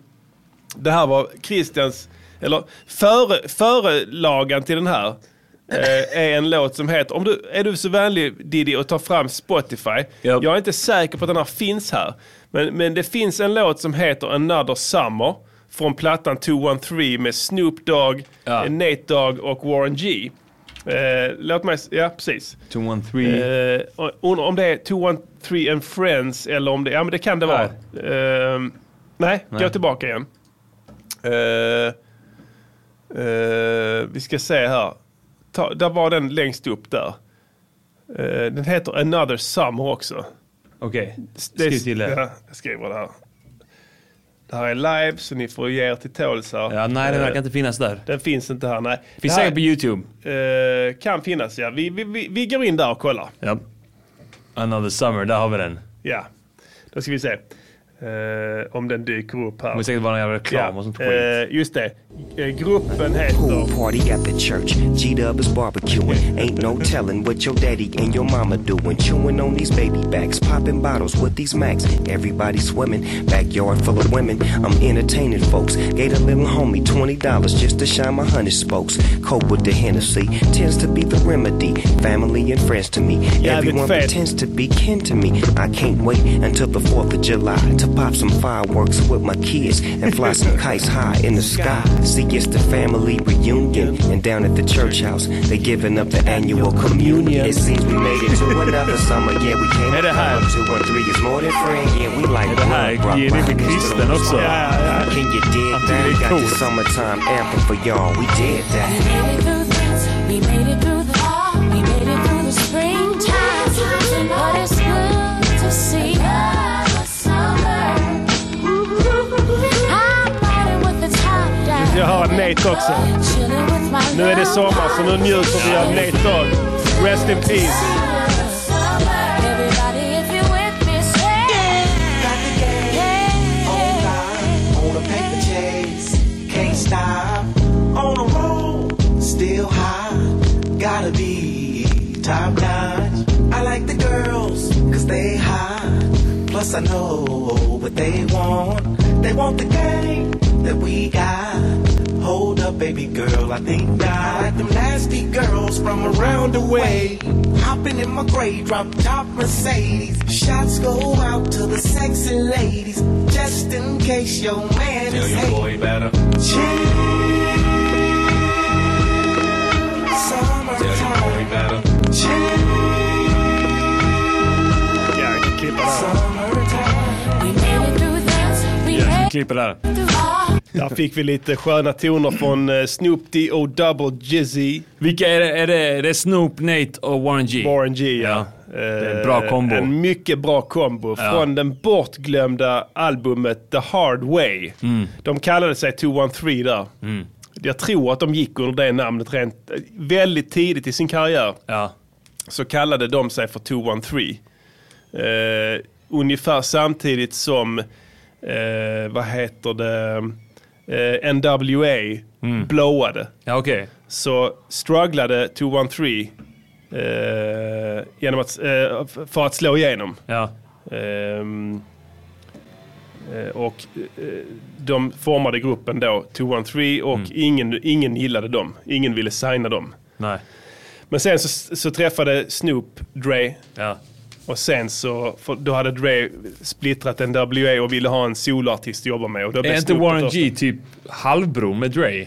C: det här var Christians, eller före, förelagan till den här. eh, är en låt som heter, om du, är du så vänlig Diddy och ta fram Spotify. Jag är inte säker på att den här finns här. Men, men det finns en låt som heter Another Summer. Från plattan 213 med Snoop Dogg, eh, Nate Dogg och Warren G. Eh, låt mig, s- ja precis.
D: 213.
C: Eh, och- undrar om det är 213 and Friends eller om det, ja men det kan det vara. Ehm, nej,
D: Nej.
C: gå tillbaka igen. Eh, eh, vi ska se här. Ta, där var den längst upp där. Eh, den heter Another Summer också.
D: Okej,
C: Det är-
D: skriv till det.
C: Ja, jag skriver det här. Det här är live så ni får ge er till tåls här.
D: Ja, nej, den
C: Eh,
D: verkar inte finnas där.
C: Den finns inte här, nej.
D: Finns
C: Det här-
D: säkert på YouTube.
C: Eh, kan finnas ja. Vi, vi, vi, vi går in där och kollar.
D: Ja. Another Summer, där har vi den.
C: Ja, då ska vi se. eh, om den dyker upp här.
D: Det kommer säkert vara någon jävla reklam och sånt skit.
C: Eh, just det. Eh, gruppen heter...
T: party at the church. G-Dub is barbecuing. Ain't no telling what your daddy and your mama doing. Chewing on these baby backs, popping bottles with these Macs. Everybody swimming, backyard full of women. I'm entertaining folks. Gave a little homie $20 just to shine my honey spokes. Cope with the Hennessy tends to be the remedy. Family and friends to me. Everyone
C: fat.
T: pretends to be kin to me. I can't wait until the 4th of July to pop some fireworks with my kids and fly some kites high in the sky. See, it's the family reunion. And down at the church house, they giving up the annual communion. It seems we made it to another summer. Yeah, we came
D: Är det här?
T: Two and three is more than friend. Yeah, we like
D: Är det här
T: rock, rock,
D: Jimmy
T: rock.
D: Kristen också?
T: Can you dig
D: tycker det
T: that?
D: är
T: Got the
D: coolt.
T: summertime anthem for y'all. We did that.
I: We made it through the fall, we made it through the springtime. But it's good to see another summer. I'm riding with the top down.
C: Jag hör Nate också.
I: Chilling with my
C: Nu är det sommar så nu njuter vi av Nate Dogg. Rest in peace.
I: summer. Everybody, if you with me, say,
U: On a paper chase, can't stop. On a roll, still high. Gotta be top notch. I like the girls, cause they hot. Plus, I know what they want. They want the game that we got. Hold up, baby girl, I think not. I like them nasty girls from around the way. Hopping in my gray drop top Mercedes. Shots go out to the sexy ladies. Just in case your man
V: Tell
U: is
V: your
U: hating.
V: boy better. Tell your boy better.
I: We made it through this, we made it
D: Klipper där.
I: through all.
C: Där fick vi lite sköna toner från eh, Snoop D.O. Double Jizzy.
D: Vilka är det? Är det, är det Snoop, Nate och Warren G?
C: Warren G, ja. Det
D: är en bra kombo.
C: En mycket bra kombo
D: Ja.
C: från den bortglömda albumet The Hard Way.
D: Mm.
C: De kallade sig 213 där.
D: Mm.
C: Jag tror att de gick under det namnet rent eh, väldigt tidigt i sin karriär. Så kallade de sig för 213. Eh, ungefär samtidigt som, eh, vad heter det, eh, NWA
D: Mm.
C: blowade.
D: Ja, okej.
C: Så strugglade 213 eh, genom att, eh, f- för att slå igenom. Ehm, eh, och eh, de formade gruppen då, 213, och
D: Mm.
C: ingen, ingen gillade dem. Ingen ville signa dem.
D: Nej.
C: Men sen så, så träffade Snoop Dre. Och sen så, för då hade Dre splittrat NWA och ville ha en soloartist att jobba med. Och då blev
D: Är inte
C: Snoop den
D: Warren
C: första.
D: G typ halvbror med Dre?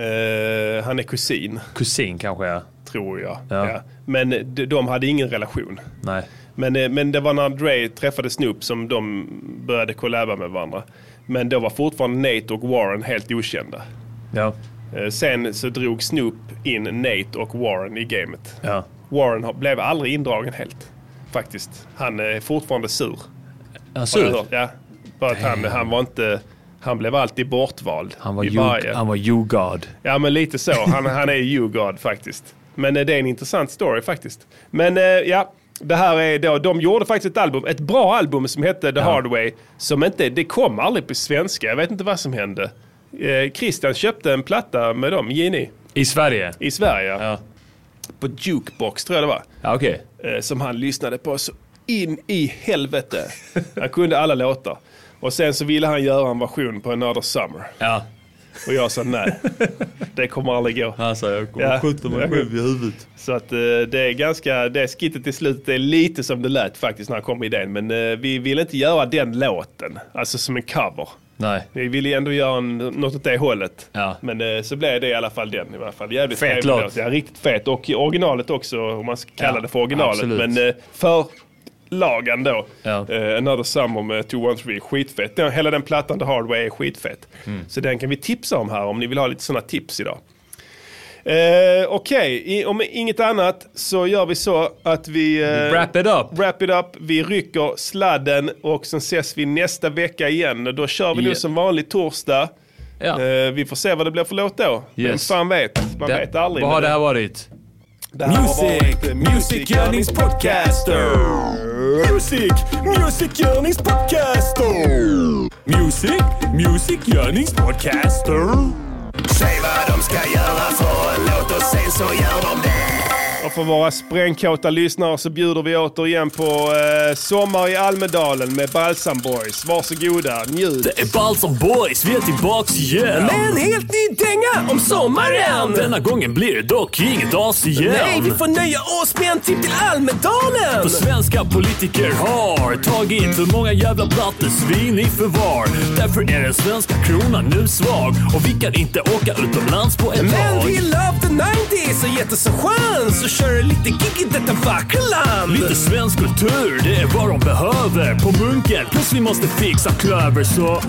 C: Eh, han är kusin.
D: Kusin kanske ja.
C: Tror jag.
D: Ja.
C: Ja. Men de, de hade ingen relation.
D: Nej.
C: Men, eh, men det var när Dre träffade Snoop som de började kollaba med varandra. Men då var fortfarande Nate och Warren helt okända.
D: Ja.
C: Eh, Sen så drog Snoop in Nate och Warren i gamet.
D: Ja.
C: Warren har- blev aldrig indragen helt, faktiskt. Han är fortfarande sur.
D: Är han
C: Har jag
D: sur?
C: hört, Ja. Bara att han, han var inte... Han blev alltid bortvald.
D: Han var,
C: i
D: you,
C: varje-
D: han var you God.
C: Ja, men lite så. Han, han är ju God faktiskt. Men eh, det är en intressant story faktiskt. Men eh, ja, det här är då, de gjorde faktiskt ett album, ett bra album som hette The Hard Way, som inte, det kom aldrig på svenska. Jag vet inte vad som hände. Eh, Christian köpte en platta med dem, Gini.
D: I Sverige?
C: I Sverige, ja. på Jukebox tror jag det var.
D: Ja, okej.
C: Eh, Som han lyssnade på så in i helvete. Han kunde alla låtar. Och sen så ville han göra en version på Another Summer.
D: Ja.
C: Och jag sa nej. Det kommer aldrig gå.
D: Han sa Alltså, jag
C: kommer skjuta mig själv
D: i huvudet.
C: Så att eh, det är ganska, det skittet till slut det är lite som det lät faktiskt när han kom med idén. Men eh, vi ville inte göra den låten, alltså som en cover.
D: Nej.
C: Vi ville ju ändå göra en, något åt det hållet. Men eh, så blev det i alla fall den i alla fall. Jävligt
D: Fet
C: trevlig
D: låt.
C: låt. Ja, riktigt fet. Och originalet också, om man ska kalla
D: Ja,
C: det för originalet.
D: absolut.
C: Men eh, för lagen då. Eh, Another Summer med 213 skitfett. Den, hela den plattan The Hard Way är skitfett.
D: Mm.
C: Så den kan vi tipsa om här om ni vill ha lite sådana tips idag. Eh, Okej, I- om inget annat så gör vi så att vi... eh,
D: Wrap it up!
C: Wrap it up. Vi rycker sladden och sen ses vi nästa vecka igen. Och Då kör vi
D: Ja.
C: nu som vanligt torsdag.
D: Ja.
C: Eh, vi får se vad det blir för låt då. Vem
D: Yes.
C: fan vet? Man
D: Det-
C: vet aldrig.
D: Vad har
C: men-
D: det här varit?
C: Det här har varit, eh,
I: Music Yearnings Podcaster. Music, Music Yearnings Podcaster. Music, Music Yearnings Podcaster. Säg vad de ska göra för en låt och sen så gör de det.
C: Och för våra sprängkåta lyssnare så bjuder vi återigen på eh, Sommar i Almedalen med Balsam Boys. Varsågoda, njut. Det
B: är Balsam Boys, vi är tillbaks igen.
G: Med en helt ny dänga om sommaren!
B: Denna gången blir det dock inget as igen.
G: Nej, vi får nöja oss med en tipp till
B: För
G: Almedalen!
B: svenska politiker har tagit för många jävla blattesvin i förvar. Därför är den svenska kronan nu svag och vi kan inte åka utomlands på ett
G: Men
B: tag.
G: vi love the 90s och gett oss en chans och köra lite gig i detta vackra land.
B: Lite svensk kultur, det är vad de behöver på munken. Plus vi måste fixa klöver så...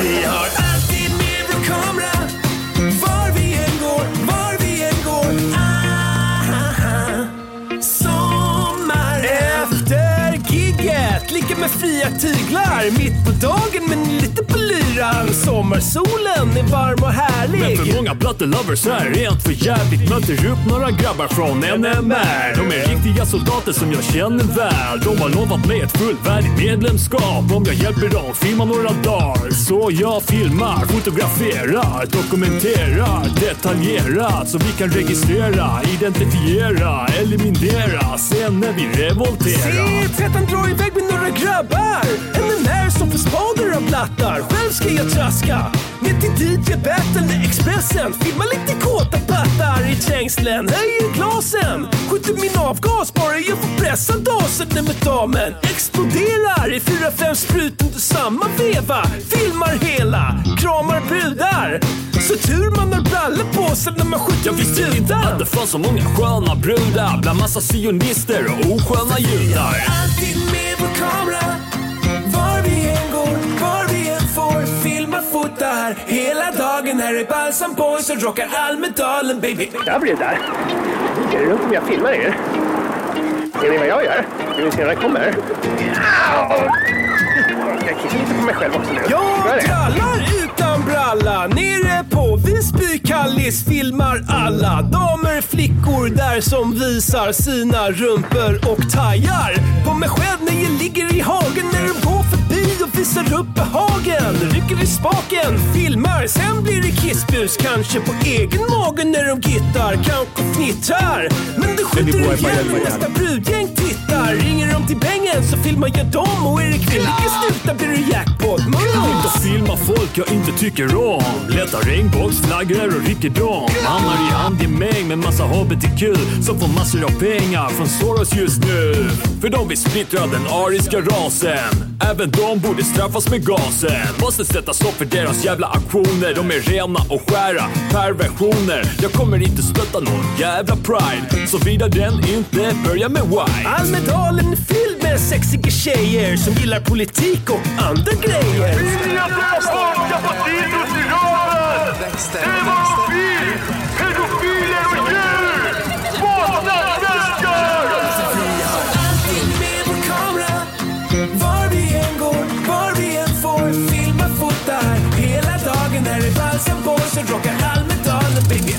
G: Vi har alltid med vår kamera Var vi än går, var vi än går Ah, Sommar efter gigget Ligger med fria tyglar Mitt på dagen men lite på lyran Sommarsolen är varm och
B: Men
G: härlig
B: för många blattelovers är rent för jävligt Möter upp några grabbar från NMR De är riktiga soldater som jag känner väl De har lovat mig ett fullvärdigt medlemskap Om jag hjälper dem filma några dagar Så jag filmar, fotograferar, dokumenterar Detaljerat så vi kan registrera, identifiera, eliminera Sen när vi revolterar
G: Se, tvätten drar iväg med några grabbar En NR som får spader och blattar Själv ska jag traska Ner till DJ Battle med Expressen Filma lite kåta pattar i trängslen Höjer glasen Skjuter min avgas bara jag får pressa dasen Nej men damen exploderar i fyra, fem sprut under samma veva Filmar hela, kramar brudar Så tur man har brallor på sig när man skjuter med tutan
B: Det fanns så många sköna brudar Bland massa sionister och osköna judar
G: Alltid med vår kamera Var vi än går, var vi än får Filmar, fotar hela dagen Här är Balsam Boys och rockar Almedalen baby
W: Jag blir där. Är det lugnt om jag filmar er? Ser ni vad jag gör? Vill ni se när jag kommer? Au! Jag kissar lite på mig själv också nu.
G: Jag
W: Gör det.
G: drallar utan bralla Nere på Visby Kallis filmar alla Damer, flickor där som visar sina rumpor och tajar På mig själv när jag ligger i hagen När de går förbi och visar upp behagen Rycker i spaken, filmar, sen blir det kissbus Kanske på egen mage när de gittar, kanske fnittrar Men det skjuter ihjäl när nästa brudgäng tittar Ringer de till bängen så filmar jag dem och är det kvinnliga snutar blir det jackpot
B: Kan inte filma folk jag inte tycker om. Letar regnbågsflaggor och rikedom. Hamnar i handgemäng med massa hbtq. Som får massor av pengar från Soros just nu. För de vill splittra den ariska rasen. Även de borde straffas med gasen. Måste sätta stopp för deras jävla aktioner. De är rena och skära perversioner. Jag kommer inte stötta någon jävla pride. Såvida den inte börjar med why.
G: Almedalen är fylld med sexiga tjejer som gillar politik och andra grejer. Alltid med vår kamera, var vi än går, var vi än får. Filmar, fotar hela dagen. Här är Balsam Boys och rockar Almedalen, baby.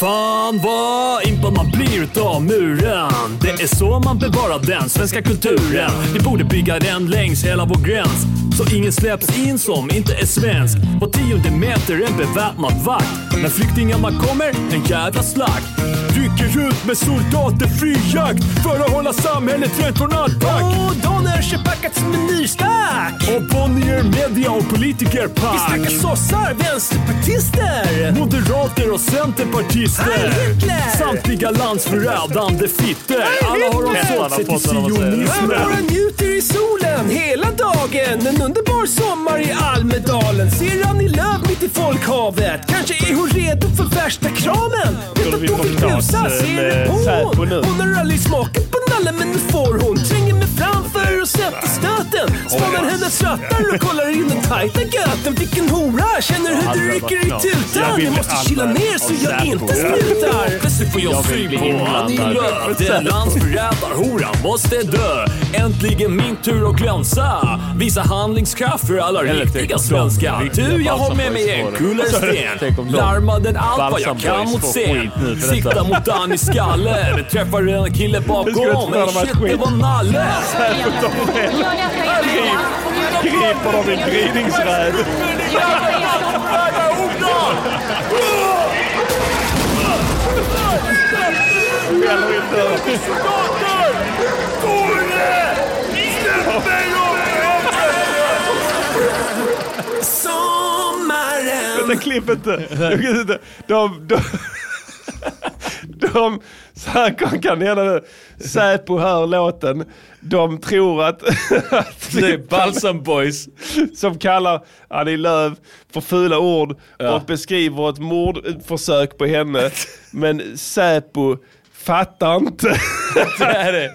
B: Fan vad impad man blir utav muren. Det är så man bevarar den svenska kulturen. Vi borde bygga den längs hela vår gräns. Så ingen släpps in som inte är svensk. På tionde meter en beväpnad vakt. När flyktingarna kommer, en jävla slakt. Rycker ut med soldater fri jakt. För att hålla samhället rent från attack.
G: Och Donners är packat som en nystack.
B: Och Bonnier media och politiker
G: Vi snackar sossar, vänsterpartister.
B: Moderater och centerpartister.
G: Heil Hitler!
B: Samtliga landsförrädande fitter.
G: Heil
B: Alla har de
G: Hitler!
B: sålt sig till
G: Alla
B: sionismen.
G: Värmborna njuter i solen hela dagen. En underbar sommar i Almedalen. Ser Annie Lööf mitt i folkhavet. Kanske är hon redo för värsta kramen. Vet att hon vill busa, ser
C: eh,
G: hon.
C: Säpo nu?
G: Hon har aldrig smakat på nallen men nu får hon. Tränger mig framför och sätter stöten. Spanar hennes rattar och kollar in den tajta göten. Vilken hora, känner hur det rycker i
J: Jag
G: tutan.
J: vill
G: Jag
J: bli
G: måste chilla
J: anmäld
G: ner så
J: av
G: jag
J: Säpo.
G: inte snutar.
B: Plötsligt får jag syn på Annie Lööf. Den landsförrädarhoran måste dö. Äntligen min tur att glänsa. Visa handlingskraft för alla riktiga svenskar.
D: riktiga
B: Du, jag har
D: Balsam
B: med
D: Boys
B: mig
D: får
B: en
D: det. Tänk
B: kullersten.
D: om de-
B: Larma den allt vad
D: Balsam
B: jag kan
D: Boys
B: mot
D: får
B: scen.
D: skit nu för detta.
B: Sikta mot Annies
D: (laughs)
B: skalle. Träffar en kille bakom.
C: skulle inte förvåna mig ett
B: Shit, det
C: skit.
B: var Nalle.
C: Griper de din gryningsräv?
G: Sommaren.
C: Vänta, klipp inte. Jag kan inte. De, de, de, så här kan- kan det hända nu. Säpo hör låten. De tror att... att
D: Det är Balsam Boys.
C: (laughs) Som kallar Annie Lööf för fula ord och beskriver ett mordförsök på
D: (laughs)
C: henne. Men Säpo fattar inte.
D: (laughs) Det är det.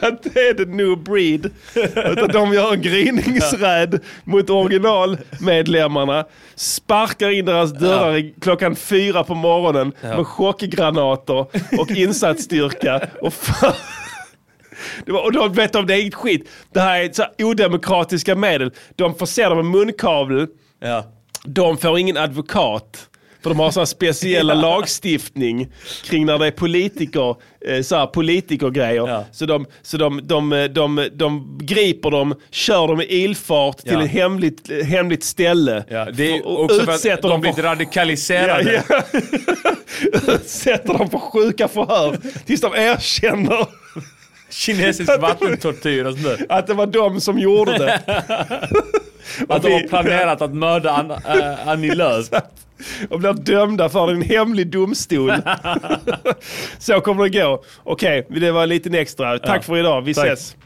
C: (laughs) att det är the new breed. Utan de gör en gryningsräd mot originalmedlemmarna. Sparkar in deras dörrar i- klockan fyra på morgonen med chockgranater och insatsstyrka. Och för... Det var- Och de vet de, det är inget skit. Det här är så här odemokratiska medel. De förser dem med munkavle. De får ingen advokat. För de har sån här
D: (laughs)
C: speciella lagstiftning kring när det är politiker, eh, så här politikergrejer. Så, de, så de, de, eh, de, de, griper dem, kör dem i ilfart till
D: Ja.
C: ett hemligt, eh, hemligt ställe.
D: Ja, det är
C: Och
D: också för att
C: utsätter
D: de
C: dem
D: blivit
C: för-
D: radikaliserade.
C: Ja, (laughs) Sätter dem på sjuka förhör tills de erkänner (laughs)
D: Kinesisk vattentortyr och sånt där.
C: att det var de som gjorde det.
D: Att de
C: vi-
D: har planerat att mörda An äh, Annie Lööf.
C: och blir dömda för det i en hemlig domstol.
D: (laughs)
C: Så kommer det gå. Okej, det var en liten extra. Tack
D: Ja.
C: för idag. Vi
D: Tack.
C: ses.